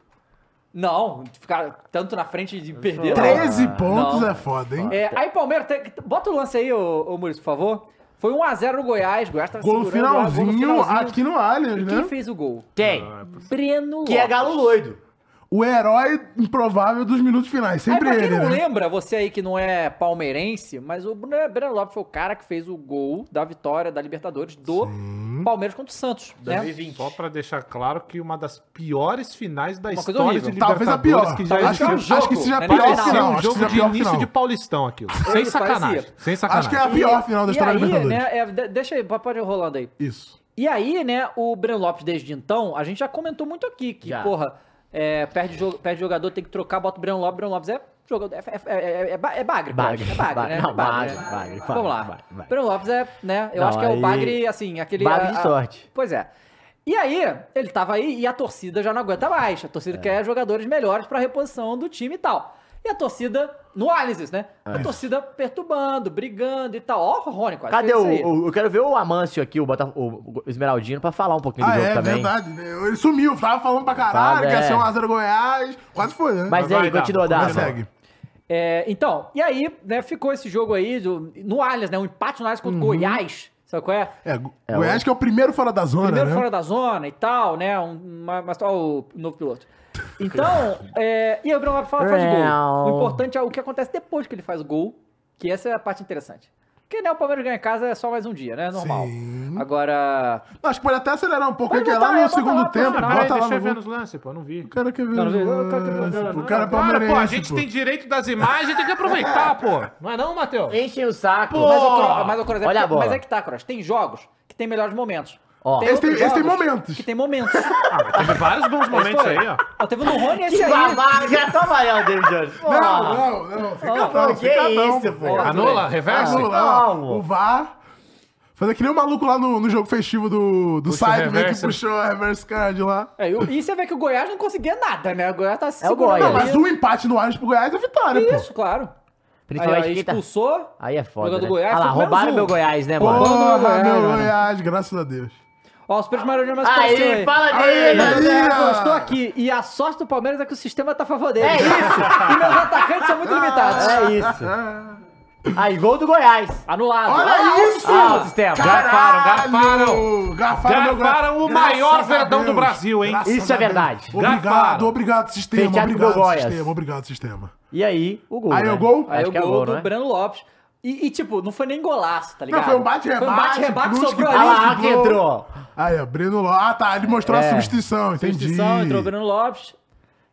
Não, ficar tanto na frente de perder. não.
13 pontos
Não.
é foda, hein?
É, aí, Palmeiras, tem- bota o lance aí, ô, ô Muricy, por favor. Foi 1x0 no Goiás, Goiás tava
Gol no
segurando lá,
finalzinho, aqui no Allianz,
Quem
né?
fez o gol?
Quem?
Breno
Que é
Lopes.
galo loido.
o herói improvável dos minutos finais.
Aí,
Sempre
pra quem
ele,
não
né?
lembra, você aí que não é palmeirense, mas o Breno Breno Lopes foi o cara que fez o gol da vitória da Libertadores do Palmeiras contra o Santos. Né?
Só pra deixar claro que uma das piores finais da
Uma coisa
história de
horrível.
Talvez
Libertadores
a pior.
que já
Talvez
acho,
existiu.
é um
que, acho que
jogo,
seja a
né?
pior
Parecia
Parecia
final.
um
Acho que
jogo
seja a
de
pior
início
final.
de Paulistão aquilo. Sem
Parecia.
sacanagem. Sem
Acho
sacanagem.
que é a pior final da
E
história da
aí,
Libertadores.
né, é, de- deixa aí, pode ir rolando aí.
Isso.
E aí, né, o Breno Lopes desde então, a gente já comentou muito aqui que,
Já.
porra, é, perde, jo- perde jogador, tem que trocar, bota o Breno Lopes, Breno Lopes é jogador, é, é, é, é, ba- é bagre,
Bagre,
é bagre,
bagre,
né?
não,
É
bagre,
né?
bagre,
Vamos
bagre,
lá.
bagre, bagre.
Breno Lopes é, né, eu
Não,
acho que é o
aí-
bagre, assim, aquele...
Bagre
a-
de
a-
sorte.
Pois é. E aí, ele tava aí e a torcida já não aguenta mais. A
É.
torcida quer jogadores melhores pra reposição do time e tal. E a torcida, no Alices, né?
É.
A torcida perturbando, brigando e tal. Ó, o Rony quase
Cadê
fez é isso aí.
o, o- Eu quero ver o Amâncio aqui, o, Botaf- o Esmeraldino, pra falar um pouquinho do
Ah,
jogo
é
também.
verdade. né? Ele sumiu, tava falando pra caralho,
Sabe,
que ia
é.
ser um Lázaro Goiás. Quase foi, né?
Mas
Vai,
aí,
Dava,
continua,
vai,
Dava.
Consegue.
É, então, e aí, né, ficou esse jogo aí do- no Allianz, né? Um empate no Allianz contra
Uhum.
o Goiás. Sabe qual é?
É, Go-
É,
Goiás que é o primeiro fora da zona,
Primeiro
né?
fora da zona e tal, né? Um, uma- mas ó, o novo piloto. Então, é, e aí o Bruno Lopes fala, faz o gol. O importante é o que acontece depois que ele faz o gol, que essa é a parte interessante. Porque, né, o Palmeiras ganha em casa é só mais um dia, né? Normal.
Sim.
Agora,
Acho que pode até acelerar um pouco,
Pode
que é
botar
lá
lá,
no
bota lá
segundo
pro
tempo.
final.
Caralho,
Bota lá
deixa eu ver
no...
nos lances, pô. Eu não vi.
O cara quer ver
Não, não vi,
o
não, cara,
lance,
não,
pô.
não,
O cara é
Para, pô, a
palmeirense,
gente
pô.
tem direito das imagens, tem que aproveitar, pô. Não é não, Matheus?
Enchem o saco.
Pô!
mas, o, Cro- mas, o Cross, é
Olha a
porque-
bola.
mas é que tá, Cross. Tem jogos que tem melhores momentos.
Ó.
Esse tem-
outros
esse tem
jogos
momentos.
Que tem momentos.
Ah, mas teve vários bons momentos
foi.
aí, ó.
Ó, teve no Rony
Que
esse aí.
babaca, já tá amarelo, David Jones. Pô,
Não, não, não. Fica
Não,
não,
que
fica não,
isso,
pô.
pô.
Anula, reversa.
Vamos lá, ó.
Não.
o VAR. Fazer que nem o maluco lá no, no jogo festivo do, do
Puxa o
side, meio que
reverse.
puxou a reverse card lá.
É, e o- e você vê que o Goiás não conseguia nada, né? O Goiás tá se
É o
segurando
Goiás.
Não,
ali.
mas um empate no Ares pro Goiás é vitória, pô.
Isso, claro. Aí, ó,
Principalmente
aí
quem tá...
expulsou.
Aí é foda,
Jogador
né?
do Goiás,
ah lá,
pelo menos
roubaram
um.
meu Goiás, né, mano?
Porra,
Goiás,
meu
mano.
Goiás, graças a Deus.
Ó, o Super Mario Universe apareceu
Aí, fala
Aí,
dele!
aí.
É, eu estou aqui. E a sorte do Palmeiras é que o sistema tá a favor dele. É isso! e meus atacantes são
Ah,
muito limitados.
É isso. Aí, gol do Goiás.
Anulado.
Olha isso!
Ah, o sistema.
Garfaram,
Caralho!
garfaram.
Garfaram,
Garfaram o maior verdão do Brasil, hein?
Isso é verdade.
Obrigado,
Garfaram.
obrigado, sistema.
Penteado pro
obrigado,
Goiás.
sistema. Obrigado, sistema.
E aí, o gol.
Aí
né?
o gol?
Aí
Acho
o
que é
gol
gol,
do
né?
Breno Lopes. E, e, tipo, não foi nem golaço, tá ligado?
Não, foi um bate-rebate.
Foi um bate-rebate,
cruz que
sobrou
Ah
ali.
lá, que entrou. É.
Aí, ó, Breno Ló. Ah, tá, ele mostrou a substituição, entendi.
Substituição, entrou o Breno Lopes.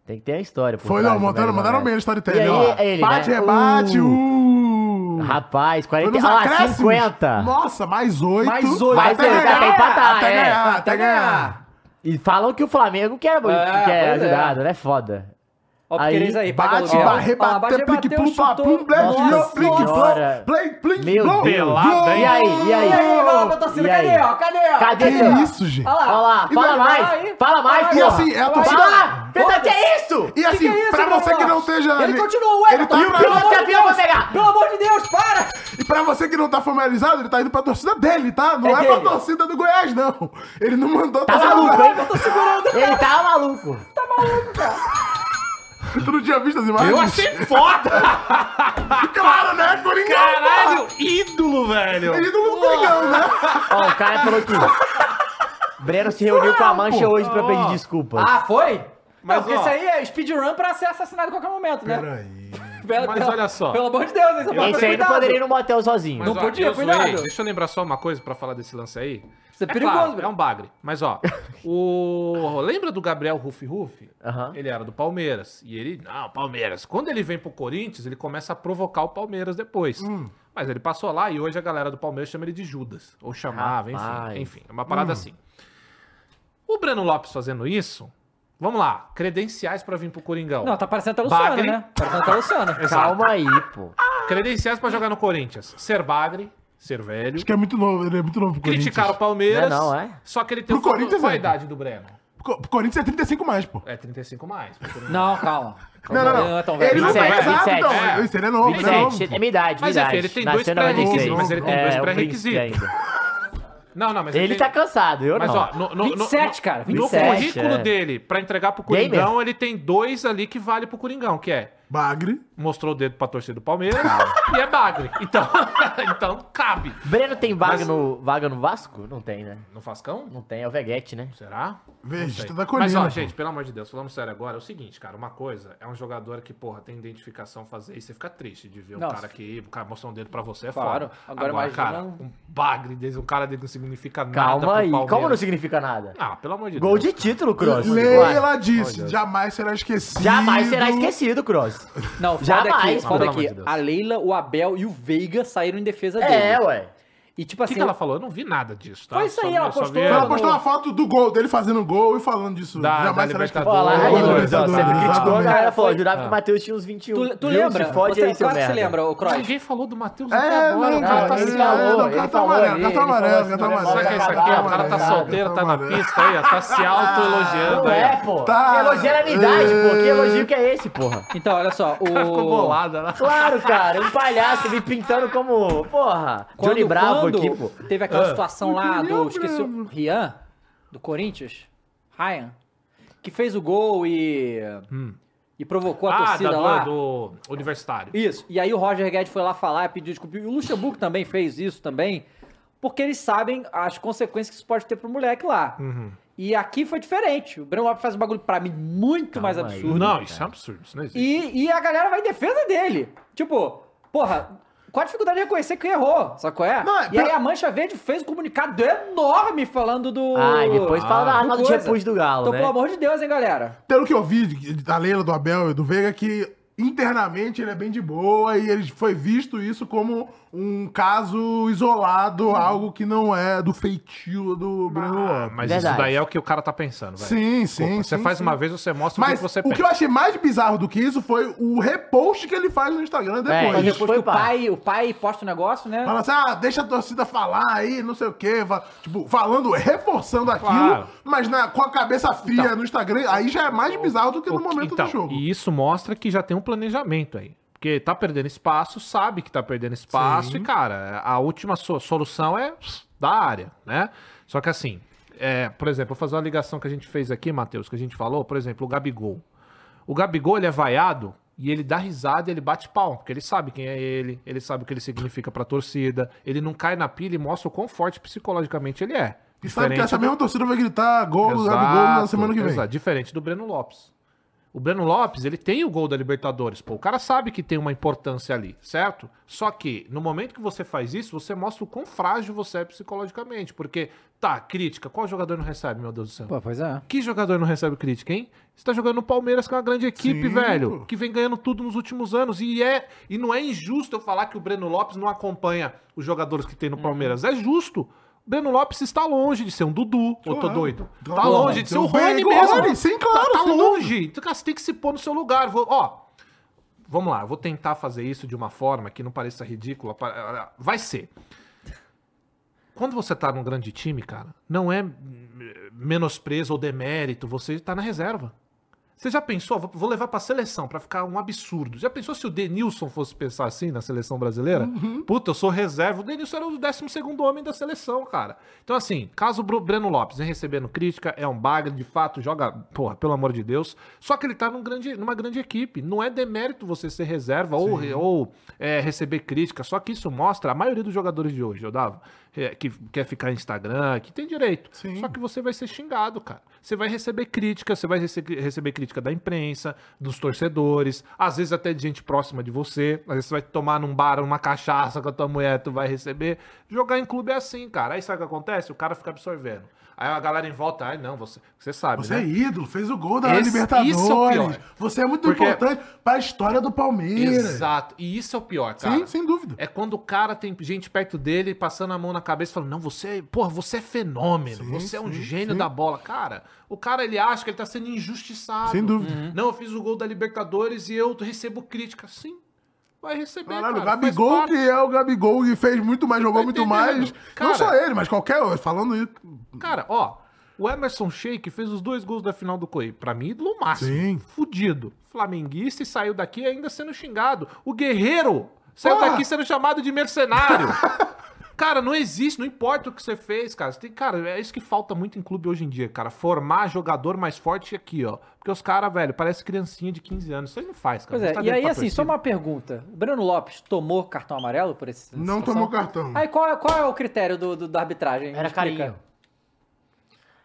Tem que ter a história. por
Foi,
trás
não,
do né?
mandaram,
Breno
mandaram
Lopes.
bem o storytelling,
E aí,
ó.
é ele, né?
bate, rebate, uh.
Rapaz,
Foi
40...
nos
Ah lá,
acréscimos.
50.
Nossa, mais oito.
Mais oito.
Mas
Até
ele tá
ganhar,
pra empatar,
até
é.
ganhar, até ganhar.
E falam que o Flamengo quer,
É,
quer
pois é.
ajudado, né? Foda.
Ó, porque
Aí,
eles aí, paga
Bate,
aluguel.
barre,
Ó lá,
bate, plique,
bateu,
plum, pá,
chutou.
plum, blé, desviou,
Nossa
plique,
Senhora.
plom, play, plink,
Meu
plom.
Deus.
Pelada,
E aí, e
E aí,
aí?
vai lá, meu torcida,
E aí?
cadê, ó? Cadê, ó?
Cadê?
Que
Olha lá.
isso, gente?
Olha lá.
Olha lá,
E
fala
vai-
mais,
vai aí.
fala mais,
Vai
E
aí,
porra.
assim, é a torcida...
Fala! Verdade é isso?
E
Que que
assim,
é isso,
pra você
Bruno
que não
Lopes?
esteja...
Ele continua, ué,
Ele tá
pelo
indo pra-
amor de
Piloto, campeão,
Deus,
vou pegar.
Pelo amor de Deus, para!
E pra você que não tá familiarizado, ele tá indo pra torcida dele, tá? Não é,
É
pra
dele.
torcida do Goiás, não. Ele não mandou tá torcida do
maluco,
Goiás.
Eu tô segurando.
Ele tá maluco.
Tu não tinha visto as imagens?
Eu achei foda!
Claro, né? Coringão,
Caralho, ídolo, velho!
porra. Ele não é um Coringão, né?
Ó, o cara falou que. Breno se reuniu com a Mancha hoje pra pedir
Ó.
desculpas.
Ah, foi?
Mas,
não, porque
ó.
isso aí é speedrun pra ser assassinado a qualquer momento, né?
Peraí.
Pelo-
Mas
pelo-
olha só.
Pelo amor de Deus, hein? Você pode
Esse
ter
aí não
cuidado.
poderia ir no motel sozinho.
Não
ó,
podia,
eu zoei.
cuidado.
Deixa eu lembrar só uma coisa pra falar desse lance aí.
Isso é perigoso,
claro,
velho.
É um bagre. Mas, ó, o... Lembra do Gabriel Rufi Rufi?
Aham.
Ele era do Palmeiras. E ele... Não, Palmeiras. Quando ele vem pro Corinthians, ele começa a provocar o Palmeiras depois.
Hum.
Mas ele passou lá e hoje a galera do Palmeiras chama ele de Judas. Ou chamava,
Rapaz.
enfim. Enfim, é uma
Hum.
parada assim. O Breno Lopes fazendo isso... Vamos lá, credenciais pra vir pro Coringão.
Não, tá parecendo até a Luciana,
Bagre.
né? Parecendo até a Luciana.
Calma aí, pô.
Credenciais pra jogar no Corinthians. Ser bagre, ser velho.
Acho que é muito novo, ele é muito novo pro Corinthians.
Criticar o Palmeiras.
Não é não, é?
Só que ele tem
Pro
o futuro-
Corinthians,
Qual a
é.
idade do Breno?
Co- Pro Corinthians é 35 mais, pô.
É 35 mais. porque ele-
Não, calma.
Não, não,
Ele
não.
é tão velho.
Ele não tá
27,
pesado, então.
27.
Esse ele é novo, ele é novo.
27, é minha idade, minha
Mas, enfim,
idade.
ele tem
Nasceu
dois
em 96.
pré-requisitos, mas ele tem
É,
dois
um
pré-requisitos.
príncipe ainda.
Não, não, mas
Ele
tem-
tá cansado, eu
Mas
não.
ó, no, no,
27,
no,
cara,
no
27,
currículo
é.
dele, pra entregar pro
Gamer.
Coringão, ele tem dois ali que vale pro Coringão, que é
Bagre.
Mostrou o dedo pra torcer do Palmeiras e é bagre. Então, então cabe.
Breno tem vaga,
Mas-
no, vaga no Vasco? Não tem, né?
No Fascão?
Não tem, é o Veguete, né?
Será?
Vegeta
Não sei.
tá da colina,
Mas, ó,
pô.
gente, pelo amor de Deus, falando sério agora, é o seguinte, cara, uma coisa é um jogador que, porra, tem identificação fazer isso, você fica triste de ver
Nossa.
um cara que, o cara mostrar um dedo pra você é
Claro.
foda.
Agora imagina
cara,
um-
um bagre, desse, um cara dele não significa nada
Calma
pro
aí,
Palmeiras.
calma não significa nada.
Ah, pelo amor de
Gol
Deus.
de título, Cross.
Leila disse, jamais será esquecido.
Jamais será esquecido, Cross.
Não, foda
Jamais,
aqui,
pelo
foda
amor
aqui.
de Deus.
a Leila, o Abel e o Veiga saíram em defesa
É,
dele.
ué.
E tipo
O que,
assim,
que ela falou? Eu não vi nada disso, tá?
Foi isso
Só
aí,
vi-
ela
só vi
postou- Tá
Ela
Ela
postou uma foto do gol dele fazendo gol e falando disso.
Da-
Jamais
da
será esquecido.
Olha lá,
Libertadores.
aí,
Gol,
Luiz, ó, você
Libertadores.
criticou a galera,
Exatamente.
falou, jurava que
Ah.
o Matheus tinha uns 21.
tu, tu
Viu?
lembra?
Se fode
você,
aí, seu
claro que você
merda.
lembra, o Croix.
Ninguém falou do Matheus até
É,
agora.
não,
o cara
cara,
tá
é,
ele
se
falou,
não,
ele
cartão
falou
amarelo,
ali,
cartão
ele falou
amarelo,
assim,
cartão
né,
amarelo.
Será que é isso aqui? O cara tá
é,
solteiro, tá na pista aí, ó, tá se
Ah,
Não
auto-elogiando aí.
é,
ó.
pô.
Tá.
Elogia a minha idade, pô. Que elogio que é esse, porra?
Então, olha só, o...
Ela ficou bolada né? lá.
Claro, cara. Um palhaço me pintando como, porra,
Quando,
Johnny Bravo
quando
aqui, pô.
Teve aquela situação lá do. Esqueci o. Rian, do Corinthians. Ryan. Que fez o gol e. E provocou a
Ah,
torcida
da,
lá.
do, do universitário.
Isso. E aí o Roger Guedes foi lá falar, pediu desculpa. E o Luxemburgo também fez isso também. Porque eles sabem as consequências que isso pode ter pro moleque lá. E aqui foi diferente. O Breno Lopes faz um bagulho pra mim muito mais
Calma aí.
absurdo.
Não, isso é um absurdo, isso não existe.
E, e a galera vai em defesa dele. Tipo, porra, qual a dificuldade de reconhecer que errou? Sabe qual é?
Não, é
e aí a Mancha Verde fez um comunicado enorme falando do.
Ah, e depois fala da
do
arma do
coisa.
repúdio do Galo,
Então,
né?
pelo amor de Deus, hein, galera.
Pelo que eu vi de- da Leila, do Abel e do Veiga, que internamente ele é bem de boa e ele foi visto isso como um caso isolado, algo que não é do feitio do Breno
Uhum. Ah,
Lopes.
mas
Verdade.
isso daí é o que o cara tá pensando, velho.
Sim,
Desculpa,
sim,
Você
sim,
faz
sim.
uma vez, você mostra o
Mas
que você
o que
pensa.
eu achei mais bizarro do que isso foi o repost que ele faz no Instagram
É,
depois.
Depois
isso foi,
que o
pá.
pai, o pai posta o negócio, né?
Fala assim, ah, deixa a torcida falar aí, não sei o quê. fa- Tipo, falando, reforçando aquilo,
Claro. Então,
mas na, com a cabeça fria no Instagram, aí já é mais bizarro do que
O
no
que-
momento
então,
do jogo.
E isso mostra que já tem um planejamento aí. Porque tá perdendo espaço, sabe que tá perdendo espaço, e, cara, a última so- solução é da área, né? Só que assim, é, por exemplo, vou fazer uma ligação que a gente fez aqui, Matheus, que a gente falou, por exemplo, o Gabigol. O Gabigol, ele é vaiado e ele dá risada e ele bate palma, porque ele sabe quem é ele, ele sabe o que ele significa pra torcida, ele não cai na pilha e mostra o quão forte psicologicamente ele é.
E sabe que
Diferente
essa mesma torcida vai gritar gol do Gabigol na semana que vem.
exato. Diferente do Breno Lopes. O Breno Lopes, ele tem o gol da Libertadores, pô. O cara sabe que tem uma importância ali, certo? Só que, no momento que você faz isso, você mostra o quão frágil você é psicologicamente. Porque, tá, crítica. Qual jogador não recebe, meu Deus do céu?
Pô, pois
Tá.
é.
Que jogador não recebe crítica, hein? Você tá jogando no Palmeiras, que é uma grande equipe,
Sim,
velho.
pô.
Que vem ganhando tudo nos últimos anos. E é e não é injusto eu falar que o Breno Lopes não acompanha os jogadores que
Uhum.
tem no Palmeiras. É justo. O Breno Lopes está longe de ser um Dudu. Eu tô
Claro. então
doido. Tá
Claro.
longe de ser o
Tem o
Rony
um Rony,
mesmo.
sim, claro,
Tá, tá
sem
longe. Então, cara, você tem que se pôr no seu lugar. Vou- ó, vamos lá. eu Vou tentar fazer isso de uma forma que não pareça ridícula. pa- ah, Vai ser quando você tá num grande time, cara, não é mm, menosprezo ou demérito, você tá na reserva. Você já pensou, vou- vou levar pra seleção pra ficar um absurdo. Já pensou se o Denilson fosse pensar assim na seleção brasileira? Puta, eu sou reserva. O Denilson era o 12º homem da seleção, cara. Então assim, caso o Bru- Breno Lopes vem recebendo crítica, é um bagre, de fato, joga, porra, pelo amor de Deus. Só que ele tá num grande, numa grande equipe. Não é demérito você ser reserva ou, re- ou é, receber crítica. Só que isso mostra a maioria dos jogadores de hoje, eu dava, é, que quer ficar no Instagram, que tem direito.
Sim.
Só que você vai ser xingado, cara. Você vai receber crítica, você vai rece- receber crítica da imprensa, dos torcedores, às vezes até de gente próxima de você. Às vezes você vai tomar num bar, numa cachaça com a tua mulher, tu vai receber. Jogar em clube é assim, cara. Aí sabe o que acontece? O cara fica absorvendo. Aí a galera em volta, ai não, você, você sabe,
Você
né?
é ídolo, fez o gol da
Esse-
Libertadores.
isso é o pior.
Você é muito
Porque-
importante pra história do Palmeiras.
Exato. E isso é o pior, cara.
Sim, sem dúvida.
É quando o cara tem gente perto dele passando a mão na cabeça e falando: Não, você, porra, você é fenômeno,
Sim,
você é um
sim,
gênio
sim.
da bola. Cara, o cara ele acha que ele tá sendo injustiçado. Uhum.
Sem dúvida.
Não, eu fiz o gol da Libertadores e eu recebo crítica. Sim, vai receber.
Caralho, o
né, cara, faz
Gabigol
parte.
que é o Gabigol que fez muito mais, jogou
Tá
muito
entendendo?
mais.
Cara-
não só ele, mas qualquer outro. Falando isso.
Cara, ó, o Emerson Sheik fez os dois gols da final do COI. Pra mim, ídolo máximo.
Sim.
Fudido. Flamenguista e saiu daqui ainda sendo xingado. O Guerreiro saiu
Porra!
daqui sendo chamado de mercenário. Cara, não existe, não importa o que você fez, cara. Você tem, cara, é isso que falta muito em clube hoje em dia, cara. Formar jogador mais forte aqui, ó. Porque os caras, velho, parece criancinha de 15 anos. Isso aí não faz, cara.
Pois
Você
é,
tá
e
dentro
aí
pra
assim, só
torcida.
uma pergunta. Breno Lopes tomou cartão amarelo por esse
Não tomou cartão.
Aí qual, é- qual é o critério do, do- da arbitragem?
Era
Me explica.
carinho.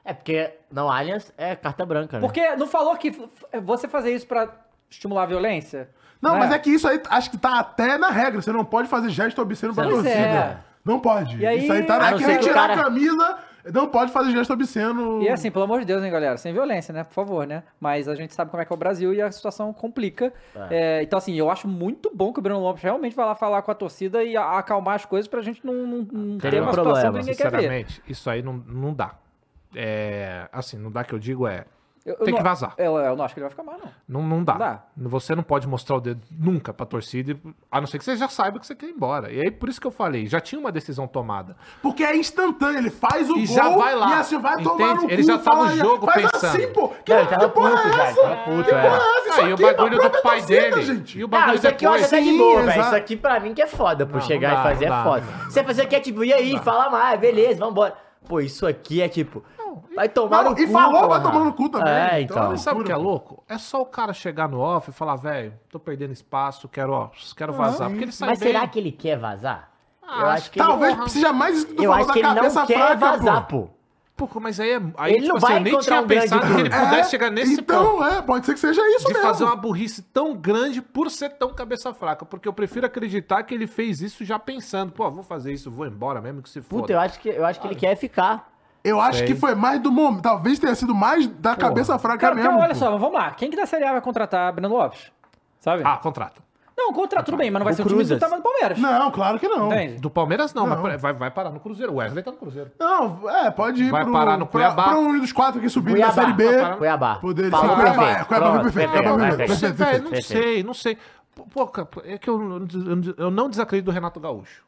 É porque não Allianz é carta branca, né?
Porque não falou que f- f- você fazer isso pra estimular a violência?
Não,
Né?
mas é que isso aí acho que tá até na regra. Você não pode fazer gesto obsceno pra
Pois
torcida.
é.
Não pode.
E aí-
isso aí tá
A
na
não
que
ser
nem
que o
tirar
cara-
a camisa. Não pode fazer gesto obsceno.
E assim, pelo amor de Deus, hein, galera? Sem violência, né? Por favor, né? Mas a gente sabe como é que é o Brasil e a situação complica. É, então, assim, eu acho muito bom que o Bruno Lopes realmente vai lá falar com a torcida e a- acalmar as coisas pra gente não, não, não ter
Teria um
uma situação
problema,
que ninguém quer ver.
Sinceramente, isso aí não, não dá. É. Assim, não dá que eu digo é.
Eu- eu
Tem
não-
que vazar.
Eu, eu não acho que ele vai ficar mal, não.
Não, não dá.
Não dá.
Você não pode mostrar o dedo nunca pra torcida, a não ser que você já saiba que você quer ir embora. E aí, por isso que eu falei, já tinha uma decisão tomada.
Porque é instantâneo, ele faz o
E
gol
já vai lá,
e assim vai tomar
entende?
no
Ele
cu,
já tá no
fala,
jogo
faz
pensando.
assim, pô. Que,
Não, ele
que
tava
porra
puto
é
já,
essa?
ele tava puto,
que
é.
porra é essa? Isso
Aí o
aqui é pra
bagulho do
própria
pai
torcida,
dele.
Gente.
E o
Ah,
bagulho
isso aqui eu acho
depois.
até de
Sim,
boa, velho.
exato.
Isso aqui pra mim que é foda, pô.
Não,
chegar
não dá,
e fazer
não
é
dá,
foda.
não
Você fazer que é tipo, e aí, fala mais, beleza, vambora. Pô, isso aqui é tipo, vai tomar
Não,
no
e
cu,
falou, vai
porra.
tomar no cu também.
É,
Então,
então.
Mas sabe o que é
Loucura, pô.
louco? É só o cara chegar no off e falar, velho, tô perdendo espaço, quero, ó, quero vazar. Porque ele sai
Mas
bem.
será que ele quer vazar? eu
Ah,
acho que
Talvez
ele...
seja mais isso que tu
Eu
falou
acho
da
que ele
cabeça
não quer
fraca,
vazar,
pô.
pô.
Porra, mas aí, é- aí
Ele não
tipo assim,
vai
eu nem
encontrar
tinha
um grande
pensado que ele
grupo.
pudesse chegar nesse
então,
ponto.
é, pode ser que seja isso
de
mesmo.
fazer uma burrice tão grande por ser tão cabeça fraca. Porque eu prefiro acreditar que ele fez isso já pensando, pô, vou fazer isso, vou embora mesmo que se
Puta,
foda.
eu acho que, eu acho que ele quer ficar.
Eu acho
Sei.
que foi mais do momento. Talvez tenha sido mais da cabeça fraca
Cara,
mesmo.
então, olha
pô.
só, mas vamos lá. Quem que da Série A vai contratar Breno Lopes? Sabe?
Ah, contrata.
não, contrata tudo bem, mas não vai
O
ser o time do
Cruzas.
tamanho do Palmeiras.
Não, claro que não.
Entende?
Do Palmeiras não,
Não.
mas vai, vai parar no Cruzeiro. O Wesley tá no Cruzeiro.
Não, é, pode ir
Vai
pro,
parar no
pra,
Cuiabá.
pra um dos quatro que subiram na
Cuiabá.
Série B.
Vai parar
Cuiabá.
Poder-
Falou
Sim, Cuiabá,
perfeito.
é, Cuiabá foi
Pronto,
perfeito, Cuiabá foi
perfeito.
perfeito.
Velho, não
perfeito.
sei, não sei. Pô, cara, é que eu, eu- eu não desacredito do Renato Gaúcho.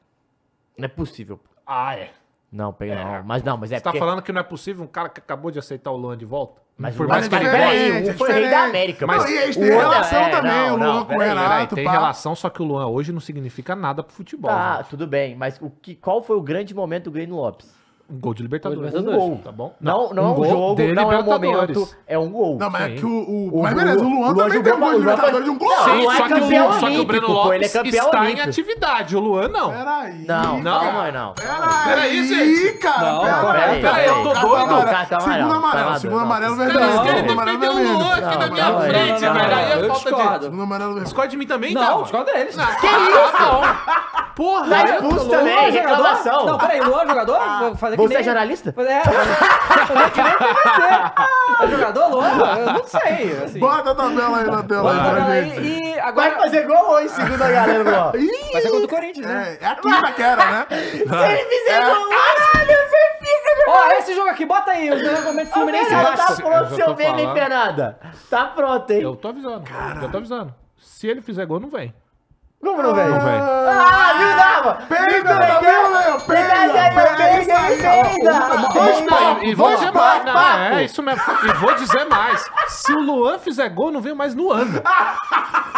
Não é possível. pô.
Ah, é.
Não, pega não. Mas não, mas é
Você tá
porque...
falando que não é possível um cara que acabou de aceitar o Luan de volta?
Mas
Por
o
mais
Luan
que ele
é
goste.
diferente. peraí, um foi rei da América,
mas. Não,
mas
e eles
o
têm
outro-
relação
é,
também,
não,
o Luan
não,
com o
peraí,
Peraí,
Renato.
tem
é pá.
relação, só que o Luan hoje não significa nada pro futebol. né?
Tá,
gente.
tudo bem, mas o que, qual foi o grande momento do Grêmio Lopes?
Um gol de Libertadores.
Um gol.
Tá bom?
Não, não é um
gol de
jogo, não é um
Libertadores.
momento, é um gol.
Não, mas é
Sim.
que o. o- mas beleza, o Luan também
jogou
tem um gol
pra-
de
o Luan foi-
Libertadores de um gol.
Não,
Sim,
o Luan é
só, que
campeão
o, só que o
olímpico,
Breno
pô, ele é
Lopes
campeão
está em
olímpico.
atividade, o Luan não.
Peraí.
Não,
Não,
calma, não.
Peraí,
Peraí, gente.
gente. cara,
Não,
peraí.
peraí,
peraí, eu tô
Cartão
doido.
amarelo.
Cartão
Segundo
amarelo,
amarelo,
tá
segundo
maluco.
amarelo
Cara,
Não,
vermelho.
esse cara
Segundo amarelo
defendeu o
vermelho.
Luan aqui na
Não,
minha
não,
frente,
não,
velho.
não,
Aí é falta
eu
de...
discordo.
Segundo amarelo vermelho.
Discorda de mim também,
Não,
então?
discorda deles.
Que isso? Porra,
Tá
eu tô
expulso
louco. Ah.
também.
Luan é
reclamação.
jogador? Não, peraí, Luan é jogador? Vou fazer que
Você
nem-
é jornalista?
É, fazer que nem você. É jogador, Luan? Eu não sei, assim.
Bota a tabela aí na tela aí
Bota
pra
ela
gente.
aí e
Vai
agora...
fazer gol hoje, segundo a galera do Lopes.
Vai ser contra o Corinthians, né?
É, é aqui na quera, né?
Se ele fizer gol, caralho, você
É.
fica, meu
Ó, esse jogo aqui, bota aí, os dois momentos Fluminense e
Fernanda,
Vasco.
tá
Vasco. Eu
pronto,
já
seu
tô
Vene, hein,
falando.
Fernanda? Tá pronto, hein?
Eu tô avisando, eu tô avisando. Se ele fizer gol, não vem.
Como não vem?
Não vem.
Ah, viu, Dava?
Pega a tabela, meu! Pega! Pega isso aí, ó.
Não, e vou
Dois
dizer mais,
papo,
não,
papo.
é isso mesmo. E vou dizer mais. Se o Luan fizer gol, não vem mais no ano.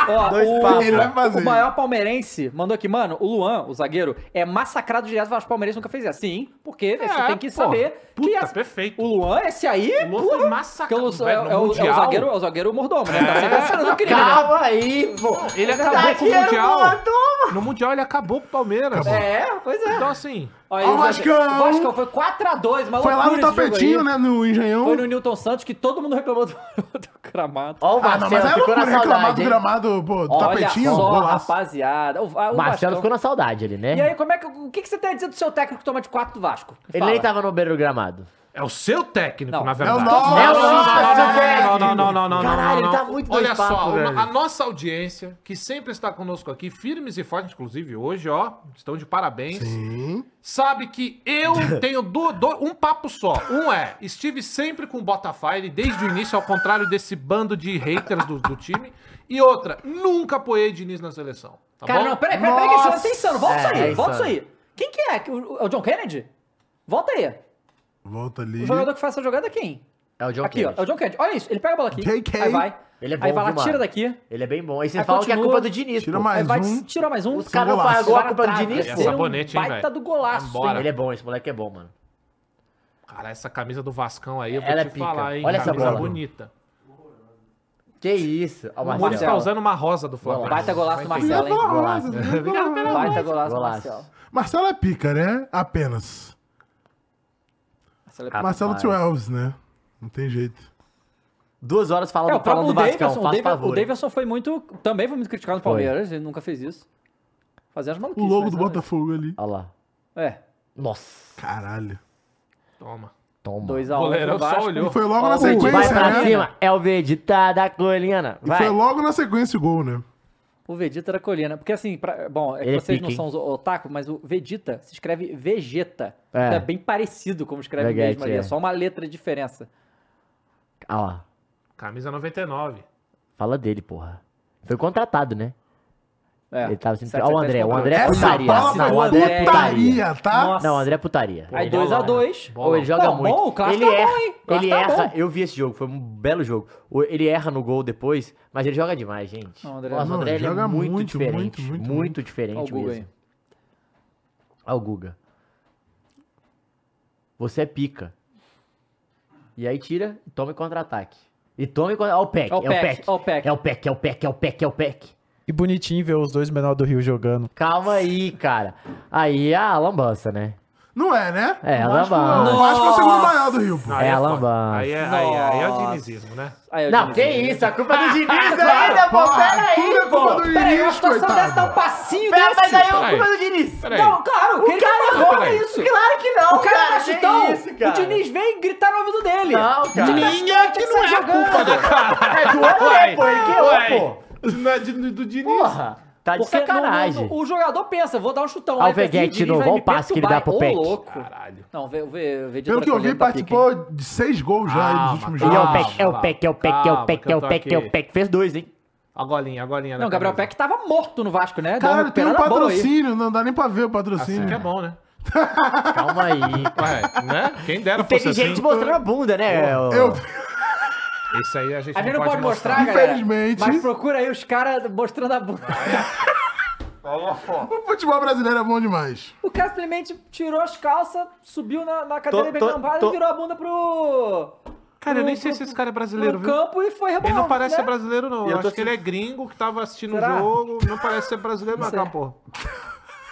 Ó, o,
papos.
Ele vai fazer.
o maior palmeirense mandou aqui, mano, o Luan, o zagueiro, é massacrado direto, mas o palmeirense nunca fez isso. Sim, porque você
É,
tem que
pô.
saber que...
Puta,
essa-
perfeito.
O Luan, esse aí...
O Luan foi
Que é
massacrado,
o, é,
velho,
é
no
o, é o
Mundial. É.
zagueiro, é o zagueiro mordomo, né? Tá sempre pensando no crime, né?
Calma aí, pô.
Ah,
Ele
Tá
acabou com o
Zagueiro,
Mundial.
Luan, toma.
No Mundial ele acabou com o Palmeiras.
É, pois é.
Então assim,
Olha,
Ó,
o
o
Vasco
Vascão!
Vascão foi 4x2, uma
Foi lá no
loucura esse jogo aí.
tapetinho, né? No
Foi
Engenhão.
no Newton Santos que todo mundo reclamou do, do gramado.
Ó o
Ah, não, mas
Marcelo,
é
ficou
loucura
na
reclamar do
saudade, hein?
gramado, pô, do
Olha
tapetinho.
só,
golaço.
rapaziada. O, Va- o
Marcelo
Vascão.
ficou na saudade ali, né?
E aí, como é que, o que, que você tem a dizer do seu técnico que toma de 4 do Vasco?
Ele
Fala.
nem tá- tava no beiro do gramado.
é o seu técnico,
Não,
na
é o
verdade.
nosso
Não, não,
técnico.
não, não, não, não, não, não, não,
Caralho,
não, não.
ele tá muito dois
Olha
papos,
só,
velho.
a nossa audiência, que sempre está conosco aqui, firmes e fortes, inclusive hoje, ó, estão de parabéns.
Sim.
sabe que eu tenho do- do- um papo só. Um é, estive sempre com o Botafogo desde o início, ao contrário desse bando de haters do, do time. E outra, nunca apoiei Diniz na seleção. Tá
Cara,
bom?
não, peraí, peraí, peraí, que isso
Nossa.
é insano. Volta isso
É,
aí,
é
volta isso
insano.
aí. Quem que é? O, é o John Kennedy? Volta aí.
Volta
O
ali. Uhum.
jogador que faz essa jogada é quem?
É o John
Aqui, ó.
Kennedy.
É o John Kennedy. Olha isso, ele pega a bola aqui.
JK.
Aí vai.
Ele é bom,
Aí fala,
viu, mano?
tira daqui.
Ele é bem bom. Aí você
Aí
fala que é
continua,
culpa do Diniz,
tira
pô.
mais
Aí vai,
um.
tira mais um.
Os caras não
golaço.
pagou a culpa do
Agora
Diniz,
tá,
Essa
seria
pô.
um
sabonete, hein,
baita
velho?
do golaço.
Vambora.
Ele é bom, esse moleque é bom, mano.
Cara, essa camisa do Vascão aí, eu vou
Ela
te
é pica.
falar, hein?
Olha essa
camisa
bola.
bonita.
Que isso. Ó, o
O
Marcelo.
Marcos tá usando uma rosa do Flamengo.
Baita golaço do
Vai
Marcelo, hein?
é Golaço, golaço.
Baita golaço, do
Golaço.
Marcelo.
Marcelo é pica, né? Apenas.
Marcelo é
Ah,
Marcelo
Rapaz.
12, né? Não tem jeito.
Duas horas falando,
É, o
falando
próprio
do Vascão,
Davidson, o,
faz
Davi-
favor.
o Davidson foi muito. Também foi muito criticado no
Foi.
Palmeiras, ele nunca fez isso. Fazia as
O
maluquices.
logo
mas
do
não-
Botafogo ali.
Olha lá.
É,
Nossa.
Caralho.
Toma.
Toma.
2x1.
O goleirão só olhou.
Foi logo
Ó,
na
o-
Vai
sequência,
pra
né?
cima, é o Vegeta da Coliana.
E
Vai.
foi logo na sequência o gol, né?
O Vegeta era colina. Porque assim, pra- bom, é que
Ele é
vocês
pica,
não
hein?
são os otaku, mas o Vegeta se escreve Vegeta.
É.
É, bem parecido como escreve
Vegeta,
mesmo ali.
é.
É só uma letra de diferença.
Ah, lá.
Camisa 99.
Fala dele, porra. Foi contratado, né?
É.
Ele tava sendo.
Sete,
Ó, o
sete,
André. O
quatro.
André é
Essa
putaria.
bola
Não,
foi
o André é putaria.
Putaria, tá?
Nossa.
Não, o André é putaria.
Aí
Ele é
2x2.
Ou ele joga
Tá
muito.
bom, o clássico
ele
tá
erra,
bom, hein? O
ele
clássico tá
erra.
bom.
Eu vi esse jogo, foi um belo jogo. O- Ele erra no gol depois, mas ele joga demais, gente.
Não, o André-
Nossa, o
Não,
André
ele
ele é
joga
muito,
muito,
diferente.
muito,
Muito,
muito,
Ó, o
diferente
Guga aí.
mesmo. Olha o Guga. Você é pica. E aí tira e toma em contra-ataque. E toma em contra-ataque. É o PEC, é o PEC. É o PEC, é o PEC, é o PEC, é o PEC.
Que bonitinho ver os dois menores do Rio jogando.
Calma aí, cara. Aí é a lambança, né?
Não é, né?
É,
O Vasco-
Lamba.
O Vasco é o segundo maior do Rio, pô.
Aí
É a
foda.
lambança.
Aí é, aí, é- aí é o
Nossa.
dinizismo, né?
Aí, o
Não,
Diniz.
que isso, a culpa é do Diniz ainda, pô,
Porra, tudo é
peraí,
culpa
pô.
do
Peraí, eu
Diniz,
acho que só deve dar um
coitado.
passinho
Pera-
desse.
Mas aí é a
Peraí.
culpa do Diniz.
Peraí.
Não, claro, o que ele
cara
tá
errou,
falando é
peraí.
isso.
Claro que não,
O cara dá
que
chutão,
isso, cara.
o Diniz vem gritar no ouvido dele.
Não, cara.
Linha que não é a culpa
É do André, pô, ele que
é
errou, pô.
Não é de- do, do Diniz.
Porra, tá de
Porque é
sacanagem.
não- não- o jogador pensa, vou dar um chutão.
Olha o Veguete de novo, olha o passe que ele dá pro Peck.
Peck. louco.
Caralho.
Não, vê, vê, vê
Pelo que eu vi, participou de seis gols já aí
Calma,
nos últimos
E é o
calma.
jogos.
Peck, é o Peck, é o Peck, é o
Calma,
Peck,
que
é
eu
o
tô
Peck, é o
aqui.
Peck. Fez dois, hein?
A golinha, a golinha.
Não,
da
Gabriel
camisa.
Peck tava morto no Vasco, né? Deu uma
Cara, tem um
recuperada boa aí.
patrocínio, não dá nem pra ver o
Assim
patrocínio.
que é bom, né?
Calma aí.
Ué, né? Quem dera fosse
Teve
assim.
gente mostrando a bunda, né? o-
Eu
Isso aí a gente
A gente não pode mostrar, galera.
Infelizmente.
Mas procura aí os caras mostrando a bunda.
o futebol brasileiro é bom demais.
O cara simplesmente tirou as calças, subiu na, na cadeira
Tô-
bem
tô-
gambada
tô-
e virou a bunda pro.
Cara, eu nem
pro-
sei se esse cara é
pro
brasileiro, viu?
campo e foi rebolando.
Ele não parece
né?
ser brasileiro, não.
Eu
Eu
tô
acho que ele é gringo que tava assistindo o
Será? é.
jogo. Não parece ser brasileiro, não,
Não sei.
aquela porra.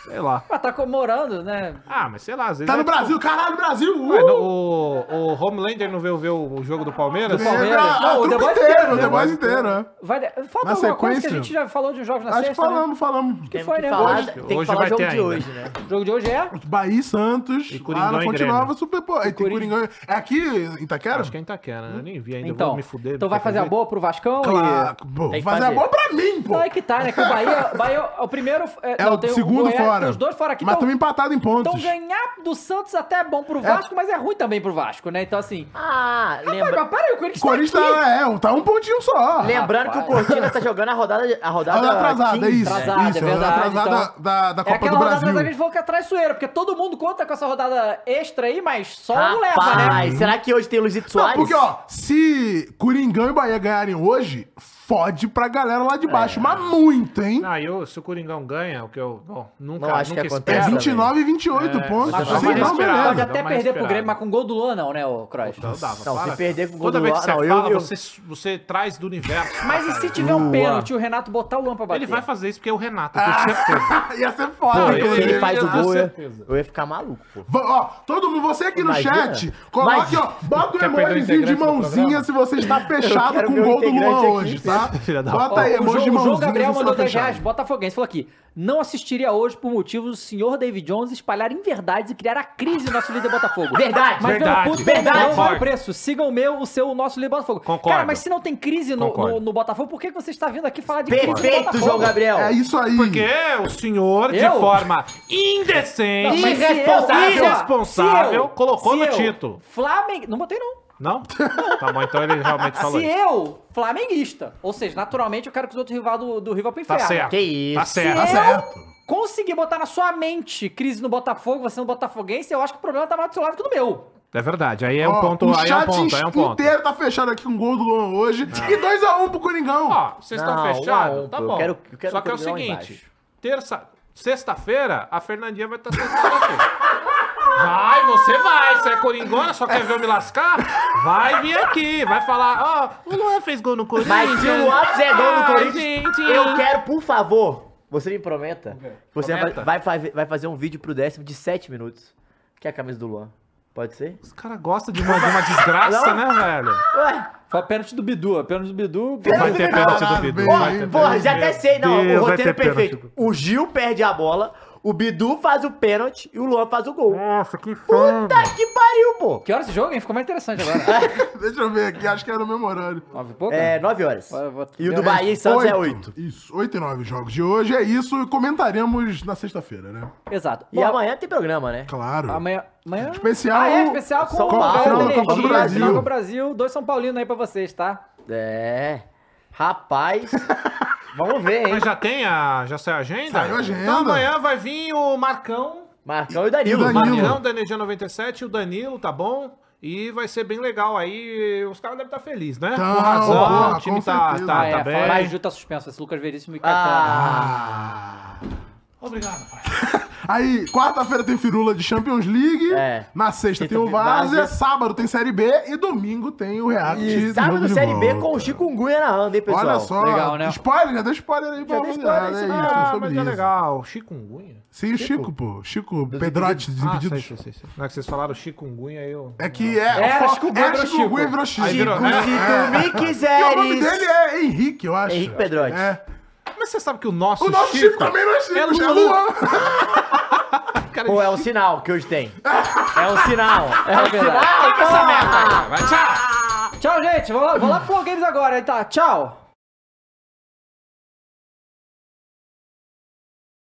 Sei lá.
Mas tá comemorando, né?
Ah, mas sei lá, às vezes.
Tá
é
no Brasil, caralho, Brasil! Uh!
Ué, não, o, o Homelander não veio ver o, o jogo do Palmeiras?
Do Palmeiras.
Lembra a
Não, o
trupe
The Boys
inteira,
inteiro,
é o The
The
Boys inteiro, é.
Vai de- Falta
Na
alguma coisa que a
sequência-
gente já falou de jogos na
Acho que
sexta. né?
falamos, falamos.
Que
Temos
foi,
que
né?
falar-
Hoje-
Tem que
hoje
falar
vai
o jogo
ter
de
ainda.
hoje, né?
O jogo de hoje é.
Bahia e Santos,
E Coringão
lá na
e
Fonte
Grêmio.
Nova, super... Pô, aí tem
Coringão.
Coringão... É aqui em Itaquera?
Acho que é em Itaquera, né? Eu nem vi ainda. eu
Então,
vou me fuder.
então vai
de
fazer a
qualquer
boa pro Vascão
Claro,
e.
pô,
Tem que
fazer é
fazer.
bom pra mim, pô.
Não, é que tá, né? Que o Bahia, o Bahia é o primeiro.
É
não,
o
tem
segundo
Goiás,
fora.
tem Os dois fora aqui
mas
então,
estamos empatados em
então
pontos.
ganhar do Santos até é bom pro Vasco, mas é ruim também pro Vasco, né? Então assim.
Ah,
Mas,
lembra...
mas pera aí, o Corinthians
O Corinthians
tá aqui.
tá, é, um- tá um pontinho só. Lembra?
Lembrando que o Cortina tá jogando a rodada, a rodada
atrasada, é
15,
isso.
né?
Atrasada,
isso,
é verdade,
atrasada
então.
da, da
É
Copa
aquela
do
rodada atrás
Brasil.
que eles vão que é traiçoeira, porque todo mundo conta com essa rodada extra aí, mas só não leva, né?
Rapaz, será que hoje tem Luizito
Não,
Soares?
porque, ó, se Coringão e Bahia ganharem hoje, fode pra galera lá de baixo. Mas muito, hein?
Ah, eu, se o Coringão ganha, o que eu bom, nunca,
Não acho que
nunca
acontece.
É
espero.
29 e 28
É,
pontos.
mas
Mas
Sim,
vai
não,
respirar.
Pode
beleza.
dá
até
uma
perder pro
esperada.
Grêmio, mas com gol do Luan não, um né, ô Kroos?
Não dava,
Não,
para.
se perder com o gol
Toda
do
vez que
Luan-
você
não, eu-
fala,
eu-
Você, você traz do universo.
Mas e se tiver um Ah! pênalti e o Renato botar o Luan pra bater?
Ele vai fazer isso porque é o Renato, eu tenho certeza.
Ia ser foda.
Pô,
inclusive.
se ele faz o
eu tenho
gol, eu,
certeza.
eu ia ficar maluco, pô.
Va- Ó, todo mundo, você aqui no
Imagina.
chat, coloque,
Imagina.
ó, bota o
Quer perder o
emojizinho de
integrante do
mãozinha
programa?
se você está fechado
quero
com
ver
o
o
gol do
integrante
Luan
aqui.
hoje, tá?
Filha da
Bota
Ó,
aí,
o João,
emoji de
o João
mãozinha
Gabriel
se você
mandou
está
10 reais,
fechado.
Botafoguense, falou aqui. Não assistiria hoje por motivo do senhor David Jones espalhar inverdades e criar a crise no nosso líder Botafogo.
Verdade,
mas
verdade,
pelo puto,
verdade.
não vale o
Concordo.
preço. Sigam o meu, o seu, o nosso líder Botafogo.
Concordo.
Cara, mas se não tem crise no,
Concordo.
no- no Botafogo, por que que você está vindo aqui falar de crise no
Perfeito,
Botafogo?
João Gabriel.
É isso aí.
Porque o senhor, de
Eu?
forma indecente,
mas se eu-
Irresponsável.
se eu-
Irresponsável,
se eu-
colocou
É se
no
eu-
título.
Flamengo. Não botei, não.
Não? Tá bom, então ele realmente falou
se
isso.
eu, flamenguista, ou seja, naturalmente eu quero que os outros rivais do, do rival pro
Tá
inferno.
certo.
Que isso.
Tá certo.
Se
Tá
eu
certo.
é um conseguir botar na sua mente crise no Botafogo, você no botafoguense, eu acho que o problema tá mais do seu lado que do meu.
É verdade. Aí é
Ó,
um ponto,
o
aí é um
chat
ponto, aí é um ponto. É.
inteiro tá fechado aqui com o gol do Luan hoje. E 2x1 pro Coringão.
Ó, vocês
Não,
estão
um a
fechados?
um,
tá
pô. Eu
bom.
quero- eu quero
Só que é o
Coringão
seguinte:
embaixo.
terça, sexta-feira, a Fernandinha vai estar sentando aqui. Vai, você vai. Você é coringona, só quer ver eu me lascar? Vai vir aqui, vai falar, ó, o Luan fez gol no Corinthians.
Mas se o Luan fizer gol no
Ai,
Corinthians,
gente.
eu quero, por favor, você me prometa que você vai-
Prometa.
Vai, fa- vai fazer um vídeo pro décimo de 7 minutos, que é a camisa do Luan. Pode ser?
Os caras gostam de uma, de uma desgraça,
Não.
né, velho?
Ué,
Foi a pênalti do Bidu, a pênalti do Bidu.
Vai ter pênalti do Bidu.
Ó,
vai ter
porra,
pênalti.
já até sei, não.
Deus,
o
vai ter
roteiro
pênalti.
perfeito. O Gil perde a bola, o Bidu faz o pênalti e o Luan faz o gol.
Nossa, que foda.
Puta que pariu, pô!
Que hora esse jogo, hein? Ficou mais interessante agora.
Deixa eu ver aqui, acho que era o mesmo horário.
Nove e pouco? né?
É, 9 horas.
Vai, né? vai.
E o do Bahia e Santos é 8.
Isso, 8 e 9 jogos de hoje. É isso, e comentaremos na sexta-feira, né?
Exato.
E
Bom,
amanhã tem programa, né?
Claro.
Amanhã. amanhã...
Especial-
Ah, é, especial com
São
o
Paulo,
Galera da
Copa do
Energia,
Brasil.
Final do Brasil. Dois São Paulinos aí pra vocês, tá?
É. Rapaz. Vamos ver, hein?
Mas já tem a. Já saiu a agenda?
Saiu a agenda.
Então amanhã vai vir o Marcão.
Marcão e Danilo.
E o Danilo.
Marcão da Energia 97, o Danilo, tá bom? E vai ser bem legal aí. Os caras devem estar felizes, né?
Tá,
com razão,
porra,
o time
com
tá,
certeza.
tá,
é,
tá
fala- Ah, o
bem.
Ju tá suspenso, esse Lucas Veríssimo e Caetano.
Ah.
Obrigado, pai.
Aí, quarta-feira tem firula de Champions League.
É.
Na sexta
Sexta
tem o
tem
Várzea.
Várzea.
Sábado tem Série B. E domingo tem o React.
E
do
sábado
jogo de
Série B
volta.
com o Chikungunya na anda, hein, pessoal?
Olha só.
Legal, né?
Spoiler, já deu spoiler aí pra
deu spoiler,
olhar, né?
isso
Isso,
mesmo.
é
Ah,
sobre
mas
isso.
é legal. Chikungunya?
Sim, o Chico, pô. Chico Pedrotti,
Desimpedido. Ah,
desimpedido.
sei, sei, sei. Não é que vocês falaram chikungunya, aí eu...
É que é.
Era
fo-
Chico Gui,
era
virou Chico.
Gui, virou Chico.
Aí virou-
Chico.
É.
Se tu me
E o nome
quiseres.
dele é Henrique, eu acho.
Henrique Pedrotti.
É.
Mas você sabe que o nosso
O nosso Chico, também não é Chico,
É
é
Luan.
Luan.
Cara,
Pô, é um sinal que hoje tem. É um sinal. É um
É verdade.
sinal.
Vai, tchau!
Tchau, gente. Vamos lá, vamos lá pro Flow Games agora. Tá, tchau.